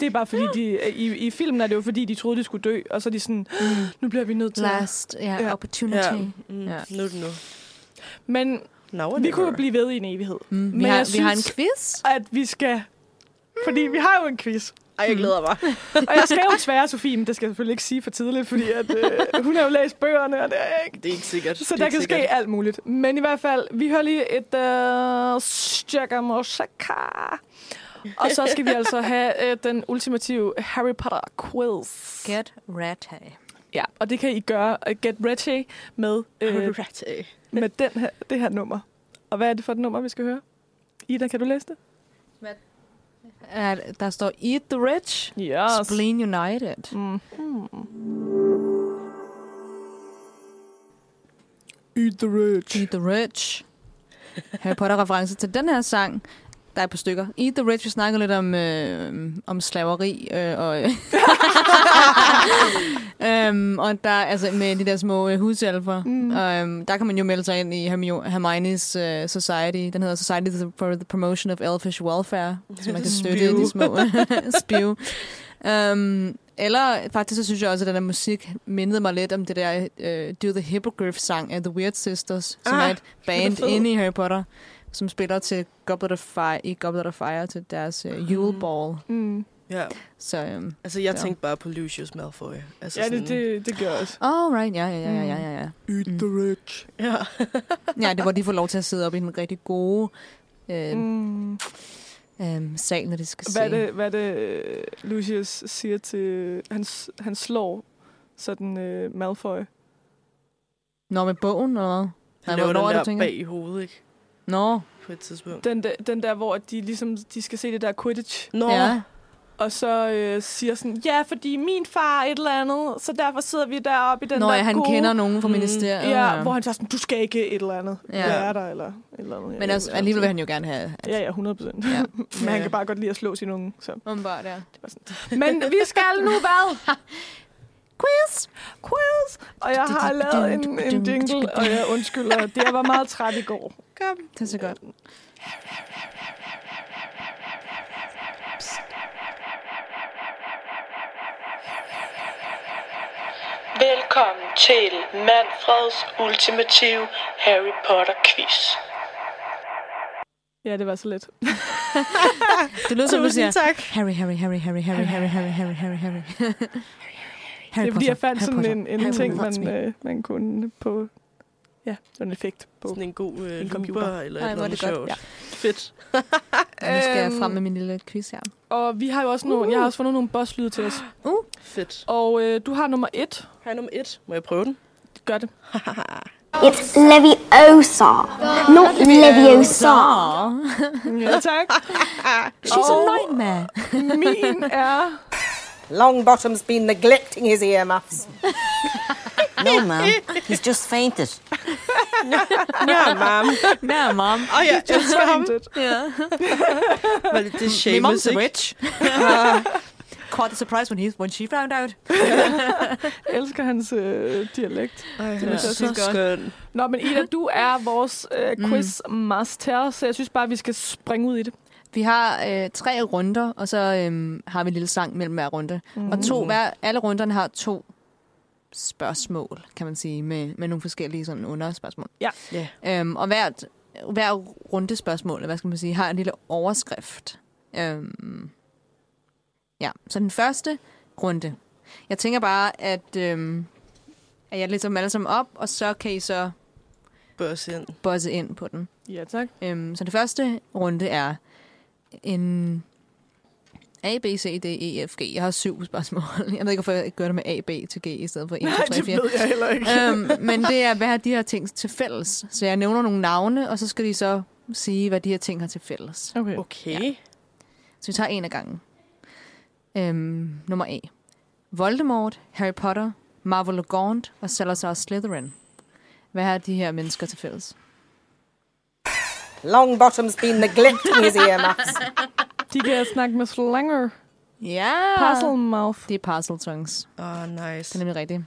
[SPEAKER 2] Det er bare fordi, de, i, i filmen er det jo fordi, de troede, de skulle dø, og så er de sådan, nu bliver vi nødt til... at-"
[SPEAKER 3] Last yeah,
[SPEAKER 2] Ja.
[SPEAKER 3] opportunity.
[SPEAKER 4] Ja.
[SPEAKER 3] Yeah.
[SPEAKER 4] Mm.
[SPEAKER 3] Ja.
[SPEAKER 4] Nu er det nu.
[SPEAKER 2] Men
[SPEAKER 4] Now or
[SPEAKER 2] vi kunne jo
[SPEAKER 4] never.
[SPEAKER 2] blive ved i en evighed.
[SPEAKER 3] Mm, vi,
[SPEAKER 2] Men
[SPEAKER 3] har,
[SPEAKER 2] jeg
[SPEAKER 3] vi har en
[SPEAKER 2] synes-
[SPEAKER 3] quiz.
[SPEAKER 2] At vi skal... Fordi vi har jo en quiz.
[SPEAKER 4] Ej, jeg glæder
[SPEAKER 2] Mm.
[SPEAKER 4] mig.
[SPEAKER 2] Og jeg skal jo tvære Sofie, men det skal jeg selvfølgelig ikke sige for tidligt, fordi at, øh, hun har jo læst bøgerne, og det er ikke...
[SPEAKER 4] Det er ikke sikkert.
[SPEAKER 2] Så
[SPEAKER 4] det er
[SPEAKER 2] der
[SPEAKER 4] ikke
[SPEAKER 2] kan ske
[SPEAKER 4] sikkert.
[SPEAKER 2] alt muligt. Men i hvert fald, vi hører lige et øh, stykke mosaka. Og så skal vi altså have øh, den ultimative Harry Potter quiz.
[SPEAKER 3] Get ratty.
[SPEAKER 2] Ja, og det kan I gøre. øh, Get ready med, øh,
[SPEAKER 4] Ratty.
[SPEAKER 2] med den her, det her nummer. Og hvad er det for et nummer, vi skal høre? Ida, kan du læse det?
[SPEAKER 3] Uh, der står Eat the Rich,
[SPEAKER 2] Ja.
[SPEAKER 3] yes. Spleen United.
[SPEAKER 2] Mm. Eat the rich.
[SPEAKER 3] Eat the Rich. Harry Potter-reference til den her sang. Der er på stykker. Eat the Rich, vi snakker lidt om, øh, om slaveri. Øh, og, øhm, og der, altså med de der små øh, huselfer. Mm. Øhm, der kan man jo melde sig ind i Hermio- Hermione's øh, Society. Den hedder Society for the Promotion of Elfish Welfare. Så man kan støtte
[SPEAKER 4] Spiv.
[SPEAKER 3] de små spiv. Øhm, eller faktisk så synes jeg også, at den der musik mindede mig lidt om det der øh, Do the Hippogriff-sang af The Weird Sisters, som
[SPEAKER 4] Ah,
[SPEAKER 3] er et band
[SPEAKER 4] den er fed.
[SPEAKER 3] inde i Harry Potter, som spiller til Goblet of Fire, i Goblet of Fire til deres øh, Yule Ball.
[SPEAKER 2] Mm.
[SPEAKER 4] Ja.
[SPEAKER 3] Så, øhm,
[SPEAKER 4] Altså, jeg
[SPEAKER 3] Ja.
[SPEAKER 4] tænkte bare på Lucius Malfoy. Altså,
[SPEAKER 2] Ja, det,
[SPEAKER 4] sådan-
[SPEAKER 2] det, det gør jeg også.
[SPEAKER 3] all right, ja, ja, ja, ja, ja, ja, ja.
[SPEAKER 2] Eat the rich.
[SPEAKER 4] Ja.
[SPEAKER 3] Mm. Ja, det var de får lov til at sidde op i den rigtig gode øh,
[SPEAKER 2] Mm.
[SPEAKER 3] øh, sal, når de skal
[SPEAKER 2] Hvad er
[SPEAKER 3] se.
[SPEAKER 2] det, hvad er det øh, Lucius siger til... Han, s- han slår sådan øh, Malfoy.
[SPEAKER 3] Nå, med bogen, eller hvad?
[SPEAKER 4] Han
[SPEAKER 3] Nej,
[SPEAKER 4] laver
[SPEAKER 3] hvornår er
[SPEAKER 4] den
[SPEAKER 3] du
[SPEAKER 4] der
[SPEAKER 3] tænker?
[SPEAKER 4] bag i hovedet, ikke?
[SPEAKER 3] Nå,
[SPEAKER 4] På et tidspunkt.
[SPEAKER 2] Den der, den der, hvor de ligesom de skal se det der Quidditch,
[SPEAKER 4] Nå,
[SPEAKER 3] ja.
[SPEAKER 2] og så øh, siger sådan, ja, fordi min far er et eller andet, så derfor sidder vi deroppe i den
[SPEAKER 3] Nå
[SPEAKER 2] der
[SPEAKER 3] ja, han
[SPEAKER 2] gode...
[SPEAKER 3] kender nogen fra
[SPEAKER 4] Mm,
[SPEAKER 3] ministeriet.
[SPEAKER 2] Ja, hvor han siger sådan, du skal ikke et eller andet.
[SPEAKER 3] Ja.
[SPEAKER 2] Ja. Jeg er der, eller et eller andet. Jeg
[SPEAKER 3] Men
[SPEAKER 2] ved
[SPEAKER 3] altså,
[SPEAKER 2] ikke,
[SPEAKER 3] alligevel vil
[SPEAKER 2] hvad
[SPEAKER 3] han jo gerne have,
[SPEAKER 2] han siger. Ja, ja, 100 procent.
[SPEAKER 3] Ja.
[SPEAKER 2] Men
[SPEAKER 4] Ja.
[SPEAKER 2] han kan bare godt lide at slå sine unge. Så.
[SPEAKER 3] Åbenbart, ja.
[SPEAKER 2] Men vi skal nu hvad?
[SPEAKER 3] Quiz!
[SPEAKER 2] Quiz! Og jeg har lavet en, en jingle, og jeg undskylder. Det jeg var meget træt i går.
[SPEAKER 3] Det er så godt.
[SPEAKER 2] Psst.
[SPEAKER 5] Velkommen til Manfreds ultimative Harry Potter quiz.
[SPEAKER 2] Ja, det var så lidt.
[SPEAKER 3] Det lyder som, du siger,
[SPEAKER 4] Tusind tak.
[SPEAKER 3] Harry, Harry, Harry, Harry, Harry, Harry, Harry, Harry, Harry, Harry.
[SPEAKER 2] det er fordi, jeg fandt
[SPEAKER 3] Harry
[SPEAKER 2] sådan
[SPEAKER 3] Potter,
[SPEAKER 2] en, en
[SPEAKER 3] Harry
[SPEAKER 2] ting,
[SPEAKER 3] Potter,
[SPEAKER 2] man, øh, man kunne på... Ja, sådan en effekt på.
[SPEAKER 4] Sådan en god
[SPEAKER 2] En
[SPEAKER 4] øh, en
[SPEAKER 2] computer.
[SPEAKER 4] looper eller
[SPEAKER 3] Ej,
[SPEAKER 4] et
[SPEAKER 3] hvor er
[SPEAKER 4] eller
[SPEAKER 3] det
[SPEAKER 4] andet sjovt.
[SPEAKER 2] godt.
[SPEAKER 4] Ja. Fedt.
[SPEAKER 3] Og Nu skal jeg frem med min lille quiz her.
[SPEAKER 2] Og vi har jo også nogle, jeg har også fundet nogle bosslyde til os.
[SPEAKER 4] Fedt.
[SPEAKER 2] Og øh, du har nummer et.
[SPEAKER 4] Hej nummer et. Må jeg prøve den?
[SPEAKER 2] Gør det.
[SPEAKER 6] It's Leviosa, not Leviosa.
[SPEAKER 2] Ja, tak.
[SPEAKER 3] She's a nightmare.
[SPEAKER 2] Min er...
[SPEAKER 7] Longbottom's been neglecting his earmuffs.
[SPEAKER 8] No, ma'am. He's just fainted.
[SPEAKER 4] Ja, mam.
[SPEAKER 3] Nær, mom.
[SPEAKER 4] Åh ja, jeg elsker ham.
[SPEAKER 3] Ja.
[SPEAKER 4] Men det er
[SPEAKER 3] My mom's
[SPEAKER 4] shameless,
[SPEAKER 3] a
[SPEAKER 4] ikke?
[SPEAKER 3] witch. Quite a surprise when, he, when she found out.
[SPEAKER 2] Jeg elsker hans øh, dialekt.
[SPEAKER 4] Ej, han
[SPEAKER 3] Ja.
[SPEAKER 4] er så
[SPEAKER 3] Det er godt.
[SPEAKER 4] skøn.
[SPEAKER 2] Nå, men Ida, du er vores
[SPEAKER 3] Mm.
[SPEAKER 2] øh, quizmaster, så jeg synes bare, vi skal springe ud i det.
[SPEAKER 3] Vi har øh, tre runder, og så øh, har vi en lille sang mellem hver runde. Mm. Og to, hver, alle runderne har to spørgsmål, kan man sige, med, med nogle forskellige sådan underspørgsmål.
[SPEAKER 2] Ja.
[SPEAKER 4] Ja.
[SPEAKER 3] Øhm, og hvert, hver runde spørgsmål, eller hvad skal man sige, har en lille overskrift. Øhm, ja, så den første runde. Jeg tænker bare, at, øhm, at jeg læser dem alle sammen op, og så kan I så
[SPEAKER 4] Børs ind.
[SPEAKER 3] buzze ind på den.
[SPEAKER 2] Ja, tak.
[SPEAKER 3] Øhm, så det første runde er en A, B, C, D, E, F, G. Jeg har syv spørgsmål. Jeg ved ikke, hvorfor jeg gør det med A, B til G i stedet for 1, 2, 3, 4.
[SPEAKER 2] jeg heller ikke.
[SPEAKER 3] øhm, men det er, hvad har de her ting til fælles? Så jeg nævner nogle navne, og så skal de så sige, hvad de her ting har til fælles.
[SPEAKER 2] Okay.
[SPEAKER 4] Okay.
[SPEAKER 3] Så vi tager en af gangen. Øhm, nummer A. Voldemort, Harry Potter, Marvel Gaunt og Salazar Slytherin. Hvad har de her mennesker til fælles?
[SPEAKER 7] Longbottom's been neglecting his earmuffs.
[SPEAKER 2] De kan snakke med slanger.
[SPEAKER 3] Ja!
[SPEAKER 2] Puzzle mouth.
[SPEAKER 3] Det er parcel tongues.
[SPEAKER 4] Åh, oh, nice.
[SPEAKER 3] Det er nemlig rigtigt.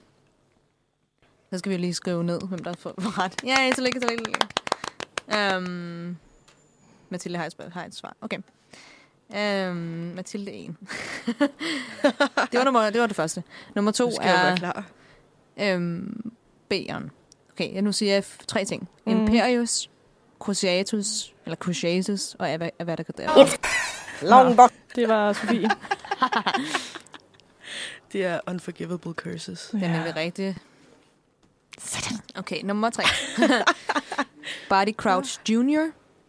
[SPEAKER 3] Så skal vi lige skrive ned, hvem der får får ret. Ja, ja, så ligger så ligger um, Mathilde har et, spørg- har et svar. Okay. Um, Mathilde 1. det, var nummer, det var det første. Nummer to
[SPEAKER 4] Du skal jo være
[SPEAKER 3] er
[SPEAKER 4] klar.
[SPEAKER 3] um, B'eren. Okay, jeg nu siger jeg f- tre ting. Mm. Imperius, Cruciatus, eller Cruciatus, og Ava- Avada Kedavra.
[SPEAKER 7] Longbottom.
[SPEAKER 2] Det var Sofie.
[SPEAKER 4] Det er unforgivable curses.
[SPEAKER 3] Den er nemlig rigtig. Okay, nummer tre. Barty Crouch Jr.,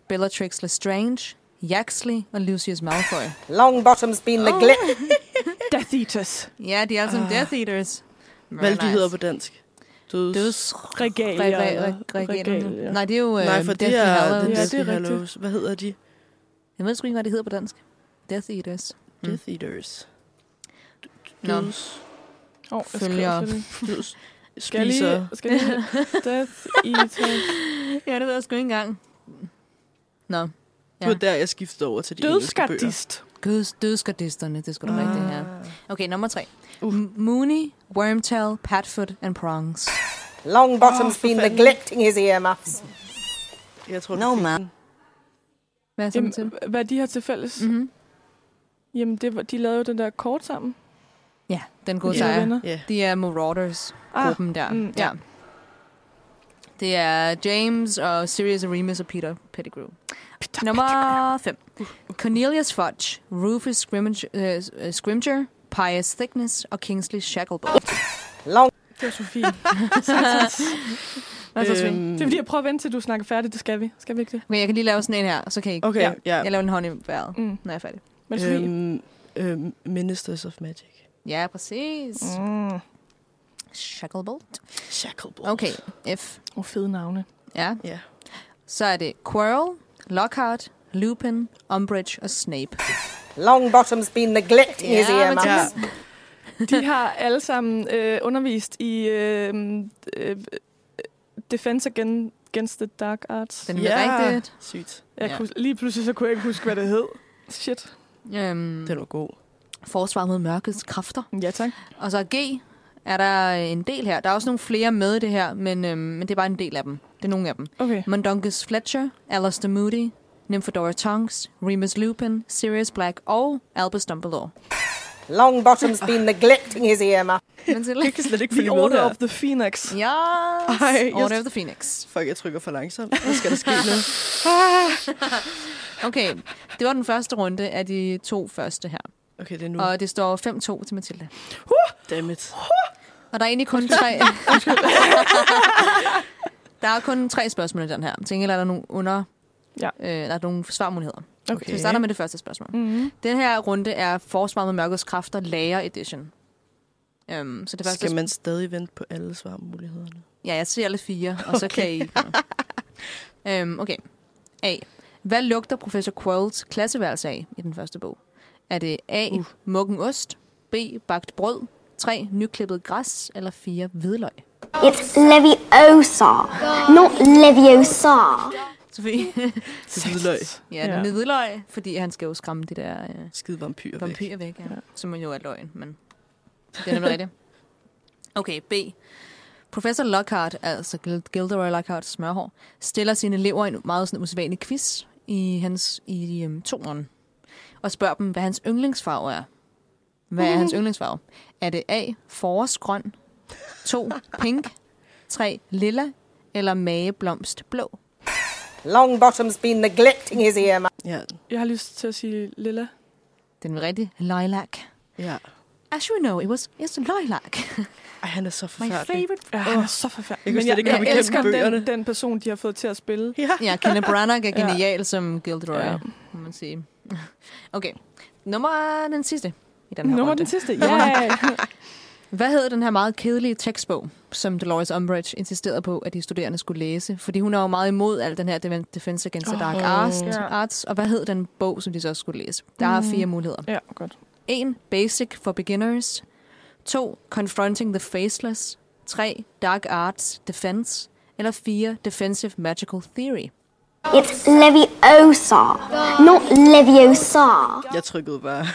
[SPEAKER 3] Bellatrix Lestrange, Yaxley og Lucius Malfoy.
[SPEAKER 7] Longbottom's been neglecting.
[SPEAKER 2] Death Eaters.
[SPEAKER 3] Ja, de er alle sammen Death Eaters. Very
[SPEAKER 4] Ah. Hvad de
[SPEAKER 3] nice.
[SPEAKER 4] hedder på dansk? Døds.
[SPEAKER 3] Døds...
[SPEAKER 2] Regalier.
[SPEAKER 3] Re- re- re- regalier.
[SPEAKER 2] Regalier.
[SPEAKER 3] Nej, det er jo uh,
[SPEAKER 4] Nej, for det
[SPEAKER 3] Deathly
[SPEAKER 4] er
[SPEAKER 3] Hallows.
[SPEAKER 4] The
[SPEAKER 2] Ja,
[SPEAKER 4] Deathly
[SPEAKER 2] det er rigtigt.
[SPEAKER 4] Hallows. Hvad hedder de?
[SPEAKER 3] Jeg ved sgu ikke, hvad det hedder på dansk. Death Eaters. Mm.
[SPEAKER 4] Death Eaters.
[SPEAKER 3] Nå.
[SPEAKER 4] Døds.
[SPEAKER 2] Oh, jeg
[SPEAKER 3] Følger.
[SPEAKER 2] skriver til det.
[SPEAKER 4] Døds.
[SPEAKER 2] Skal jeg lige...
[SPEAKER 4] Spiser.
[SPEAKER 2] Skal jeg lige... Death Eaters.
[SPEAKER 3] Ja, det ved jeg sgu ikke engang. Nå,
[SPEAKER 4] Det var der, jeg skiftede over til de engelske bøger.
[SPEAKER 2] Dødskardist.
[SPEAKER 3] Guds dødskardisterne, det skulle du rigtigt her. Ah. Okay, nummer tre.
[SPEAKER 4] Uh.
[SPEAKER 3] M- Mooney, Wormtail, Patfoot and Prongs.
[SPEAKER 7] Longbottom's been neglecting his earmuffs.
[SPEAKER 4] Jeg tror,
[SPEAKER 8] No,
[SPEAKER 4] no,
[SPEAKER 8] ma'am.
[SPEAKER 4] man.
[SPEAKER 3] Hvad er sådan
[SPEAKER 2] Jamen,
[SPEAKER 3] til?
[SPEAKER 2] hvad de har til fælles?
[SPEAKER 3] Mhm.
[SPEAKER 2] Jamen, det var, de lavede jo den der kort sammen.
[SPEAKER 3] Ja, den gode
[SPEAKER 2] de
[SPEAKER 3] sejr.
[SPEAKER 2] venner.
[SPEAKER 4] Ja.
[SPEAKER 3] De er Marauders-gruppen ah, der.
[SPEAKER 2] mm,
[SPEAKER 3] Mm, ja. ja. Det er James og Sirius Remus og Peter Pettigrew. Peter Nummer 5. Cornelius Fudge, Rufus Scrimmage, uh, Scrimger, Pius Thickness og Kingsley Shacklebolt.
[SPEAKER 7] Long.
[SPEAKER 2] Det var Sofie. Øhm.
[SPEAKER 3] Hvad så, Svend?
[SPEAKER 2] det er fordi, jeg prøver at vente til, du snakker færdigt. Det skal vi. Skal vi ikke det?
[SPEAKER 3] Okay, jeg kan lige lave sådan en her, så kan I...
[SPEAKER 4] Okay,
[SPEAKER 3] ja.
[SPEAKER 4] ja.
[SPEAKER 3] Jeg laver en hånd i vejret,
[SPEAKER 2] Mm.
[SPEAKER 3] mm. når jeg er færdig.
[SPEAKER 2] Men Sofie...
[SPEAKER 4] Øhm, øhm, Ministers of Magic.
[SPEAKER 3] Ja, præcis. Mm.
[SPEAKER 2] Åh, mm.
[SPEAKER 3] Shacklebolt.
[SPEAKER 4] Shacklebolt.
[SPEAKER 3] Okay, F.
[SPEAKER 2] oh, fede navne.
[SPEAKER 3] Ja.
[SPEAKER 4] Ja.
[SPEAKER 3] Så er det Quirrell, Lockhart, Lupin, Umbridge og Snape.
[SPEAKER 7] Longbottom's been neglecting his
[SPEAKER 3] Ja, men
[SPEAKER 7] earmuffs.
[SPEAKER 4] Ja.
[SPEAKER 2] De har alle sammen øh, undervist i øh, øh, Defense Again- Against the Dark Arts.
[SPEAKER 3] Den er yeah. rigtigt.
[SPEAKER 4] Sygt.
[SPEAKER 2] Jeg
[SPEAKER 3] Ja.
[SPEAKER 2] kunne, lige pludselig så kunne jeg ikke huske, hvad det hed. Shit.
[SPEAKER 3] Øhm,
[SPEAKER 4] Den var god.
[SPEAKER 3] forsvar mod mørkets kræfter.
[SPEAKER 2] Ja, tak.
[SPEAKER 3] Og så G er der en del her. Der er også nogle flere med i det her, men, øhm, men det er bare en del af dem. Det er nogle af dem.
[SPEAKER 2] Okay.
[SPEAKER 3] Mundungus Fletcher, Alistair Moody, Nymphadora Tonks, Remus Lupin, Sirius Black og Albus Dumbledore.
[SPEAKER 7] Longbottom's been neglecting his earmuff.
[SPEAKER 3] Men til
[SPEAKER 4] Jeg kan slet ikke
[SPEAKER 2] The
[SPEAKER 4] følge med
[SPEAKER 2] Order
[SPEAKER 4] her.
[SPEAKER 2] of the Phoenix.
[SPEAKER 3] Ja.
[SPEAKER 4] Ej,
[SPEAKER 3] Order
[SPEAKER 4] jeg-
[SPEAKER 3] of the Phoenix.
[SPEAKER 4] Fuck, jeg trykker for langsomt. Hvad skal der ske nu?
[SPEAKER 3] Okay, det var den første runde af de to første her.
[SPEAKER 4] Okay, det er nu.
[SPEAKER 3] Og det står 5-2 til Mathilda.
[SPEAKER 4] Dammit.
[SPEAKER 3] Og der er egentlig kun tre... der er kun tre spørgsmål i den her. Til gengæld er der nogle under...
[SPEAKER 2] Ja.
[SPEAKER 3] Øh, der er nogle svarmuligheder.
[SPEAKER 2] Okay.
[SPEAKER 3] Så vi starter med det første spørgsmål.
[SPEAKER 2] Mm-hmm.
[SPEAKER 3] Den her runde er Forsvaret med mørkets kræfter Lager Edition. Um, så det første...
[SPEAKER 4] Skal man stadig vente på alle svarmulighederne?
[SPEAKER 3] Ja, jeg siger alle fire, og så kan I... um, okay. A. Hvad lugter professor Quirrells klasseværelse af i den første bog? Er det A. Uh. Muggen ost, B. Bagt brød, 3. Nyklippet græs, eller 4. Hvidløg?
[SPEAKER 6] It's Leviosa, not Leviosa.
[SPEAKER 3] Sofie?
[SPEAKER 4] Det er hvidløg.
[SPEAKER 3] ja, den
[SPEAKER 2] Ja.
[SPEAKER 3] med hvidløg, fordi han skal jo skræmme de der øh,
[SPEAKER 4] Skide vampyrer væk.
[SPEAKER 3] vampyrer væk, ja. som jo er løgn, men det er nemlig rigtigt. Okay, B. Professor Lockhart, altså Gil- Gilderoy Lockhart smørhår, stiller sine elever en meget sådan usædvanlig quiz i hans i um, tonen, og spørger dem, hvad hans yndlingsfarve er. Hvad er hans yndlingsfarve? Er det A. Forårsgrøn, 2. Pink, 3. Lilla, eller mageblomst blå?
[SPEAKER 7] Longbottom's been neglecting his earmuff.
[SPEAKER 4] Ja.
[SPEAKER 2] Jeg har lyst til at sige Lilla.
[SPEAKER 3] Den er rigtig lilac.
[SPEAKER 4] ja.
[SPEAKER 3] As you know, it was it's lilac.
[SPEAKER 4] Ej, han er så
[SPEAKER 3] My
[SPEAKER 4] forfærdelig.
[SPEAKER 3] favorite
[SPEAKER 2] Ja, han er så forfærdelig.
[SPEAKER 4] Jeg kan slet ikke
[SPEAKER 2] jeg,
[SPEAKER 4] komme
[SPEAKER 2] jeg
[SPEAKER 4] igennem
[SPEAKER 2] elsker den,
[SPEAKER 4] bøgerne.
[SPEAKER 2] den person, de har fået til at spille.
[SPEAKER 4] Ja.
[SPEAKER 3] Ja, Kenneth Branagh er
[SPEAKER 2] Ja.
[SPEAKER 3] genial ja. som Gilderoy,
[SPEAKER 2] Ja.
[SPEAKER 3] ja. må man sige. Okay, nummer den sidste i den her
[SPEAKER 2] Nummer
[SPEAKER 3] runde.
[SPEAKER 2] den sidste. Ja.
[SPEAKER 3] Hvad hed den her meget kedelige tekstbog, som Dolores Umbridge insisterede på, at de studerende skulle læse? Fordi hun er jo meget imod al den her Defen- Defense Against the Dark
[SPEAKER 2] Åh,
[SPEAKER 3] Arts,
[SPEAKER 2] ja.
[SPEAKER 3] Arts. Og hvad hed den bog, som de så skulle læse? Der er fire muligheder.
[SPEAKER 2] ja, godt.
[SPEAKER 3] 1. Basic for Beginners. 2. Confronting the Faceless. 3. Dark Arts Defense. Eller 4. Defensive Magical Theory.
[SPEAKER 6] It's Leviosa, not Leviosa.
[SPEAKER 4] Jeg trykkede bare.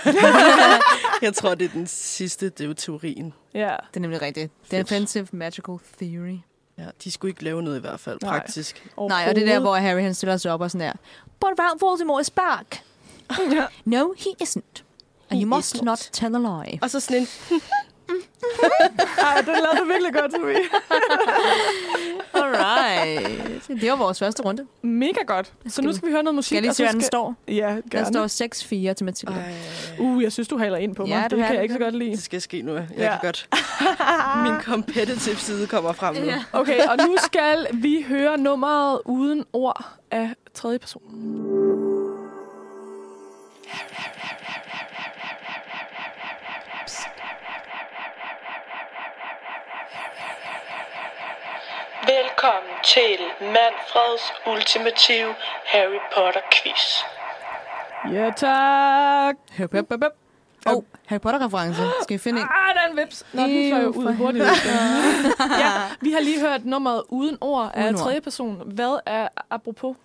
[SPEAKER 4] jeg tror, det er den sidste. Det er jo teorien.
[SPEAKER 2] Ja.
[SPEAKER 3] Det er nemlig rigtigt. Defensive Magical Theory.
[SPEAKER 4] Ja, de skulle ikke lave noget i hvert fald,
[SPEAKER 2] Nej.
[SPEAKER 4] praktisk.
[SPEAKER 3] Nej, og det er der, hvor Harry han stiller sig op og sådan der. But Ralph Voldemort is back.
[SPEAKER 2] Ja.
[SPEAKER 3] No, he isn't. And you must
[SPEAKER 4] isn't.
[SPEAKER 3] not tell a lie.
[SPEAKER 4] Og så sådan en...
[SPEAKER 2] Ej, den lavede du virkelig godt, Sofie.
[SPEAKER 3] Alright. Det var vores første runde.
[SPEAKER 2] Mega godt. Så nu skal vi høre noget musik.
[SPEAKER 3] Skal jeg lige
[SPEAKER 2] og
[SPEAKER 3] se,
[SPEAKER 2] så
[SPEAKER 3] hvad den står?
[SPEAKER 2] Ja,
[SPEAKER 3] Der
[SPEAKER 2] gerne.
[SPEAKER 3] står 6-4 til Mathilde. Ej.
[SPEAKER 2] Uh, jeg synes, du haler ind på mig.
[SPEAKER 3] Ja,
[SPEAKER 2] det
[SPEAKER 3] du
[SPEAKER 2] kan
[SPEAKER 3] haler
[SPEAKER 2] jeg ikke så godt lide.
[SPEAKER 4] Det skal ske nu. Jeg
[SPEAKER 2] Ja.
[SPEAKER 4] ja. kan godt. Min competitive side kommer frem nu. Ja.
[SPEAKER 2] Okay, og nu skal vi høre nummeret uden ord af tredje person.
[SPEAKER 5] Velkommen til Manfreds ultimative Harry Potter quiz.
[SPEAKER 2] Ja, tak.
[SPEAKER 3] Høp, høp, høp, høp. Oh, Harry Potter-reference. Skal vi finde en?
[SPEAKER 2] Ah, der er en vips. Nå, den fløj jo
[SPEAKER 3] Ew, for
[SPEAKER 2] ud hurtigt. ja, vi har lige hørt nummeret uden ord af
[SPEAKER 3] Uden ord.
[SPEAKER 2] tredje person. Hvad er apropos?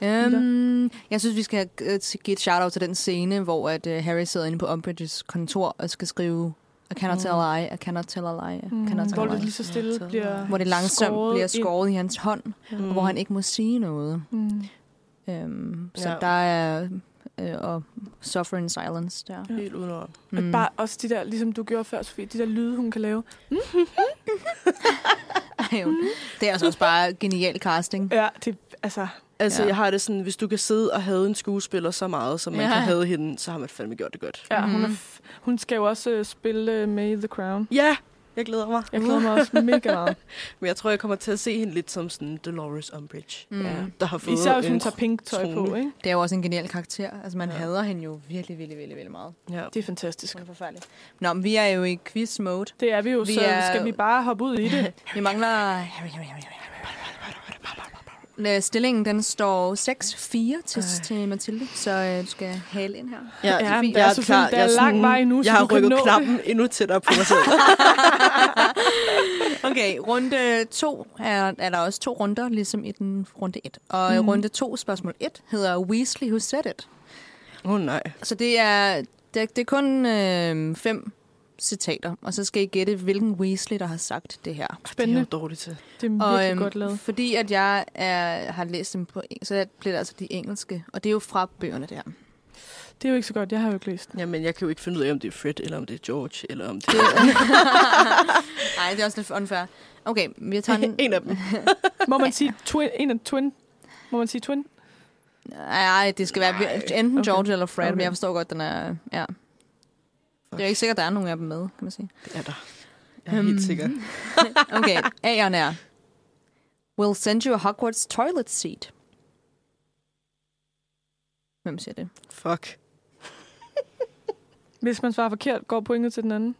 [SPEAKER 3] Um, jeg synes, vi skal øh, give et shout-out til den scene, hvor at, uh, Harry sidder inde på Umbridges kontor og skal skrive I cannot tell a lie, I cannot tell a lie, I cannot tell
[SPEAKER 2] Mm. hmm, Hvor det
[SPEAKER 3] a lie.
[SPEAKER 2] lige så stille bliver
[SPEAKER 3] Hvor det langsomt
[SPEAKER 2] skåret
[SPEAKER 3] bliver
[SPEAKER 2] ind.
[SPEAKER 3] skåret i hans hånd, mm. og hvor han ikke må sige noget.
[SPEAKER 2] Mm.
[SPEAKER 3] Um, så
[SPEAKER 4] Ja.
[SPEAKER 3] der er øh, og suffer in silence der.
[SPEAKER 4] Helt udenom.
[SPEAKER 2] Mm. Bare også de der, ligesom du gjorde før, Sofie, de der lyde, hun kan lave.
[SPEAKER 3] Ej, jo. det er altså også bare genial casting.
[SPEAKER 2] Ja, det altså...
[SPEAKER 4] Altså,
[SPEAKER 3] Ja.
[SPEAKER 4] ja. jeg har det sådan, hvis du kan sidde og have en skuespiller så meget, som man
[SPEAKER 3] Ja.
[SPEAKER 4] ja. kan have hende, så har man fandme gjort det godt.
[SPEAKER 2] Ja, mm. hun, er f- hun skal jo også øh, spille øh, med i The Crown.
[SPEAKER 4] Ja, jeg glæder mig.
[SPEAKER 2] Jeg glæder mig også mega meget.
[SPEAKER 4] Men jeg tror, jeg kommer til at se hende lidt som sådan Dolores Umbridge, mm.
[SPEAKER 2] Ja.
[SPEAKER 4] der har fået
[SPEAKER 2] Især hvis hun
[SPEAKER 4] en-
[SPEAKER 2] tager pink tøj på,
[SPEAKER 4] trone.
[SPEAKER 2] ikke?
[SPEAKER 3] Det er jo også en genial karakter. Altså, man ja. hader hende jo virkelig, virkelig, virkelig, virkelig meget.
[SPEAKER 4] Ja.
[SPEAKER 2] Det er fantastisk.
[SPEAKER 3] Hun er forfærdelig. Nå, men vi er jo i quiz-mode.
[SPEAKER 2] Det er vi jo,
[SPEAKER 3] Vi
[SPEAKER 2] vi så
[SPEAKER 3] er-
[SPEAKER 2] er... skal vi bare hoppe ud i det.
[SPEAKER 3] Vi mangler... Harry, Harry, Harry, Harry. Øh, Stillingen den står 6-4 til, til Mathilde, så øh, du skal hale ind her.
[SPEAKER 4] Ja,
[SPEAKER 2] Ja, men
[SPEAKER 4] jeg
[SPEAKER 2] der er selvfølgelig- der er lang
[SPEAKER 4] sådan-
[SPEAKER 2] vej endnu, så
[SPEAKER 4] Jeg har
[SPEAKER 2] du kan
[SPEAKER 4] rykket
[SPEAKER 2] nå
[SPEAKER 4] knappen endnu tættere på mig selv.
[SPEAKER 3] Okay, runde 2 er, er der også to runder, ligesom i den runde 1. Og
[SPEAKER 2] Mhm.
[SPEAKER 3] mm. runde 2, spørgsmål 1, hedder Weasley Who Said It.
[SPEAKER 4] Åh oh, nej.
[SPEAKER 3] Så det er, det, det er kun øh, fem citater, og så skal I gætte, hvilken Weasley, der har sagt det her.
[SPEAKER 2] Spændende.
[SPEAKER 4] Det er jeg jo dårlig til.
[SPEAKER 2] Det er virkelig
[SPEAKER 3] Og øhm,
[SPEAKER 2] godt lavet.
[SPEAKER 3] fordi at jeg er, har læst dem på engelsk, så bliver det altså de engelske. Og det er jo fra bøgerne, det her.
[SPEAKER 2] Det er jo ikke så godt, jeg har jo ikke læst den.
[SPEAKER 4] Jamen, jeg kan jo ikke finde ud af, om det er Fred, eller om det er George, eller om det
[SPEAKER 3] Nej, det er også lidt unfair. Okay, vi tager
[SPEAKER 4] er
[SPEAKER 3] en...
[SPEAKER 4] en af dem.
[SPEAKER 2] Må man sige twin, en af twin? Må man sige twin?
[SPEAKER 3] Nej, det skal være enten
[SPEAKER 2] Okay.
[SPEAKER 3] George eller Fred, okay. men
[SPEAKER 2] Okay.
[SPEAKER 3] jeg forstår godt, den er... Ja. Det er jo ikke sikkert, at der er nogen af dem med, kan man sige.
[SPEAKER 4] Det er der. Jeg er
[SPEAKER 2] Øhm,
[SPEAKER 4] helt sikker.
[SPEAKER 3] Okay, A'erne er... We'll send you a Hogwarts toilet seat. Hvem siger det?
[SPEAKER 4] Fuck.
[SPEAKER 2] Hvis man svarer forkert, går pointet til den anden.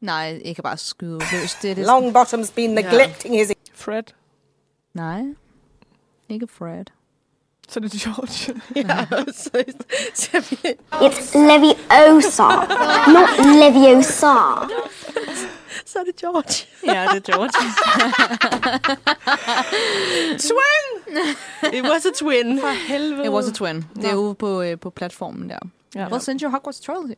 [SPEAKER 3] Nej, jeg kan bare skyde løs. Det er det
[SPEAKER 7] Longbottom's been neglecting his e,
[SPEAKER 2] Fred.
[SPEAKER 3] Nej. Ikke Fred.
[SPEAKER 2] Så det er George.
[SPEAKER 4] Ja, så, så vi,
[SPEAKER 6] It's Leviosa, not Leviosa.
[SPEAKER 4] så er det George.
[SPEAKER 3] ja, det er George.
[SPEAKER 4] It was a twin.
[SPEAKER 2] Helvede.
[SPEAKER 3] It was a twin. Det er ude på, øh, på platformen der.
[SPEAKER 2] Ja.
[SPEAKER 3] We'll send you Hogwarts toilet.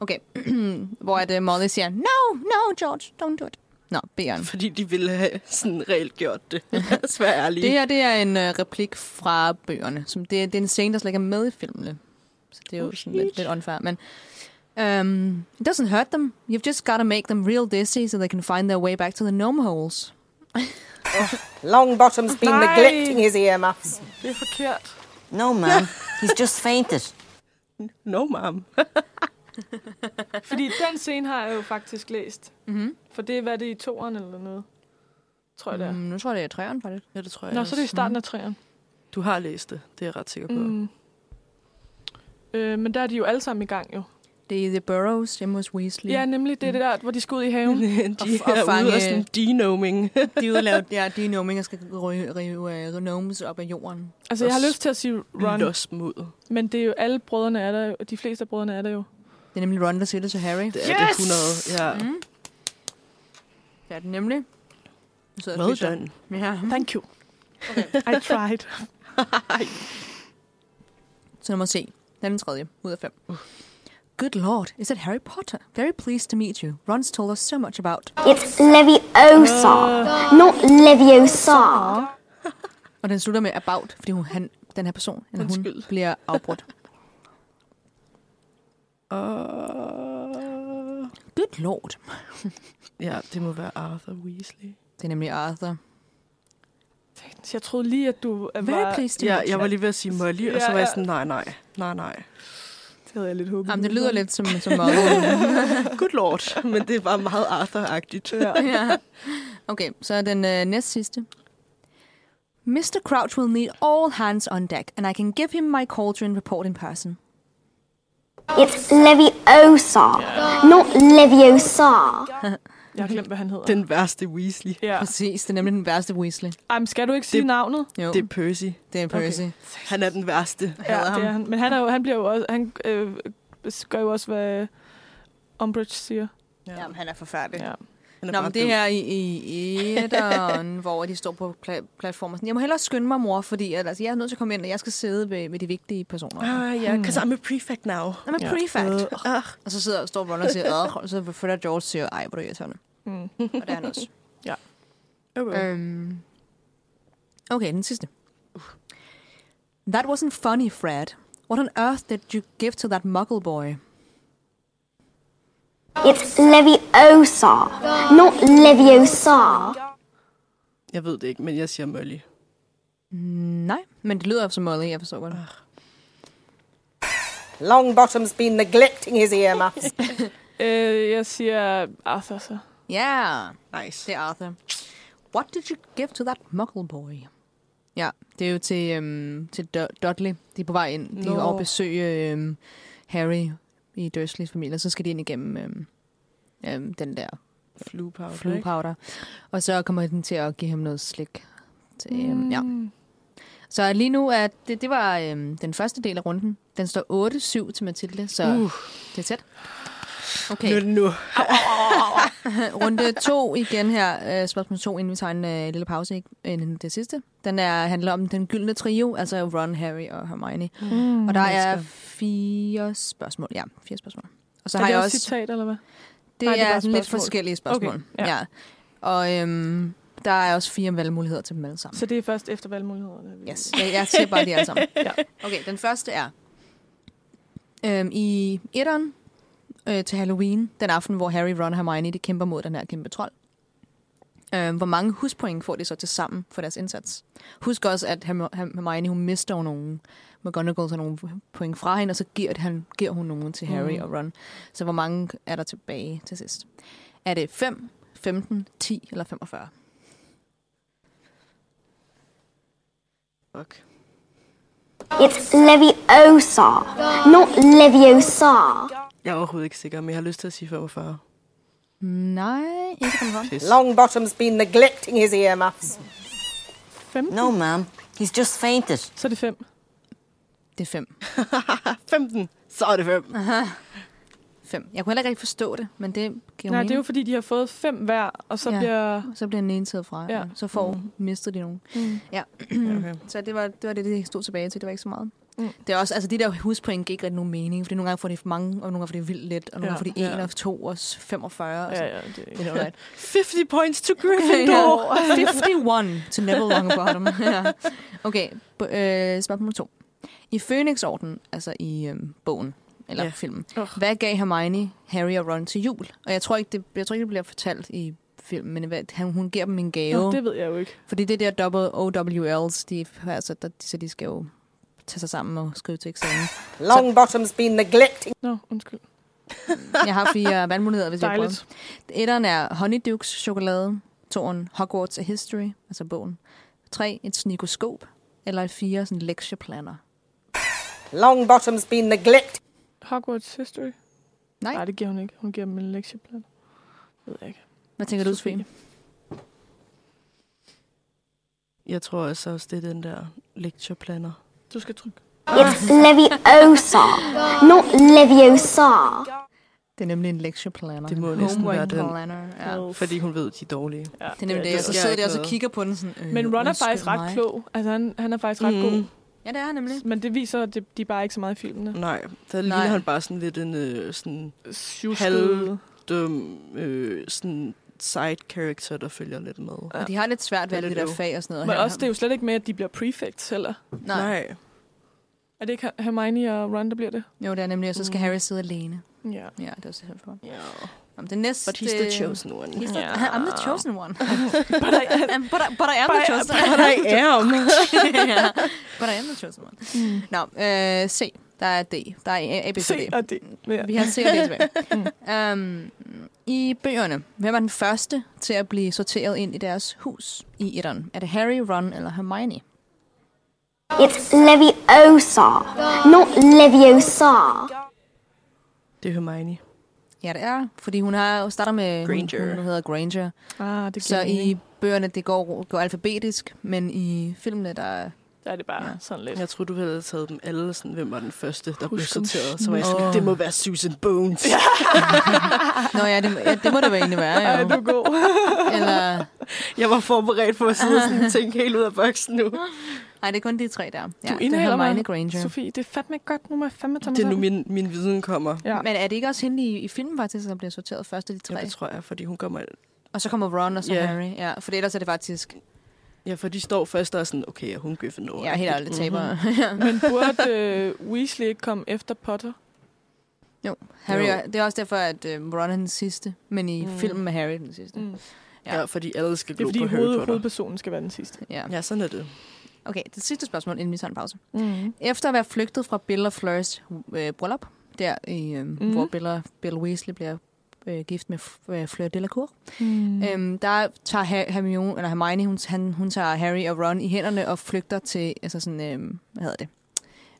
[SPEAKER 3] Okay, hvor at uh, Molly siger, no, no, George, don't do it. Nå, B'eren.
[SPEAKER 4] Fordi de ville have sådan reelt gjort det. Lad os være ærlige.
[SPEAKER 3] Det her, det er en uh, replik fra bøgerne. Som det, det er en scene, der slet ikke er med i filmene. Så det er jo oh, sådan lidt, lidt unfair. Men, um, it doesn't hurt them. You've just got to make them real dizzy, so they can find their way back to the gnome holes.
[SPEAKER 7] Longbottom's been
[SPEAKER 2] Nice.
[SPEAKER 7] neglecting his earmuffs.
[SPEAKER 2] Det er forkert.
[SPEAKER 8] No, ma'am. He's just fainted.
[SPEAKER 4] No, mom.
[SPEAKER 2] Fordi den scene har jeg jo faktisk læst. Mm-hmm. For det er, hvad det er i toeren eller noget. Tror jeg, det er.
[SPEAKER 3] Mm, nu tror jeg, det er træerne, faktisk.
[SPEAKER 4] Ja, det tror jeg
[SPEAKER 2] Nå, så er det i starten af træerne.
[SPEAKER 4] Du har læst det. Det er jeg ret sikker på. Mm.
[SPEAKER 2] Mm. Øh, men der er de jo alle sammen i gang, jo.
[SPEAKER 3] Mm. Det er The Burrows hjemme hos Weasley.
[SPEAKER 2] Ja, nemlig det er det der, hvor de skal ud i haven.
[SPEAKER 4] de
[SPEAKER 3] Og- og
[SPEAKER 4] er ude
[SPEAKER 3] fange-
[SPEAKER 4] og sådan denoming.
[SPEAKER 3] de er ude og lave, ja, de er gnominger, skal rive, rive uh, gnomes op af jorden.
[SPEAKER 2] Altså, jeg har lyst til at sige Ron,
[SPEAKER 4] Los mod.
[SPEAKER 2] men det er jo alle brødrene er der, jo. de fleste af brødrene er der jo.
[SPEAKER 3] Det er nemlig Ron, der siger det til Harry.
[SPEAKER 4] Det er yes! det 100. Ja. Mm.
[SPEAKER 3] Det er det nemlig. Nu sidder jeg og
[SPEAKER 4] Well
[SPEAKER 3] spiser.
[SPEAKER 4] done.
[SPEAKER 3] Ja.
[SPEAKER 2] Thank you. Okay. I tried.
[SPEAKER 3] Så nummer C. Den tredje ud af fem. Good lord, is it Harry Potter? Very pleased to meet you. Ron's told us so much about.
[SPEAKER 6] It's Leviosa, not Leviosa.
[SPEAKER 3] Og den slutter med about, fordi hun, han, den her person, eller hun,
[SPEAKER 4] Undskyld.
[SPEAKER 3] bliver afbrudt.
[SPEAKER 4] Uh,
[SPEAKER 3] Good lord.
[SPEAKER 4] ja, det må være Arthur Weasley.
[SPEAKER 3] Det er nemlig Arthur.
[SPEAKER 2] Så jeg troede lige, at du var...
[SPEAKER 3] Very pleased to
[SPEAKER 4] Ja,
[SPEAKER 3] meet you.
[SPEAKER 4] jeg var lige ved at sige Molly, og
[SPEAKER 2] Ja,
[SPEAKER 4] så var
[SPEAKER 2] ja.
[SPEAKER 4] jeg sådan, nej, nej, nej, nej.
[SPEAKER 2] Det havde jeg lidt håbet.
[SPEAKER 3] Jamen, det lyder lidt som, som Molly.
[SPEAKER 4] Good lord, men det var meget Arthur-agtigt. Ja.
[SPEAKER 3] ja. Okay, så er den øh, næst sidste. Mr. Crouch will need all hands on deck, and I can give him my cauldron report in person.
[SPEAKER 6] It's Leviosa, not Leviosa.
[SPEAKER 2] Jeg har glemt, hvad han hedder.
[SPEAKER 4] Den værste Weasley,
[SPEAKER 2] Ja.
[SPEAKER 3] Præcis, det er nemlig den værste Weasley.
[SPEAKER 2] Ej, men skal du ikke sige
[SPEAKER 4] Det-
[SPEAKER 2] navnet?
[SPEAKER 3] Jo,
[SPEAKER 4] det er Percy.
[SPEAKER 3] det er Percy. Okay.
[SPEAKER 4] Han er den værste.
[SPEAKER 3] hader
[SPEAKER 2] det er
[SPEAKER 3] ham.
[SPEAKER 2] han. Men han, er jo, han, bliver jo også, han øh, gør jo også, hvad Umbridge siger.
[SPEAKER 3] Jamen, han er forfærdelig.
[SPEAKER 2] Ja.
[SPEAKER 4] Han er
[SPEAKER 3] Nå,
[SPEAKER 4] bare
[SPEAKER 3] men det
[SPEAKER 4] dum.
[SPEAKER 3] her i, i etteren, hvor de står på pla- platformen. Sådan, Jeg må hellere skynde mig, mor, fordi at, altså, jeg er nødt til at komme ind, og jeg skal sidde ved, ved de vigtige personer. Ah.
[SPEAKER 4] Ah, ja, yeah, because I'm a prefect now.
[SPEAKER 3] I'm a
[SPEAKER 2] Ja.
[SPEAKER 3] prefect. Ja. Øh,
[SPEAKER 4] Ah,
[SPEAKER 3] Og så sidder står Ron og siger, "Ad", og så følger George og siger, ej, hvor er det irriterende.
[SPEAKER 2] Mm.
[SPEAKER 3] Og det er han også.
[SPEAKER 4] okay.
[SPEAKER 3] øhm. Okay, den sidste. That wasn't funny, Fred. What on earth did you give to that muggle boy?
[SPEAKER 6] It's Leviosa, not Leviosa.
[SPEAKER 4] Jeg ved det ikke, men jeg siger Molly.
[SPEAKER 3] Nej, men det lyder som Molly, jeg forstår godt.
[SPEAKER 7] Longbottom's been neglecting his earmuffs.
[SPEAKER 2] Øh, jeg siger Arthur så.
[SPEAKER 3] Yeah.
[SPEAKER 4] Nice.
[SPEAKER 3] Det er Arthur. What did you give to that muggle boy? Ja, det er jo til, øhm, til Do- Dudley. De er på vej ind. De er
[SPEAKER 4] Nå.
[SPEAKER 3] over at besøge øhm, Harry i Dursleys familie, og så skal de ind igennem øhm, øhm, den der
[SPEAKER 4] Flue powder, ikke?
[SPEAKER 3] fluepowder. Og så kommer den til at give ham noget slik. Til, øhm,
[SPEAKER 4] Hmm.
[SPEAKER 3] ja.
[SPEAKER 2] Mm.
[SPEAKER 3] Så lige nu, er det, det var øhm, den første del af runden. Den står 8-7 til Mathilde, så uh. det er tæt.
[SPEAKER 4] Nu er
[SPEAKER 3] Okay,
[SPEAKER 4] det nu.
[SPEAKER 3] runde to igen her. Øh, spørgsmål to, inden vi tager en øh, lille pause, ikke? inden det sidste. Den er, handler om den gyldne trio, altså Ron, Harry og Hermione. Mm, og der er fire spørgsmål. Ja, fire spørgsmål. Og så
[SPEAKER 2] Er
[SPEAKER 3] har
[SPEAKER 2] det
[SPEAKER 3] jeg
[SPEAKER 2] også
[SPEAKER 3] også...
[SPEAKER 2] citat, eller hvad?
[SPEAKER 3] Det
[SPEAKER 2] Nej,
[SPEAKER 3] er,
[SPEAKER 2] det er bare
[SPEAKER 3] sådan lidt
[SPEAKER 2] spørgsmål.
[SPEAKER 3] forskellige spørgsmål.
[SPEAKER 2] Okay,
[SPEAKER 3] ja.
[SPEAKER 2] ja.
[SPEAKER 3] ja. Og øhm, der er også fire valgmuligheder til dem alle sammen.
[SPEAKER 2] Så det er først efter valgmulighederne. vi-
[SPEAKER 3] Yes, jeg, jeg siger bare de alle sammen.
[SPEAKER 2] Ja.
[SPEAKER 3] Okay, den første er... øhm, i etteren øh, til Halloween, den aften, hvor Harry, Ron og Hermione de kæmper mod den her kæmpe trold. Øhm, hvor mange huspoint får de så til sammen for deres indsats? Husk også, at Herm- Herm- Hermione hun mister jo nogle McGonagall tager nogle point fra hende, og så giver, det, han, giver hun nogle til Harry mm. og Ron. Så hvor mange er der tilbage til sidst? Er det 5, 15, 10 eller 45?
[SPEAKER 4] Fuck.
[SPEAKER 6] It's Leviosa, not Leviosa.
[SPEAKER 4] Jeg er overhovedet ikke sikker, men jeg har lyst til at sige 45.
[SPEAKER 3] Nej, ikke på den hånd.
[SPEAKER 4] Pis.
[SPEAKER 7] Longbottom's been neglecting his earmuffs.
[SPEAKER 2] 15?
[SPEAKER 8] No, ma'am. He's just fainted.
[SPEAKER 2] Så er det 5.
[SPEAKER 3] Det er 5.
[SPEAKER 4] 15. Så er det 5.
[SPEAKER 3] 5. Jeg kunne heller ikke rigtig forstå det, men det giver
[SPEAKER 2] Nej,
[SPEAKER 3] mening.
[SPEAKER 2] det er jo fordi, de har fået fem hver, og så
[SPEAKER 3] Ja.
[SPEAKER 2] ja. bliver...
[SPEAKER 3] så bliver den ene taget fra,
[SPEAKER 2] Ja.
[SPEAKER 3] ja. så får mm. mistet de nogen. Mm. Ja.
[SPEAKER 4] okay.
[SPEAKER 3] Så det var, det var det, det stod tilbage til. Det var ikke så meget. Mm. Det er også, altså de der huspoint giver ikke rigtig nogen mening, fordi nogle gange får de for mange, og nogle gange får de vildt let, og nogle
[SPEAKER 2] Ja.
[SPEAKER 3] gange får de 1
[SPEAKER 2] Ja.
[SPEAKER 3] og 2 og s- 45. Og
[SPEAKER 2] Ja,
[SPEAKER 3] sådan.
[SPEAKER 2] ja, det er
[SPEAKER 3] Det er noget
[SPEAKER 4] 50 points to Gryffindor.
[SPEAKER 3] Gryffindor. 51 to Neville Longbottom. ja. Okay, b- øh, spørgsmål 2. I Phoenix-orden, altså i øh, bogen, eller
[SPEAKER 4] Ja.
[SPEAKER 3] yeah. filmen,
[SPEAKER 4] Ugh.
[SPEAKER 3] hvad gav Hermione, Harry og Ron til jul? Og jeg tror ikke, det, jeg tror ikke, det bliver fortalt i filmen, men hvad, han, hun giver dem en gave.
[SPEAKER 2] Det ved jeg jo ikke.
[SPEAKER 3] Fordi det der double OWLs, de, altså, der, så de skal jo tage sig sammen og skrive til eksamen.
[SPEAKER 7] Longbottom's been neglecting.
[SPEAKER 2] Nå, undskyld.
[SPEAKER 3] Jeg har fire valgmuligheder, hvis jeg prøver.
[SPEAKER 2] Dejligt.
[SPEAKER 3] Etteren er Honeydukes chokolade. Toren Hogwarts A History, altså bogen. Tre, et snikoskop. Eller et fire, sådan en lectureplaner.
[SPEAKER 7] Longbottom's been neglecting.
[SPEAKER 2] Hogwarts History?
[SPEAKER 3] Nej.
[SPEAKER 2] Nej, det giver hun ikke. Hun giver dem en lektieplan. Det ved jeg ikke.
[SPEAKER 3] Hvad tænker du, Sofie?
[SPEAKER 4] Jeg tror også, også, det er den der lectureplaner.
[SPEAKER 2] Du skal trykke.
[SPEAKER 6] It's Leviosa, not Leviosa.
[SPEAKER 3] Det er nemlig en lectureplaner.
[SPEAKER 4] Det må næsten
[SPEAKER 3] Homework
[SPEAKER 4] være den.
[SPEAKER 3] planner, Ja.
[SPEAKER 2] Uf.
[SPEAKER 4] Fordi hun ved, de er dårlige.
[SPEAKER 2] Ja,
[SPEAKER 3] Det er nemlig det.
[SPEAKER 4] det
[SPEAKER 3] Og så
[SPEAKER 4] sker
[SPEAKER 3] sidder
[SPEAKER 4] ikke
[SPEAKER 3] de også og
[SPEAKER 4] noget.
[SPEAKER 3] kigger på den sådan... Øh,
[SPEAKER 2] Men Ron er
[SPEAKER 3] undskyld
[SPEAKER 2] faktisk ret
[SPEAKER 3] mig.
[SPEAKER 2] klog. Altså, han, han er faktisk ret mm. god.
[SPEAKER 3] Ja, det er han nemlig.
[SPEAKER 2] Men det viser, at det, de er bare ikke så meget i filmene.
[SPEAKER 4] Nej, der ligner
[SPEAKER 3] Nej.
[SPEAKER 4] han bare sådan lidt en øh, sådan
[SPEAKER 2] Sjusket.
[SPEAKER 4] dum øh, sådan side character, der følger lidt med.
[SPEAKER 3] Og de har lidt svært ved
[SPEAKER 4] Det er
[SPEAKER 3] alle de
[SPEAKER 4] lidt
[SPEAKER 3] der
[SPEAKER 4] øv.
[SPEAKER 3] fag og sådan noget.
[SPEAKER 2] Men
[SPEAKER 3] Han-
[SPEAKER 2] også, det er jo slet ikke med, at de bliver prefects heller.
[SPEAKER 3] Nej. Nej.
[SPEAKER 2] Er det ikke Hermione og Ron, der bliver det?
[SPEAKER 3] Jo, det er nemlig, og så skal
[SPEAKER 2] Mm.
[SPEAKER 3] Harry sidde alene.
[SPEAKER 2] Ja.
[SPEAKER 3] Ja, det er også helt for.
[SPEAKER 4] Ja.
[SPEAKER 3] Om det næste...
[SPEAKER 4] But he's the chosen one.
[SPEAKER 3] He's the,
[SPEAKER 2] Ja.
[SPEAKER 3] I'm the chosen one.
[SPEAKER 2] But I,
[SPEAKER 3] Um, but, I, but I am the chosen one.
[SPEAKER 4] I am.
[SPEAKER 3] yeah. But I am the chosen one. Mm. Nå, øh, C. Der er D. Der er A, A B, C,
[SPEAKER 2] se,
[SPEAKER 3] D.
[SPEAKER 2] og det. Ja.
[SPEAKER 3] Vi har C og D tilbage. um, I bøgerne, hvem er den første til at blive sorteret ind i deres hus i etteren? Er det Harry, Ron eller Hermione?
[SPEAKER 6] It's Leviosa, not Leviosa.
[SPEAKER 4] Det er Hermione.
[SPEAKER 3] Ja, det er, fordi hun har jo starter med...
[SPEAKER 4] Granger.
[SPEAKER 3] Hun, hun hedder Granger.
[SPEAKER 2] Ah, det
[SPEAKER 3] Så
[SPEAKER 2] giver mening.
[SPEAKER 3] i bøgerne, det går, går alfabetisk, men i filmene, der...
[SPEAKER 2] Der er det bare
[SPEAKER 3] Ja.
[SPEAKER 2] ja. sådan lidt.
[SPEAKER 4] Jeg tror, du ville have taget dem alle. Sådan, hvem var den første, der blev
[SPEAKER 2] Husk dem
[SPEAKER 4] sorteret? Så var jeg sådan,
[SPEAKER 3] Åh.
[SPEAKER 4] det må være Susan Bones. Ja.
[SPEAKER 3] Nå ja, det, ja, det må det være egentlig
[SPEAKER 2] Ej,
[SPEAKER 3] være,
[SPEAKER 2] du er
[SPEAKER 3] jo.
[SPEAKER 2] god.
[SPEAKER 3] Eller...
[SPEAKER 4] Jeg var forberedt på at sidde og sådan, tænke helt ud af boksen nu.
[SPEAKER 3] Nej, det er kun de tre der. Ja,
[SPEAKER 2] du
[SPEAKER 3] det er
[SPEAKER 2] inhaler
[SPEAKER 3] Hermione
[SPEAKER 2] mig,
[SPEAKER 3] Granger.
[SPEAKER 2] Sofie. Det er fandme godt. Nu må jeg fandme tage mig
[SPEAKER 4] Det er nu
[SPEAKER 2] sammen.
[SPEAKER 4] min, min viden kommer.
[SPEAKER 2] Ja.
[SPEAKER 3] Men er det ikke også hende i, i filmen faktisk, der bliver sorteret først af de tre?
[SPEAKER 4] Ja, det tror jeg, fordi hun kommer...
[SPEAKER 3] og så kommer Ron og så
[SPEAKER 4] Ja.
[SPEAKER 3] yeah. Harry. Ja, for ellers er det faktisk...
[SPEAKER 4] Ja, for de står først og er sådan, okay, er hun Gryffindor?
[SPEAKER 3] Ja, helt ærligt taber.
[SPEAKER 2] Men burde øh, Weasley ikke komme efter Potter?
[SPEAKER 3] jo, Harry
[SPEAKER 4] Jo.
[SPEAKER 3] Er, det er også derfor, at øh, Ron er den sidste, men i mm. filmen med Harry den sidste. Mm.
[SPEAKER 2] Mm.
[SPEAKER 4] Ja. ja, fordi alle skal
[SPEAKER 2] Det er
[SPEAKER 4] glo
[SPEAKER 2] fordi
[SPEAKER 4] på Harry
[SPEAKER 2] hoved,
[SPEAKER 4] Potter.
[SPEAKER 2] hovedpersonen skal være den sidste.
[SPEAKER 3] Ja.
[SPEAKER 4] Ja, sådan er det.
[SPEAKER 3] Okay, det sidste spørgsmål, inden vi tager en pause.
[SPEAKER 2] Mm.
[SPEAKER 3] Efter at være flygtet fra Bill og Fleurs øh, bryllup, der, i, øh, mm. hvor Bill, og, Bill Weasley bliver øh, gift med F- øh, Fleur Delacour, mm. øhm, der tager Her- Hermione, eller Hermione, hun, han, hun tager Harry og Ron i hænderne og flygter til, altså sådan, øh, hvad hedder det,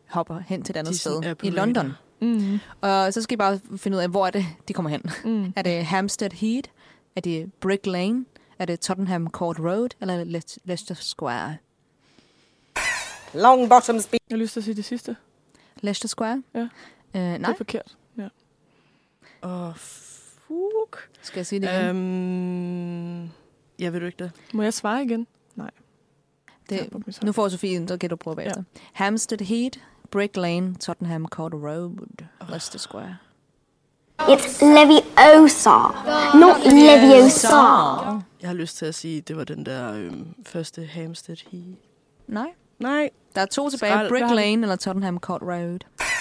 [SPEAKER 3] hopper hen til et andet
[SPEAKER 4] De sådan
[SPEAKER 3] sted
[SPEAKER 4] er på
[SPEAKER 3] i London.
[SPEAKER 4] øen.
[SPEAKER 2] Mm.
[SPEAKER 3] Og så skal I bare finde ud af, hvor er det, de kommer hen. Mm. Er det Hampstead Heath? Er det Brick Lane? Er det Tottenham Court Road? Eller er det Le- Leicester Square?
[SPEAKER 7] Longbottom's been.
[SPEAKER 2] Jeg har lyst til at sige det sidste. Nej.
[SPEAKER 3] Leicester Square?
[SPEAKER 2] Ja.
[SPEAKER 3] Øh,
[SPEAKER 2] Det
[SPEAKER 3] nej,
[SPEAKER 2] er forkert.
[SPEAKER 4] Åh, oh, fuck.
[SPEAKER 3] skal jeg sige det igen?
[SPEAKER 4] Øhm, ja, ved du ikke det?
[SPEAKER 2] Må jeg svare igen?
[SPEAKER 3] det,
[SPEAKER 2] Jeg bukker mig så.
[SPEAKER 3] nu får Sofie en, så kan du prøve bagefter. Ja. Hampstead Heath, Brick Lane, Tottenham Court Road, Leicester Square.
[SPEAKER 6] It's Leviosa, not Leviosa.
[SPEAKER 4] Jeg har lyst til at sige, at det var den der øhm, første Hampstead He.
[SPEAKER 3] Nej,
[SPEAKER 4] Nej,
[SPEAKER 3] der er to tilbage.
[SPEAKER 4] Skrald.
[SPEAKER 3] Brick
[SPEAKER 4] Hvad har vi?
[SPEAKER 3] Lane eller Tottenham Court Road.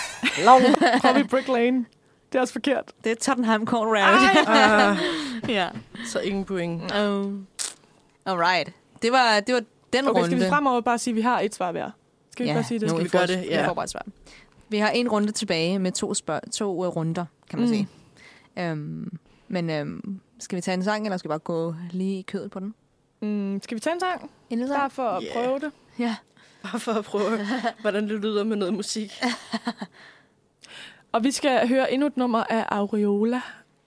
[SPEAKER 2] Long. Hoppy Brick Lane. Det er også forkert.
[SPEAKER 3] Det er Tottenham Corn Rabbit.
[SPEAKER 4] Ah,
[SPEAKER 3] ja.
[SPEAKER 4] så ingen point.
[SPEAKER 3] Um, alright. Det var, det var den
[SPEAKER 2] Okay,
[SPEAKER 3] runde.
[SPEAKER 2] skal vi fremover bare sige, at vi har et svar hver? Skal vi
[SPEAKER 3] ja,
[SPEAKER 2] bare sige det?
[SPEAKER 3] Nu,
[SPEAKER 4] Skal
[SPEAKER 3] vi
[SPEAKER 4] vi gøre
[SPEAKER 3] får,
[SPEAKER 4] det?
[SPEAKER 3] Vi
[SPEAKER 4] Ja.
[SPEAKER 3] får bare et svar. Vi har en runde tilbage med to, spørg- to uh, runder, kan man
[SPEAKER 2] Mm.
[SPEAKER 3] sige. Um, men um, skal vi tage en sang, eller skal vi bare gå lige i kødet på den?
[SPEAKER 2] Mm, skal vi tage en sang?
[SPEAKER 3] En lille
[SPEAKER 2] Bare
[SPEAKER 3] sang?
[SPEAKER 2] for at
[SPEAKER 4] Ja.
[SPEAKER 2] prøve det.
[SPEAKER 3] Ja.
[SPEAKER 4] Bare for at prøve, hvordan det lyder med noget musik.
[SPEAKER 2] Og vi skal høre endnu et nummer af Aureola.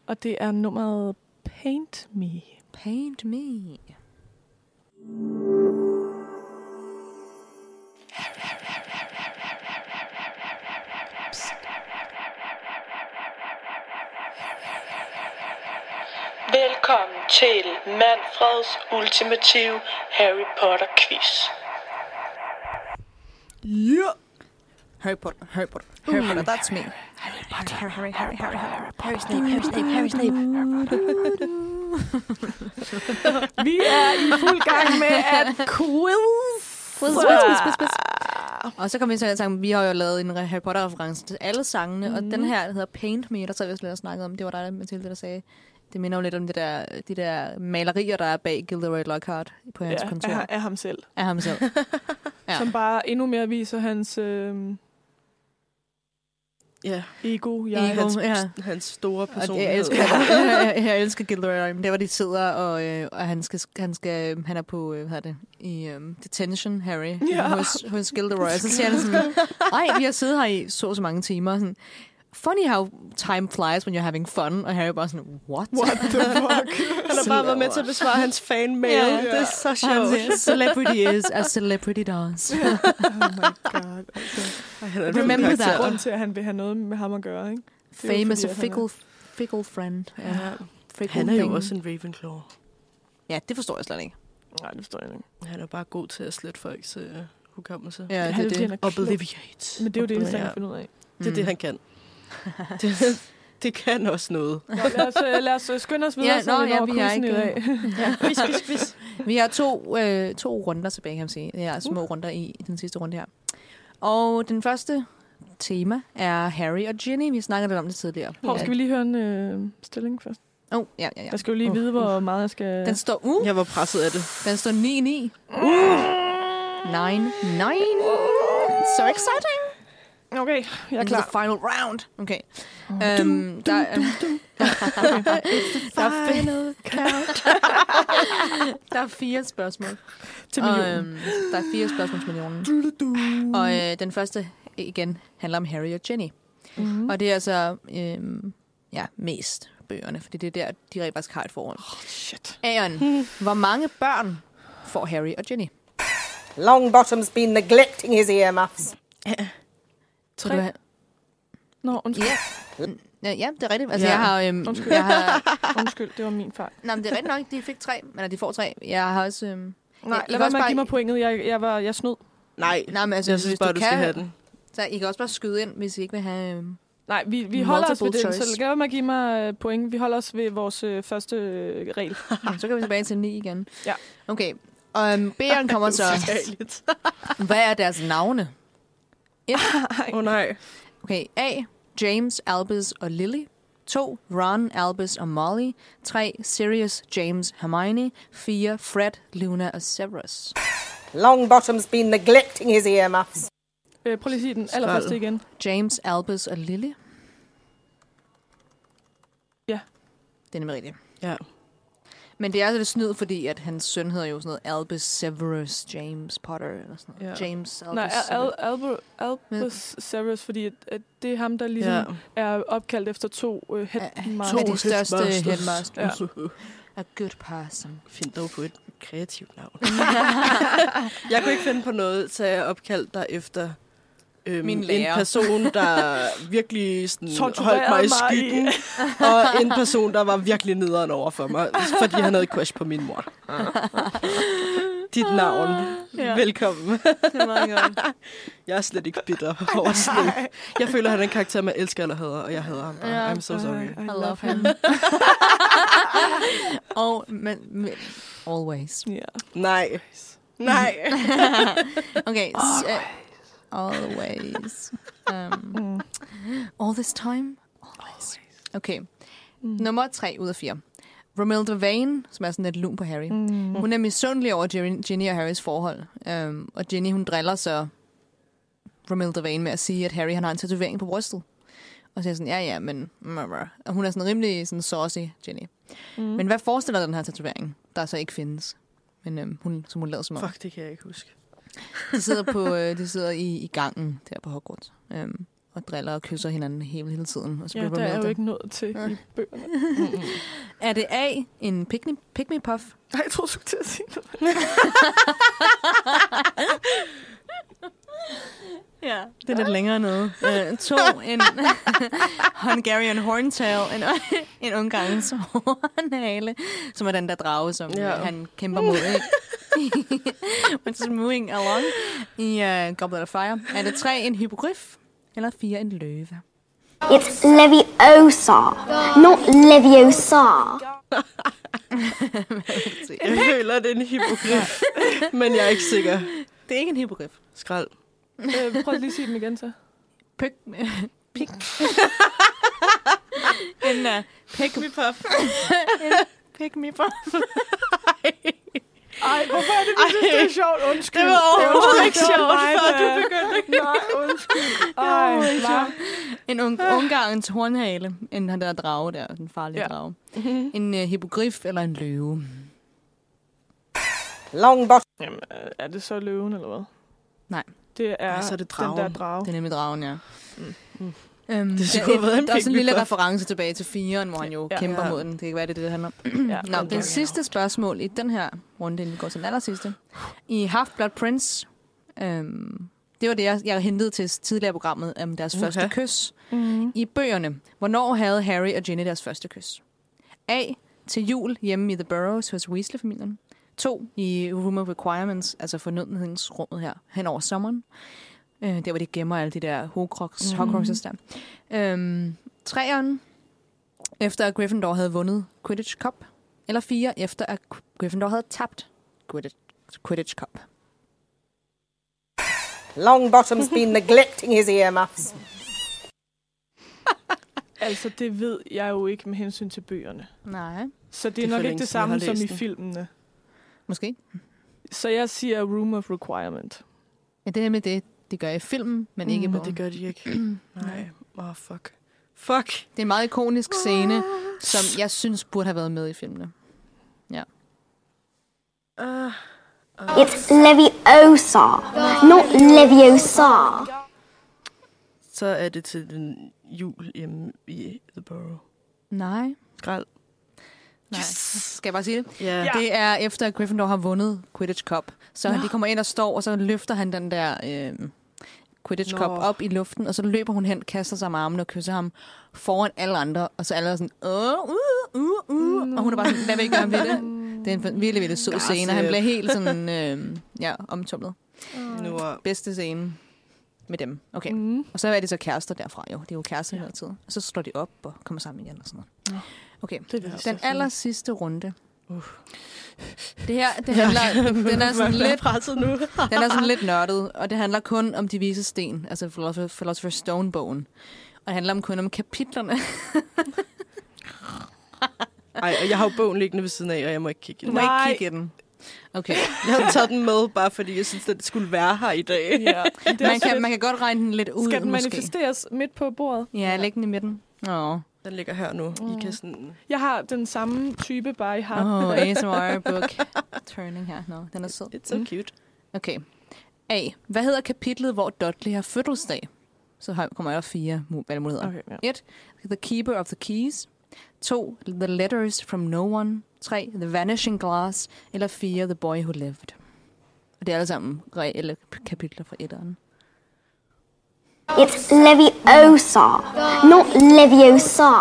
[SPEAKER 2] Og det er nummeret Paint Me.
[SPEAKER 3] Paint me.
[SPEAKER 5] Velkommen til Manfreds ultimative Harry Potter quiz.
[SPEAKER 3] Harry Potter, Harry Potter, Harry Potter, that's me.
[SPEAKER 2] Vi er i fuld gang med at quiz.
[SPEAKER 3] Quiz, quiz, quiz, quiz, quiz. Og så kom vi til den sang, vi har jo lavet en re- Harry Potter-reference til alle sangene, mm. og den her der hedder Paint Me, der sad vi også lidt og snakkede om, det var dig, Mathilde, der sagde, det minder jo lidt om det der, de der malerier, der er bag Gilderoy Lockhart på hans ja, kontor
[SPEAKER 2] af, af ham selv.
[SPEAKER 3] af ham selv. Ja.
[SPEAKER 2] Ja. Som bare endnu mere viser hans øh,
[SPEAKER 4] Ja,
[SPEAKER 2] ego. Jeg. Altså,
[SPEAKER 3] Ego.
[SPEAKER 4] hans,
[SPEAKER 3] ja.
[SPEAKER 4] hans store
[SPEAKER 3] Og jeg
[SPEAKER 4] personlighed.
[SPEAKER 3] elsker, jeg, jeg elsker Gilderoy. Det er, hvor de sidder, og, øh, og han, skal, han, skal, han er på, øh, hvad hedder det, i um, detention, Harry,
[SPEAKER 2] Ja.
[SPEAKER 3] hos, hos Gilderoy. Og så siger han sådan, ej, vi har siddet her i så og så mange timer. Sådan, Funny how time flies when you're having fun. Og Harry bare sådan, what?
[SPEAKER 2] What the fuck?
[SPEAKER 4] Han har bare været med til at besvare hans fanmail.
[SPEAKER 3] Ja.
[SPEAKER 4] Det er så
[SPEAKER 3] Og han
[SPEAKER 4] sjovt.
[SPEAKER 3] siger, celebrity is as celebrity does.
[SPEAKER 2] oh my god. Altså,
[SPEAKER 4] Ej, han er en
[SPEAKER 3] Remember
[SPEAKER 4] vild
[SPEAKER 2] det er
[SPEAKER 3] that.
[SPEAKER 4] karakter.
[SPEAKER 2] grund til, at han vil have noget med ham at gøre, ikke? Det er jo
[SPEAKER 3] Famous
[SPEAKER 2] fordi, at han er-
[SPEAKER 3] fickle, fickle friend. Ja.
[SPEAKER 4] Ja.
[SPEAKER 3] Fickle
[SPEAKER 4] Han er jo
[SPEAKER 3] thing.
[SPEAKER 4] også en Ravenclaw.
[SPEAKER 3] Ja, det forstår jeg slet ikke.
[SPEAKER 2] Nej, det forstår jeg ikke.
[SPEAKER 4] Han er bare god til at slette folks øh, hukommelse.
[SPEAKER 3] Ja, det
[SPEAKER 2] Han er
[SPEAKER 3] er det. Mm.
[SPEAKER 2] fordi, han er klog.
[SPEAKER 4] Obliviate.
[SPEAKER 2] Men det er jo det eneste, han
[SPEAKER 4] Ja.
[SPEAKER 2] kan finde ud af.
[SPEAKER 4] Det er det, han kan. Det, det kan også noget.
[SPEAKER 2] Nå, lad os, øh, lad os øh, skynde os videre,
[SPEAKER 3] Ja,
[SPEAKER 2] så
[SPEAKER 3] nå,
[SPEAKER 2] vi
[SPEAKER 3] ja,
[SPEAKER 2] når
[SPEAKER 3] vi har
[SPEAKER 2] quizzen i
[SPEAKER 3] ikke-
[SPEAKER 2] dag.
[SPEAKER 4] Quiz, quiz, quiz.
[SPEAKER 3] Vi har to, øh, to runder tilbage, kan man sige. Ja, små uh. runder i den sidste runde her. Og den første tema er Harry og Ginny. Vi snakkede lidt om det tidligere.
[SPEAKER 2] Hov, skal vi lige høre en øh, stilling først?
[SPEAKER 3] Oh, ja, ja, ja.
[SPEAKER 2] Jeg skal jo lige
[SPEAKER 3] Uh,
[SPEAKER 2] vide, hvor meget jeg skal...
[SPEAKER 3] Den står, uh,
[SPEAKER 4] Jeg var presset af det.
[SPEAKER 3] den står 9-9. Uh. 9-9. So exciting.
[SPEAKER 2] Okay, jeg er
[SPEAKER 3] Into
[SPEAKER 2] klar. Mm.
[SPEAKER 3] the final round. Okay. Øhm, der er- Der er fi- Der er fire spørgsmål.
[SPEAKER 2] Til
[SPEAKER 3] Og,
[SPEAKER 2] millionen.
[SPEAKER 3] øhm, der er fire spørgsmål til millionen. Og øh, den første, igen, handler om Harry og Jenny. Mm-hmm. Og det er altså øhm, ja, mest bøgerne, fordi det er der, de rent faktisk har et forhold.
[SPEAKER 2] Shit.
[SPEAKER 3] Aaron, hvor mange børn får Harry og Jenny?
[SPEAKER 7] Longbottom's been neglecting his earmuffs.
[SPEAKER 3] Tror
[SPEAKER 2] Tre.
[SPEAKER 3] du, han-
[SPEAKER 2] Nå, undskyld.
[SPEAKER 3] Ja. Ja, ja, det er rigtigt. Altså,
[SPEAKER 4] Ja.
[SPEAKER 3] ja. jeg har... Øhm,
[SPEAKER 2] Undskyld.
[SPEAKER 3] jeg har
[SPEAKER 2] Undskyld, det var min fejl.
[SPEAKER 3] nej, men det er rigtigt nok, de fik tre, eller de får tre. Jeg har også... Øhm,
[SPEAKER 2] Nej,
[SPEAKER 3] I
[SPEAKER 2] lad
[SPEAKER 3] kan
[SPEAKER 2] være
[SPEAKER 3] også
[SPEAKER 2] med at
[SPEAKER 3] bare-
[SPEAKER 2] give mig pointet. Jeg, jeg, var, jeg snød.
[SPEAKER 4] Nej,
[SPEAKER 3] nej, men altså,
[SPEAKER 4] jeg synes
[SPEAKER 3] hvis
[SPEAKER 4] bare, du,
[SPEAKER 3] du
[SPEAKER 4] skal
[SPEAKER 3] kan,
[SPEAKER 4] have den.
[SPEAKER 3] Så I kan også bare skyde ind, hvis I ikke vil have... Øhm,
[SPEAKER 2] Nej, vi, vi holder os ved
[SPEAKER 3] Multiple
[SPEAKER 2] den,
[SPEAKER 3] choice.
[SPEAKER 2] så lad være med at give mig øh, point. Vi holder os ved vores øh, første øh, regel.
[SPEAKER 3] Nå, så kan vi tilbage til 9 igen.
[SPEAKER 2] Ja.
[SPEAKER 3] Okay. Og um, B'eren kommer så. Hvad er deres navne?
[SPEAKER 4] Åh oh, nej.
[SPEAKER 3] Okay, A. James, Albus og Lily. 2. Ron, Albus og Molly. 3. Sirius, James, Hermione. 4. Fred, Luna og Severus.
[SPEAKER 7] Longbottom's been neglecting his earmuffs.
[SPEAKER 2] Øh, prøv lige at sige den allerførste igen.
[SPEAKER 3] James, Albus og Lily.
[SPEAKER 2] Ja.
[SPEAKER 3] Det er nemlig rigtigt.
[SPEAKER 4] Ja.
[SPEAKER 3] Men det er altså lidt snyd, fordi at hans søn hedder jo sådan noget Albus Severus James Potter, eller sådan noget.
[SPEAKER 4] Ja.
[SPEAKER 3] James Albus
[SPEAKER 2] Nej, Al-
[SPEAKER 3] Severus.
[SPEAKER 2] Al- Albert, Albus Severus, fordi at, at det er ham, der ligesom
[SPEAKER 4] Ja.
[SPEAKER 2] ja. er opkaldt efter to øh,
[SPEAKER 3] To
[SPEAKER 2] headmarks.
[SPEAKER 3] af de største headmasters.
[SPEAKER 4] Ja.
[SPEAKER 3] A good person.
[SPEAKER 4] Find dog på et kreativt navn. jeg kunne ikke finde på noget, så jeg opkaldte dig efter øhm,
[SPEAKER 3] Min
[SPEAKER 4] en
[SPEAKER 3] lærer.
[SPEAKER 4] person, der virkelig sådan, holdt
[SPEAKER 2] Torturerede
[SPEAKER 4] mig i
[SPEAKER 2] mig i-
[SPEAKER 4] skyggen, og en person, der var virkelig nederen over for mig, fordi han havde et crush på min mor. Dit navn. Ja. Velkommen. jeg er slet ikke bitter over Snape. Jeg føler, han er en karakter, man elsker eller hader, og jeg hader ham. bare.
[SPEAKER 3] Ja.
[SPEAKER 4] I'm so sorry.
[SPEAKER 2] I
[SPEAKER 3] I love him. og, men, men, always.
[SPEAKER 2] Ja.
[SPEAKER 4] Nej. Nej.
[SPEAKER 3] uh, Okay. Always. always. Um, All this time? Always. Okay. Mm. Nummer tre ud af fire. Romilda Vane, som er sådan lidt lun på Harry, mm. hun er misundelig over Jer- Ginny og Harrys forhold. Um, og Ginny, hun driller så Romilda Vane med at sige, at Harry han har en tatovering på brystet. Og så er jeg sådan, ja ja, men... mm, Og hun er sådan rimelig sådan saucy, Ginny. Mm. Men hvad forestiller den her tatovering, der så ikke findes? Men øhm, hun, som hun lader som om.
[SPEAKER 4] Fuck, det kan jeg ikke huske.
[SPEAKER 3] De sidder, på, øh, de sidder i, i gangen der på Hogwarts. Øhm, og driller og kysser hinanden hele, hele tiden. Og så
[SPEAKER 2] Ja,
[SPEAKER 3] bliver
[SPEAKER 2] der er jo
[SPEAKER 3] Romilda-
[SPEAKER 2] ikke noget til i bøgerne.
[SPEAKER 3] Er det A, en pick me, pick me puff?
[SPEAKER 2] Nej, jeg tror, du skulle til at sige noget.
[SPEAKER 3] Ja, det er lidt længere noget. Uh, to, en Hungarian horntail, en, en ungarns hornhale, som er den der drage, som
[SPEAKER 4] Ja.
[SPEAKER 3] ja. han kæmper mod. ikke? Which is moving along i uh, Goblet of Fire. Er det tre, en hippogriff? Eller fire, en løve?
[SPEAKER 6] It's Leviosa, not Leviosa.
[SPEAKER 4] Jeg føler, det er en hippogrif, men jeg er ikke sikker. Mm.
[SPEAKER 3] Det er ikke en hippogriff.
[SPEAKER 4] Skrald.
[SPEAKER 2] Øh, prøv lige at sige den igen så.
[SPEAKER 3] Pyk. Pik. en uh, pick me puff. en pick me puff.
[SPEAKER 2] Ej, hvorfor er det, vi synes, det er sjovt? Undskyld.
[SPEAKER 3] Det var overhovedet ikke
[SPEAKER 2] undskyld,
[SPEAKER 3] sjovt,
[SPEAKER 2] mig,
[SPEAKER 3] før
[SPEAKER 2] det
[SPEAKER 3] du
[SPEAKER 2] er. Nej, undskyld. Ej, var.
[SPEAKER 3] En un- ungarens hornhale. En han der drage der, den farlige
[SPEAKER 2] Ja.
[SPEAKER 3] ja. drage. En uh, hippogrif eller en løve.
[SPEAKER 7] Long bottom.
[SPEAKER 2] Jamen, øh, er det så løven, eller hvad?
[SPEAKER 3] Nej.
[SPEAKER 2] Det er,
[SPEAKER 4] Nej, så er det dragen.
[SPEAKER 2] den der drage.
[SPEAKER 3] Det er nemlig dragen, ja. Mm. Um,
[SPEAKER 4] Det skulle have været en
[SPEAKER 3] der er sådan en
[SPEAKER 4] pink
[SPEAKER 3] lille
[SPEAKER 4] biffer.
[SPEAKER 3] reference tilbage til firen, hvor han jo
[SPEAKER 2] Ja.
[SPEAKER 3] ja, kæmper
[SPEAKER 4] Ja.
[SPEAKER 3] ja. mod den. Det kan være, det er det, det handler om.
[SPEAKER 2] Ja,
[SPEAKER 3] Nå,
[SPEAKER 2] okay.
[SPEAKER 3] det sidste spørgsmål i den her runde, inden vi går til den aller sidste. I Half-Blood Prince, øhm, det var det, jeg, jeg hentede til tidligere i programmet, om deres
[SPEAKER 4] Uha.
[SPEAKER 3] første kys. Mm. I bøgerne, hvornår havde Harry og Ginny deres første kys? A. Til jul hjemme i The Burrows hos Weasley-familien. 2. I Room of Requirements, altså fornødenhedsrummet her, hen over sommeren. Øh, der, hvor de gemmer alle de der Horcrux, mm. Horcruxes der. Øhm, treeren, efter at Gryffindor havde vundet Quidditch Cup. Eller fire, efter at Gryffindor havde tabt Quidditch, Quidditch Cup.
[SPEAKER 7] Long bottom's been neglecting his earmuffs.
[SPEAKER 2] Altså, det ved jeg jo ikke med hensyn til bøgerne.
[SPEAKER 3] Nej.
[SPEAKER 2] Så det er,
[SPEAKER 4] Det er for
[SPEAKER 2] nok ikke
[SPEAKER 4] længe
[SPEAKER 2] det
[SPEAKER 4] siden, jeg
[SPEAKER 2] samme
[SPEAKER 4] har
[SPEAKER 2] som
[SPEAKER 4] læst
[SPEAKER 2] i
[SPEAKER 4] den.
[SPEAKER 2] filmene.
[SPEAKER 3] Måske.
[SPEAKER 2] Så jeg siger Room of Requirement.
[SPEAKER 3] Ja, det er nemlig det, de gør i filmen, men ikke
[SPEAKER 2] Mm.
[SPEAKER 3] mm,
[SPEAKER 4] Men
[SPEAKER 3] på.
[SPEAKER 4] det
[SPEAKER 3] Det,
[SPEAKER 4] gør de ikke. Nej. Åh, oh, fuck. Fuck.
[SPEAKER 3] det er en meget ikonisk scene, som jeg synes burde have været med i filmene.
[SPEAKER 4] Uh,
[SPEAKER 6] It's Leviosa, not Leviosa.
[SPEAKER 4] så er det til den jul hjemme i The Borough.
[SPEAKER 3] Nej.
[SPEAKER 4] Skrald.
[SPEAKER 3] Nej. Skal jeg bare sige det?
[SPEAKER 4] Ja.
[SPEAKER 3] Ja. Det er efter, at Gryffindor har vundet Quidditch Cup. Så han, de kommer ind og står, og så løfter han den der øh, Quidditch
[SPEAKER 4] Nå.
[SPEAKER 3] Cup op i luften, og så løber hun hen, kaster sig med armen og kysser ham foran alle andre. Og så alle er sådan, Åh, uh, uh, uh. og hun er bare sådan, hvad vil I gøre ved det? Det er en virkelig, virkelig sød
[SPEAKER 4] Gossip.
[SPEAKER 3] scene, og han bliver helt sådan, øh, ja, omtumlet.
[SPEAKER 4] Nu er...
[SPEAKER 3] Bedste scene med dem. Okay.
[SPEAKER 2] Mm.
[SPEAKER 3] Og så er det så kærester derfra, jo. Det er jo kærester ja. hele tiden. Og så slår de op og kommer sammen igen og sådan
[SPEAKER 4] Nå.
[SPEAKER 3] noget. Okay,
[SPEAKER 2] Det ved jeg
[SPEAKER 3] den
[SPEAKER 2] så
[SPEAKER 3] aller sidste runde. Uh. Det her, det handler, den, er sådan lidt,
[SPEAKER 4] presset nu.
[SPEAKER 3] den er sådan lidt nørdet, og det handler kun om de vise sten, altså Philosopher- Philosopher's Stone-bogen. Og det handler om kun om kapitlerne.
[SPEAKER 4] Ej, og jeg har jo bogen liggende ved siden af, og jeg må ikke kigge i
[SPEAKER 3] Du
[SPEAKER 4] den.
[SPEAKER 3] må ikke
[SPEAKER 2] Nej.
[SPEAKER 3] kigge i den. Okay,
[SPEAKER 4] Jeg har taget den med, bare fordi jeg synes, at det skulle være her i dag.
[SPEAKER 2] Ja. Det er
[SPEAKER 3] man
[SPEAKER 2] også
[SPEAKER 3] kan,
[SPEAKER 2] lidt-
[SPEAKER 3] man kan godt regne den lidt ud,
[SPEAKER 2] Skal den
[SPEAKER 3] måske.
[SPEAKER 2] manifesteres midt på bordet?
[SPEAKER 3] Ja, læg den i midten. Åh, oh.
[SPEAKER 4] Den ligger her nu. I kan sådan...
[SPEAKER 2] Jeg har den samme type, bare i har.
[SPEAKER 3] oh, ASMR book turning her. Nå, no, den er sød.
[SPEAKER 4] It's so cute.
[SPEAKER 3] Okay. A. Hvad hedder kapitlet, hvor Dudley har fødselsdag? Så her kommer der fire mu- valgmuligheder.
[SPEAKER 2] Okay, ja.
[SPEAKER 3] 1. The Keeper of the Keys. 2. The Letters from No One. 3. The Vanishing Glass. Eller 4. The Boy Who Lived. Og det er alle sammen reelle kap- kapitler fra etteren.
[SPEAKER 6] It's Leviosa, not Leviosa.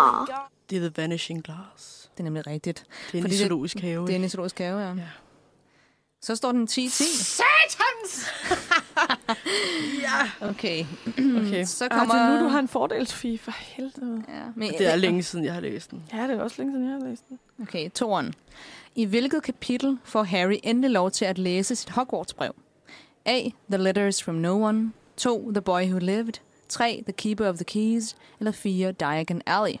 [SPEAKER 4] Det er The Vanishing Glass.
[SPEAKER 3] Det er nemlig rigtigt.
[SPEAKER 4] Det er en
[SPEAKER 3] Fordi det-
[SPEAKER 4] zoologisk have.
[SPEAKER 3] Det er
[SPEAKER 4] ikke?
[SPEAKER 3] en zoologisk have, ja. ja. Så står den 10-10. ja. Okay.
[SPEAKER 4] Okay.
[SPEAKER 3] Så
[SPEAKER 2] Ej,
[SPEAKER 3] kommer...
[SPEAKER 2] det er nu, du har en fordel, Sofie. For helvede.
[SPEAKER 3] Ja, men...
[SPEAKER 4] Det er længe siden, jeg har læst den.
[SPEAKER 2] Ja, det er også længe siden, jeg har læst den.
[SPEAKER 3] Okay, toeren. I hvilket kapitel får Harry endelig lov til at læse sit Hogwarts-brev? A. The Letters from No One. 2. The Boy Who Lived. 3. The Keeper of the Keys, eller 4. Diagon Alley.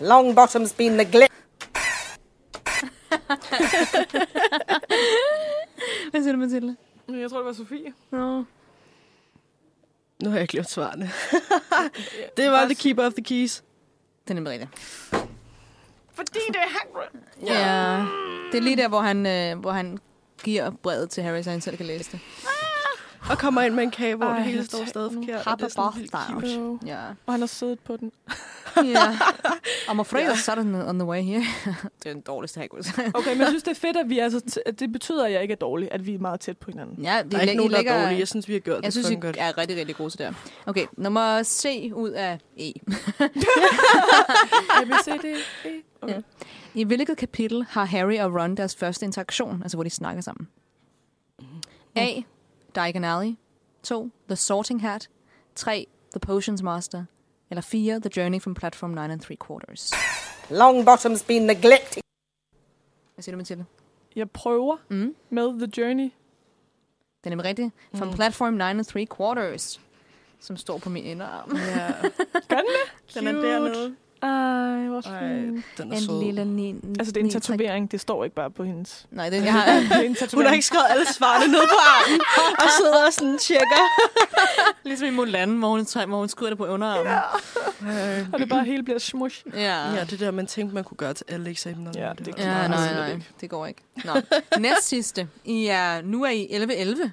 [SPEAKER 7] Longbottom's been neglecting.
[SPEAKER 3] Hvad siger du, Mathilde?
[SPEAKER 2] Jeg tror, det var Sofie.
[SPEAKER 3] No.
[SPEAKER 4] Nu har jeg glemt svarene. det var The Keeper of the Keys.
[SPEAKER 3] Den er nemlig rigtig.
[SPEAKER 2] Fordi det er Hagrid.
[SPEAKER 3] Ja. Det er lige der, hvor han, øh, hvor han giver brevet til Harry, så han selv kan læse det.
[SPEAKER 4] Og kommer ind med en kage, hvor
[SPEAKER 2] Ej,
[SPEAKER 4] det hele
[SPEAKER 2] jeg
[SPEAKER 4] står
[SPEAKER 2] tager
[SPEAKER 4] stadig
[SPEAKER 2] nu.
[SPEAKER 4] forkert. og
[SPEAKER 3] Harper
[SPEAKER 4] det er sådan helt
[SPEAKER 3] Bath
[SPEAKER 4] cute.
[SPEAKER 2] Jo.
[SPEAKER 3] Ja.
[SPEAKER 2] Og han har siddet på den.
[SPEAKER 3] ja. I'm afraid of sudden on the way here. det er den dårligste Hagrid.
[SPEAKER 2] Okay, men jeg synes, det er fedt, at vi altså... T- at det betyder, at jeg ikke er dårlig, at vi er meget tæt på hinanden.
[SPEAKER 3] ja, det
[SPEAKER 4] Der er ikke nogen, der er dårlige. Jeg synes, vi har gjort
[SPEAKER 3] Jeg
[SPEAKER 4] det
[SPEAKER 3] synes,
[SPEAKER 4] fucking
[SPEAKER 3] I
[SPEAKER 4] godt.
[SPEAKER 3] er rigtig, rigtig gode til det her. Okay, nummer C ud af E.
[SPEAKER 2] Jeg vil se det. Okay.
[SPEAKER 3] I hvilket kapitel har Harry og Ron deres første interaktion, altså hvor de snakker sammen? A. Diagon Alley. 2. The Sorting Hat. 3. The Potions Master. Eller 4. The Journey from Platform 9 and 3 Quarters.
[SPEAKER 7] Longbottom's been neglecting.
[SPEAKER 3] Hvad siger du, Mathilde?
[SPEAKER 2] Jeg prøver
[SPEAKER 3] Mm.
[SPEAKER 2] med The Journey.
[SPEAKER 3] Den er nemlig rigtig. From Platform 9 and 3 Quarters. Som står på min inderarm.
[SPEAKER 4] Ja.
[SPEAKER 2] Gør den
[SPEAKER 4] Den er
[SPEAKER 2] Cute.
[SPEAKER 4] dernede.
[SPEAKER 2] Ej, hvor
[SPEAKER 4] Ej,
[SPEAKER 2] fint.
[SPEAKER 4] den er
[SPEAKER 3] En
[SPEAKER 4] sød.
[SPEAKER 3] lille ni,
[SPEAKER 2] Altså, det er en tatovering. Det står ikke bare på hendes.
[SPEAKER 3] Nej, det, jeg har,
[SPEAKER 2] Det er en
[SPEAKER 4] Hun har
[SPEAKER 2] tatovering.
[SPEAKER 4] ikke skrevet alle svarene ned på armen, og sidder og sådan tjekker.
[SPEAKER 3] Ligesom i Mulan, hvor hun, tager- hvor hun skyder det på underarmen. Ja.
[SPEAKER 2] Og det bare hele bliver smush.
[SPEAKER 3] ja.
[SPEAKER 4] Øh, Ja, det der, man tænkte, man kunne gøre til alle eksamener.
[SPEAKER 2] Ja, det kan
[SPEAKER 3] Ja,
[SPEAKER 2] Nej,
[SPEAKER 3] nej,
[SPEAKER 2] slet
[SPEAKER 3] nej, det går ikke. Nå. Næst sidste. I er, nu er I 11-11.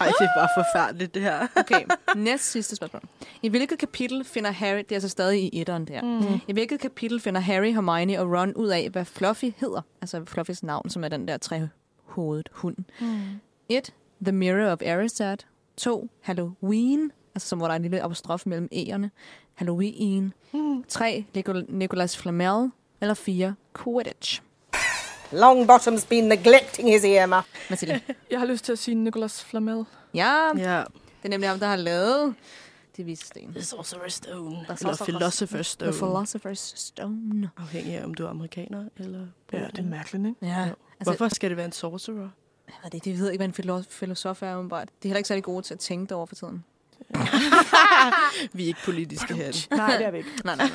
[SPEAKER 4] Ej, det er bare forfærdeligt, det her.
[SPEAKER 3] Okay, næst sidste spørgsmål. I hvilket kapitel finder Harry, det er så stadig i etteren der, mm. i hvilket kapitel finder Harry, Hermione og Ron ud af, hvad Fluffy hedder? Altså Fluffys navn, som er den der trehovedet hund. Mm. 1. The Mirror of Aristad. 2. Halloween, altså som hvor der er en lille apostrof mellem E'erne. Halloween. 3. Nicol- Nicolas Flamel. Eller 4. Quidditch.
[SPEAKER 7] Longbottom's been neglecting his earmuff.
[SPEAKER 3] Mathilde.
[SPEAKER 2] Jeg har lyst til at sige Nicolas Flamel.
[SPEAKER 3] Ja,
[SPEAKER 4] Ja.
[SPEAKER 3] Det er nemlig ham, der har lavet de vise sten.
[SPEAKER 4] The Sorcerer's Stone.
[SPEAKER 3] Sorcerer's
[SPEAKER 4] Eller Philosopher's
[SPEAKER 3] The
[SPEAKER 4] Stone.
[SPEAKER 3] Philosopher's Stone.
[SPEAKER 4] Afhængig af, om du er amerikaner eller...
[SPEAKER 2] Ja, det er mærkeligt, ikke?
[SPEAKER 3] Ja, altså,
[SPEAKER 4] Hvorfor skal det være en sorcerer?
[SPEAKER 3] jeg ved det, ikke. de ved ikke, hvad en filosof, filosof er, åbenbart. De er heller ikke særlig gode til at tænke det over for tiden.
[SPEAKER 4] Vi er ikke politiske her.
[SPEAKER 2] Nej, det er det ikke.
[SPEAKER 3] Nej, nej,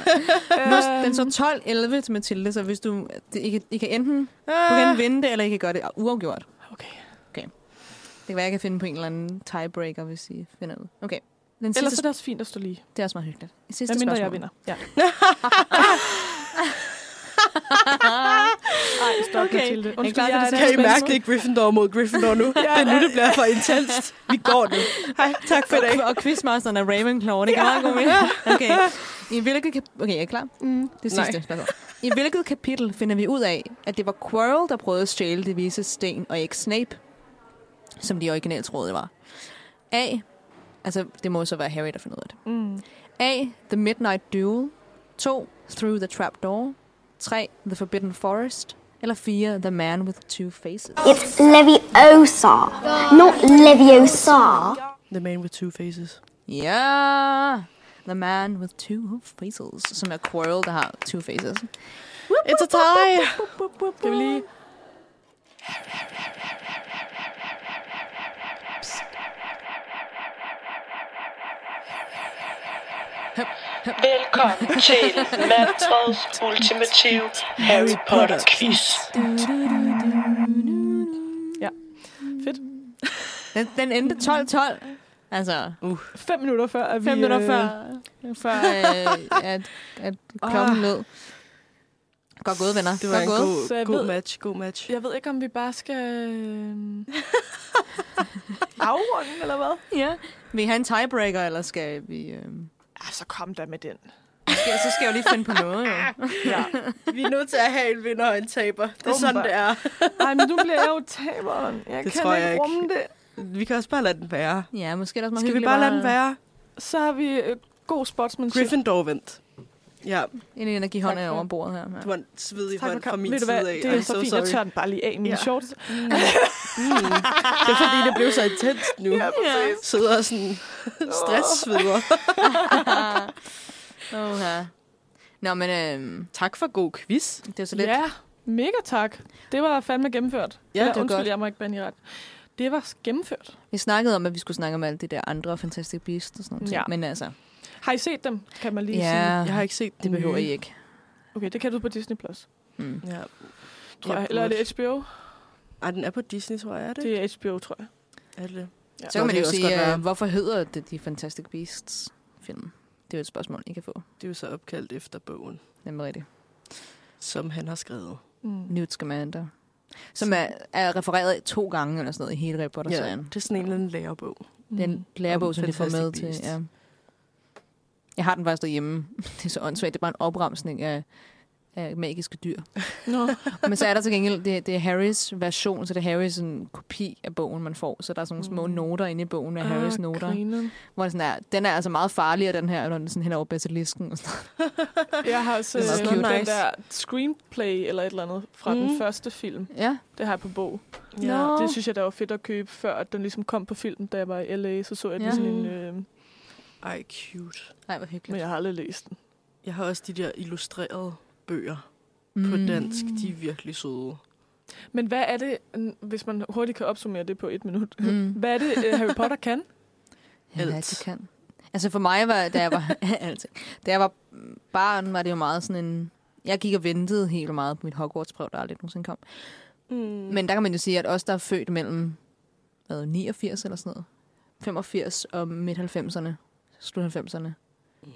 [SPEAKER 3] nej. Nu, den så 12-11 til Mathilde, så hvis du... Det, I, kan, I kan enten... Du kan vinde det, eller I kan gøre det uafgjort.
[SPEAKER 2] Okay.
[SPEAKER 3] Det kan være, jeg kan finde på en eller anden tiebreaker, hvis I finder ud. Okay. Den
[SPEAKER 2] Ellers
[SPEAKER 3] sidste,
[SPEAKER 2] er det også fint at stå lige.
[SPEAKER 3] det er også meget hyggeligt. Den sidste
[SPEAKER 2] Hvad mindre
[SPEAKER 3] spørgsmål.
[SPEAKER 2] jeg vinder. Ja. Ej, stop, okay. Mathilde.
[SPEAKER 3] Er I klar
[SPEAKER 2] Undskyld,
[SPEAKER 3] til
[SPEAKER 2] jeg
[SPEAKER 3] det
[SPEAKER 2] er
[SPEAKER 4] Kan I
[SPEAKER 2] nervøs.
[SPEAKER 4] mærke det ikke Gryffindor mod Gryffindor nu? Det er nu, det bliver for intenst. Vi går nu. Hej, tak for i dag.
[SPEAKER 3] Og, og quizmasteren er Ravenclaw, det kan meget god mening. Okay. I hvilket kap- okay, er I klar? Mm. Det sidste
[SPEAKER 4] Nej.
[SPEAKER 3] spørgsmål. I hvilket kapitel finder vi ud af, at det var Quirrell, der prøvede at stjæle det vise sten, og ikke Snape, som de originalt troede det var? A. Altså, det må så være Harry, der finder ud af det.
[SPEAKER 2] Mm.
[SPEAKER 3] A. The Midnight Duel. 2. Through the Trapdoor. 3. The Forbidden Forest. Eller 4. The Man with Two Faces.
[SPEAKER 6] It's Leviosa, not Leviosa.
[SPEAKER 4] The man with two faces.
[SPEAKER 3] Ja! The Man with Two Faces, som er Quirrell, der har Two Faces.
[SPEAKER 4] It's a tie.
[SPEAKER 2] Skal vi lige...
[SPEAKER 5] Velkommen til Manfreds ultimative Harry Potter quiz.
[SPEAKER 2] Fedt.
[SPEAKER 3] Den, den endte 12-12. Altså,
[SPEAKER 2] Fem minutter før, at vi...
[SPEAKER 3] fem minutter
[SPEAKER 2] øh,
[SPEAKER 3] før, før øh, at, at klokken oh. lød. Godt gået, venner.
[SPEAKER 4] Det var
[SPEAKER 3] Godt
[SPEAKER 4] en
[SPEAKER 2] Så
[SPEAKER 3] gået.
[SPEAKER 4] god,
[SPEAKER 2] jeg
[SPEAKER 4] god
[SPEAKER 2] ved-
[SPEAKER 4] match. God match.
[SPEAKER 2] Jeg ved ikke, om vi bare skal... øh, Afrunde, eller hvad?
[SPEAKER 3] Ja. Vil I have en tiebreaker, eller skal vi... Øh...
[SPEAKER 2] Ja, så kom da med den.
[SPEAKER 3] Skal, så skal jeg jo lige finde på noget, jo.
[SPEAKER 2] Ja.
[SPEAKER 4] Vi er nødt til at have en vinder og en taber. Det er sådan,
[SPEAKER 2] Åbenbart.
[SPEAKER 4] det er.
[SPEAKER 2] Ej, men nu bliver jeg jo taberen. Jeg
[SPEAKER 4] Det
[SPEAKER 2] kan
[SPEAKER 4] tror jeg
[SPEAKER 2] ikke
[SPEAKER 4] ikke.
[SPEAKER 2] rumme det.
[SPEAKER 4] Vi kan også bare lade den være.
[SPEAKER 3] Ja, måske er det også meget
[SPEAKER 4] Skal vi
[SPEAKER 3] hyggeligt
[SPEAKER 4] bare lade den være?
[SPEAKER 2] Så har vi øh, god sportsmanship.
[SPEAKER 4] Gryffindor vandt. Ja,
[SPEAKER 3] En energihånd er
[SPEAKER 2] for-
[SPEAKER 3] over bordet her.
[SPEAKER 4] det var en svedig
[SPEAKER 2] Tak for
[SPEAKER 4] hånd fra
[SPEAKER 2] kampen.
[SPEAKER 4] min
[SPEAKER 2] Ved du
[SPEAKER 4] side
[SPEAKER 2] hvad,
[SPEAKER 4] af.
[SPEAKER 2] det er
[SPEAKER 4] I'm
[SPEAKER 2] så
[SPEAKER 4] so
[SPEAKER 2] fint. Jeg
[SPEAKER 4] sorry.
[SPEAKER 2] tør den bare lige af i mine
[SPEAKER 4] Ja.
[SPEAKER 2] shorts.
[SPEAKER 4] Mm. Det er fordi, det blev så intenst nu. Ja, Sidder og sådan stresssveder.
[SPEAKER 3] Ja. Okay. Nå, men øh,
[SPEAKER 4] Tak for god quiz.
[SPEAKER 3] det er så lidt...
[SPEAKER 2] Ja, mega tak. Det var fandme gennemført.
[SPEAKER 4] Ja,
[SPEAKER 2] Eller
[SPEAKER 4] det var
[SPEAKER 2] undskyld,
[SPEAKER 3] godt.
[SPEAKER 2] jeg må ikke bande i ret. Det var gennemført.
[SPEAKER 3] Vi snakkede om, at vi skulle snakke om alle de der andre Fantastic Beasts og sådan noget.
[SPEAKER 2] Ja.
[SPEAKER 3] Men altså,
[SPEAKER 2] Har I set dem, kan man lige sige?
[SPEAKER 3] Ja,
[SPEAKER 4] Jeg har ikke set
[SPEAKER 3] det behøver I
[SPEAKER 4] nye.
[SPEAKER 3] ikke.
[SPEAKER 2] Okay, det kan du på Disney+. Plus.
[SPEAKER 3] Mm.
[SPEAKER 4] Mm. Ja.
[SPEAKER 2] Tror jeg.
[SPEAKER 4] Jeg
[SPEAKER 2] Eller er
[SPEAKER 4] burde.
[SPEAKER 2] det HBO?
[SPEAKER 4] Ej, den er på Disney, tror jeg, er det? det.
[SPEAKER 2] Det er HBO, tror jeg.
[SPEAKER 4] Er det det?
[SPEAKER 3] Så kan man jo
[SPEAKER 4] det også godt
[SPEAKER 3] sige,
[SPEAKER 4] være.
[SPEAKER 3] øh, hvorfor hedder det de Fantastic Beasts film? Det er jo et spørgsmål, I kan få.
[SPEAKER 4] Det er jo så opkaldt efter bogen,
[SPEAKER 3] Nemlig rigtigt.
[SPEAKER 4] som han har skrevet.
[SPEAKER 2] Mm.
[SPEAKER 3] Newt Scamander. Som er, er refereret to gange eller sådan noget i hele Harry Potter-serien.
[SPEAKER 4] det er sådan en eller anden lærerbog.
[SPEAKER 2] mm.
[SPEAKER 3] Den lærebog,
[SPEAKER 4] Mm. Om
[SPEAKER 3] som de får med
[SPEAKER 4] Fantastic
[SPEAKER 3] til.
[SPEAKER 4] Beasts.
[SPEAKER 3] Ja. Jeg har den faktisk derhjemme. Det er så åndssvagt. Det er bare en opremsning af, af magiske dyr.
[SPEAKER 2] Nå.
[SPEAKER 3] Men så er der til gengæld, det, det er Harrys version, så det er Harrys sådan, kopi af bogen, man får. Så der er sådan nogle små
[SPEAKER 2] Mm.
[SPEAKER 3] noter inde i bogen af Harrys
[SPEAKER 2] ah,
[SPEAKER 3] noter.
[SPEAKER 2] griner.
[SPEAKER 3] Hvor det sådan er, den er altså meget farligere, den her, når den er sådan hen over basilisken. Og sådan.
[SPEAKER 2] Jeg har også
[SPEAKER 3] Det er
[SPEAKER 2] øh, den
[SPEAKER 3] meget cute.
[SPEAKER 2] nice. der screenplay eller et eller andet fra mm.
[SPEAKER 4] Mm.
[SPEAKER 2] den første film.
[SPEAKER 3] noget. Ja.
[SPEAKER 2] Det har jeg på bog.
[SPEAKER 3] Ja. Nå.
[SPEAKER 2] Det synes jeg, der var fedt at købe, før at den ligesom kom på filmen, da jeg var i L.A. Så så jeg den
[SPEAKER 3] Ja.
[SPEAKER 2] ja. sådan en... Øh,
[SPEAKER 4] Ej, cute.
[SPEAKER 3] Ej, hvor hyggeligt.
[SPEAKER 2] men jeg har aldrig læst den.
[SPEAKER 4] Jeg har også de der illustrerede bøger mm. på dansk. De er virkelig søde.
[SPEAKER 2] Men hvad er det, n- hvis man hurtigt kan opsummere det på et minut?
[SPEAKER 3] Mm.
[SPEAKER 2] Hvad er det, øh, Harry Potter kan?
[SPEAKER 3] Ja,
[SPEAKER 4] Alt.
[SPEAKER 3] det kan. Altså for mig var, da jeg var, alt. da jeg var barn, var det jo meget sådan en... Jeg gik og ventede helt meget på mit Hogwarts-brev, der aldrig nogensinde kom. Mm. Men der kan man jo sige, at os, der er født mellem hvad, 89 eller sådan noget, 85 og midt-90'erne, slut-90'erne, mm.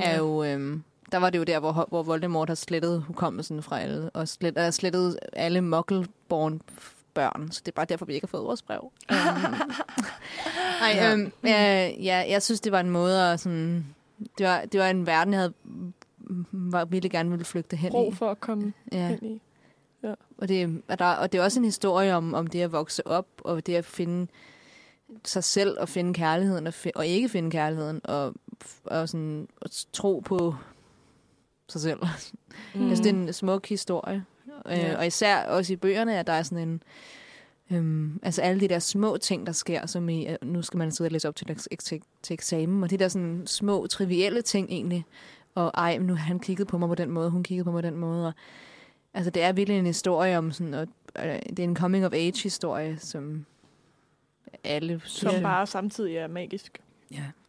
[SPEAKER 3] er jo... Øhm, der var det jo der, hvor, hvor Voldemort har slettet hukommelsen fra alle, og slet, er slettet alle muggle-born børn. Så det er bare derfor, vi ikke har fået vores brev. Um, Nej, ja. Øhm, øh, ja, jeg synes, det var en måde at sådan... Det var, det var en verden, jeg havde var, virkelig gerne ville flygte hen
[SPEAKER 2] Brug
[SPEAKER 3] i.
[SPEAKER 2] for at komme ja.
[SPEAKER 3] Ja,
[SPEAKER 2] ind i.
[SPEAKER 3] og det, og, der, og det er også en historie om, om det at vokse op, og det at finde sig selv, og finde kærligheden, og, fi, og ikke finde kærligheden, og, og sådan, at tro på sig selv. Mm. Jeg synes, det er en smuk historie.
[SPEAKER 4] Ja.
[SPEAKER 3] Øh, og især også i bøgerne, at der er sådan en... Øhm, altså alle de der små ting, der sker, som i, at nu skal man sidde og læse op til, ek- til, til eksamen, og de der sådan små, trivielle ting egentlig. Og ej, men nu han kiggede på mig på den måde, hun kiggede på mig på den måde. Og, altså det er virkelig en historie om sådan, og, øh, det er en coming of age historie, som alle
[SPEAKER 2] Som
[SPEAKER 3] synes,
[SPEAKER 2] ja.
[SPEAKER 3] ja.
[SPEAKER 2] bare samtidig er magisk.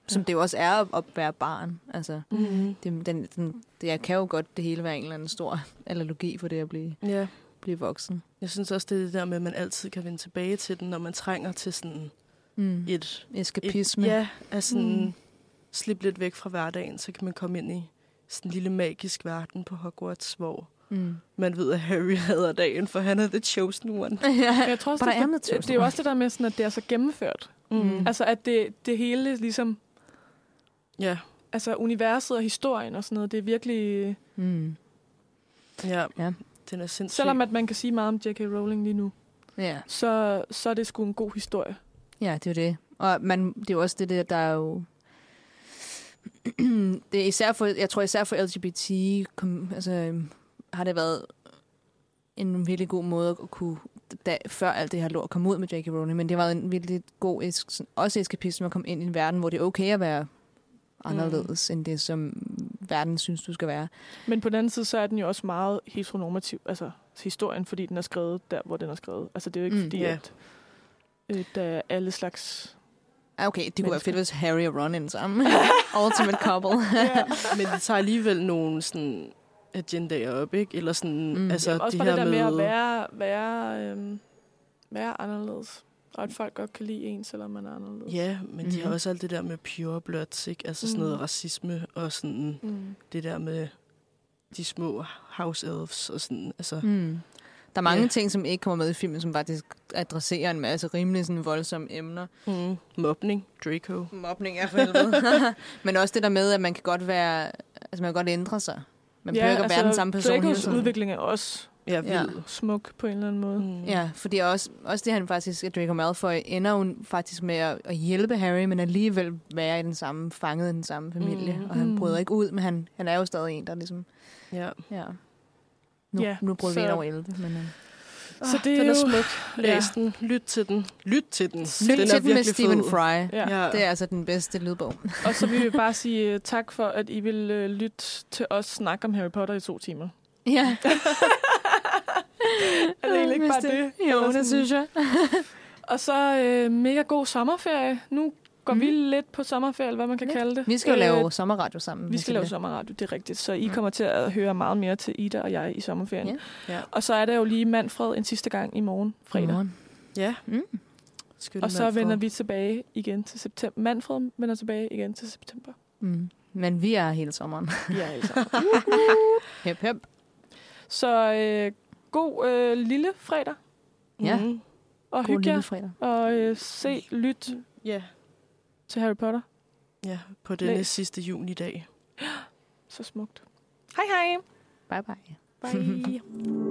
[SPEAKER 3] som det jo også er at, at være barn. Altså,
[SPEAKER 4] Mm.
[SPEAKER 3] det, den, den, det, jeg kan jo godt det hele være en eller anden stor analogi for det at blive
[SPEAKER 4] Ja.
[SPEAKER 3] blive voksen.
[SPEAKER 4] Jeg synes også, det er det der med, at man altid kan vende tilbage til den, når man trænger til sådan
[SPEAKER 3] Mm.
[SPEAKER 4] et... et
[SPEAKER 3] Eskapisme.
[SPEAKER 4] ja, at sådan
[SPEAKER 2] Mm.
[SPEAKER 4] mm. slippe lidt væk fra hverdagen, så kan man komme ind i sådan en lille magisk verden på Hogwarts, hvor
[SPEAKER 3] Mm.
[SPEAKER 4] man ved, at Harry hader dagen, for han er the chosen one.
[SPEAKER 2] Men jeg tror også,
[SPEAKER 3] But
[SPEAKER 2] det, er
[SPEAKER 3] I am
[SPEAKER 2] for-
[SPEAKER 3] the chosen
[SPEAKER 2] det er jo også det der med, sådan, at det er så gennemført.
[SPEAKER 3] Mm.
[SPEAKER 2] Altså, at det, det hele ligesom...
[SPEAKER 4] Ja,
[SPEAKER 2] Altså, universet og historien og sådan noget, det er virkelig...
[SPEAKER 3] Mm.
[SPEAKER 4] ja.
[SPEAKER 3] Ja.
[SPEAKER 4] Den er sindssyg.
[SPEAKER 2] Selvom at man kan sige meget om J.K. Rowling lige nu,
[SPEAKER 3] Ja.
[SPEAKER 2] så, så er det sgu en god historie.
[SPEAKER 3] ja, det er jo det. Og man, det er jo også det, der, der er jo... det er især for, jeg tror især for LGBT, kom, altså, øhm, har det været en virkelig god måde at kunne, da, før alt det her lort kom ud med J.K. Rowling, men det var en virkelig god, es- sådan, også eskapisme at komme ind i en verden, hvor det er okay at være anderledes, mm. end det, som verden synes, du skal være.
[SPEAKER 2] Men på den anden side, så er den jo også meget heteronormativ, altså historien, fordi den er skrevet der, hvor den er skrevet. Altså, det er jo ikke
[SPEAKER 3] Mm,
[SPEAKER 2] mm, fordi,
[SPEAKER 4] ja.
[SPEAKER 2] yeah. at øh, der er alle slags...
[SPEAKER 3] Ah, Okay, det kunne være
[SPEAKER 2] Mennesker.
[SPEAKER 3] fedt, hvis Harry og Ron endte sammen. Ultimate couple.
[SPEAKER 2] Ja.
[SPEAKER 4] Men de tager alligevel nogle sådan agendaer op, ikke? Eller sådan,
[SPEAKER 3] Mm.
[SPEAKER 4] mm. altså
[SPEAKER 2] også
[SPEAKER 4] det
[SPEAKER 2] bare
[SPEAKER 4] her
[SPEAKER 2] det der med,
[SPEAKER 4] med...
[SPEAKER 2] at være, være, øhm, være anderledes. Og at folk godt kan lide en, selvom man er anderledes.
[SPEAKER 4] Ja, men mm-hmm. de har
[SPEAKER 3] Mhm.
[SPEAKER 4] også alt det der med pure bloods, ikke? Altså sådan
[SPEAKER 2] Mm.
[SPEAKER 4] noget racisme og sådan
[SPEAKER 2] Mm.
[SPEAKER 4] det der med de små house elves og sådan, altså... Mm.
[SPEAKER 3] Mm. Der er mange
[SPEAKER 4] Ja.
[SPEAKER 3] ting, som ikke kommer med i filmen, som faktisk adresserer en masse rimelig sådan, voldsomme emner.
[SPEAKER 4] Mm. Mobning, Draco.
[SPEAKER 3] Mobning er for helvede. Men også det der med, at man kan godt være... Altså, man kan godt ændre sig. Man ja, behøver ikke at være den samme person hele
[SPEAKER 2] altså, Dracos
[SPEAKER 3] tiden.
[SPEAKER 2] udvikling er også
[SPEAKER 4] Ja,
[SPEAKER 3] Ja.
[SPEAKER 4] vild.
[SPEAKER 2] smuk på en eller anden måde. Mm.
[SPEAKER 4] Mm.
[SPEAKER 3] Ja, fordi også, også det han faktisk, at Draco Malfoy ender jo faktisk med at, at hjælpe Harry, men alligevel være i den samme, fanget i den samme familie. Mm. Og han
[SPEAKER 2] Mm.
[SPEAKER 3] bryder ikke ud, men han, han er jo stadig en, der ligesom...
[SPEAKER 4] ja.
[SPEAKER 3] Ja. Nu,
[SPEAKER 2] Ja,
[SPEAKER 3] nu bryder vi
[SPEAKER 2] så-
[SPEAKER 3] ind over 11, men... Uh...
[SPEAKER 2] Så det
[SPEAKER 4] Ah, Den
[SPEAKER 2] jo...
[SPEAKER 4] er smuk. Læs
[SPEAKER 2] Ja.
[SPEAKER 4] den. Lyt til den. Lyt til den.
[SPEAKER 3] Lyt
[SPEAKER 4] den er
[SPEAKER 3] til den med
[SPEAKER 4] virkelig
[SPEAKER 3] Stephen
[SPEAKER 4] fed.
[SPEAKER 3] Fry.
[SPEAKER 2] Ja.
[SPEAKER 4] Ja.
[SPEAKER 3] Det er altså den bedste lydbog.
[SPEAKER 2] Og så vil vi bare sige øh, tak for, at I vil øh, lytte til os snakke om Harry Potter i to timer.
[SPEAKER 3] Ja.
[SPEAKER 2] Er det egentlig ikke bare
[SPEAKER 3] Hvis
[SPEAKER 2] Øh, det?
[SPEAKER 3] Jo,
[SPEAKER 2] Eller sådan-
[SPEAKER 3] det synes jeg.
[SPEAKER 2] Og så øh, mega god sommerferie. Nu går vi lidt på sommerferie, eller hvad man kan
[SPEAKER 3] Mhm. Lidt.
[SPEAKER 2] kalde det.
[SPEAKER 3] Vi skal jo
[SPEAKER 2] Øh,
[SPEAKER 3] lave sommerradio sammen.
[SPEAKER 2] Vi skal lave sommerradio, det er rigtigt. Så I kommer til at høre meget mere til Ida og jeg i sommerferien.
[SPEAKER 3] Mhm. Ja.
[SPEAKER 4] Ja.
[SPEAKER 2] Og så er der jo lige Manfred en sidste gang i morgen, fredag.
[SPEAKER 3] Godmorgen.
[SPEAKER 4] Ja.
[SPEAKER 3] Mm.
[SPEAKER 4] Skønne
[SPEAKER 2] Og så
[SPEAKER 4] Manfred.
[SPEAKER 2] vender vi tilbage igen til september. Manfred vender tilbage igen til september.
[SPEAKER 3] Mm. Men vi er hele sommeren.
[SPEAKER 2] Vi er alle sammen.
[SPEAKER 3] Hep, hep.
[SPEAKER 2] Så øh, god øh, lille fredag,
[SPEAKER 3] Ja.
[SPEAKER 4] Mhm.
[SPEAKER 2] og
[SPEAKER 3] God
[SPEAKER 2] hygge
[SPEAKER 3] lille
[SPEAKER 2] jer,
[SPEAKER 3] fredag.
[SPEAKER 2] og øh, se, lyt
[SPEAKER 4] Ja.
[SPEAKER 2] til Harry Potter.
[SPEAKER 4] Ja, på denne
[SPEAKER 2] Læs.
[SPEAKER 4] sidste juni dag.
[SPEAKER 2] Så smukt. Hej hej!
[SPEAKER 3] Bye bye.
[SPEAKER 2] Bye!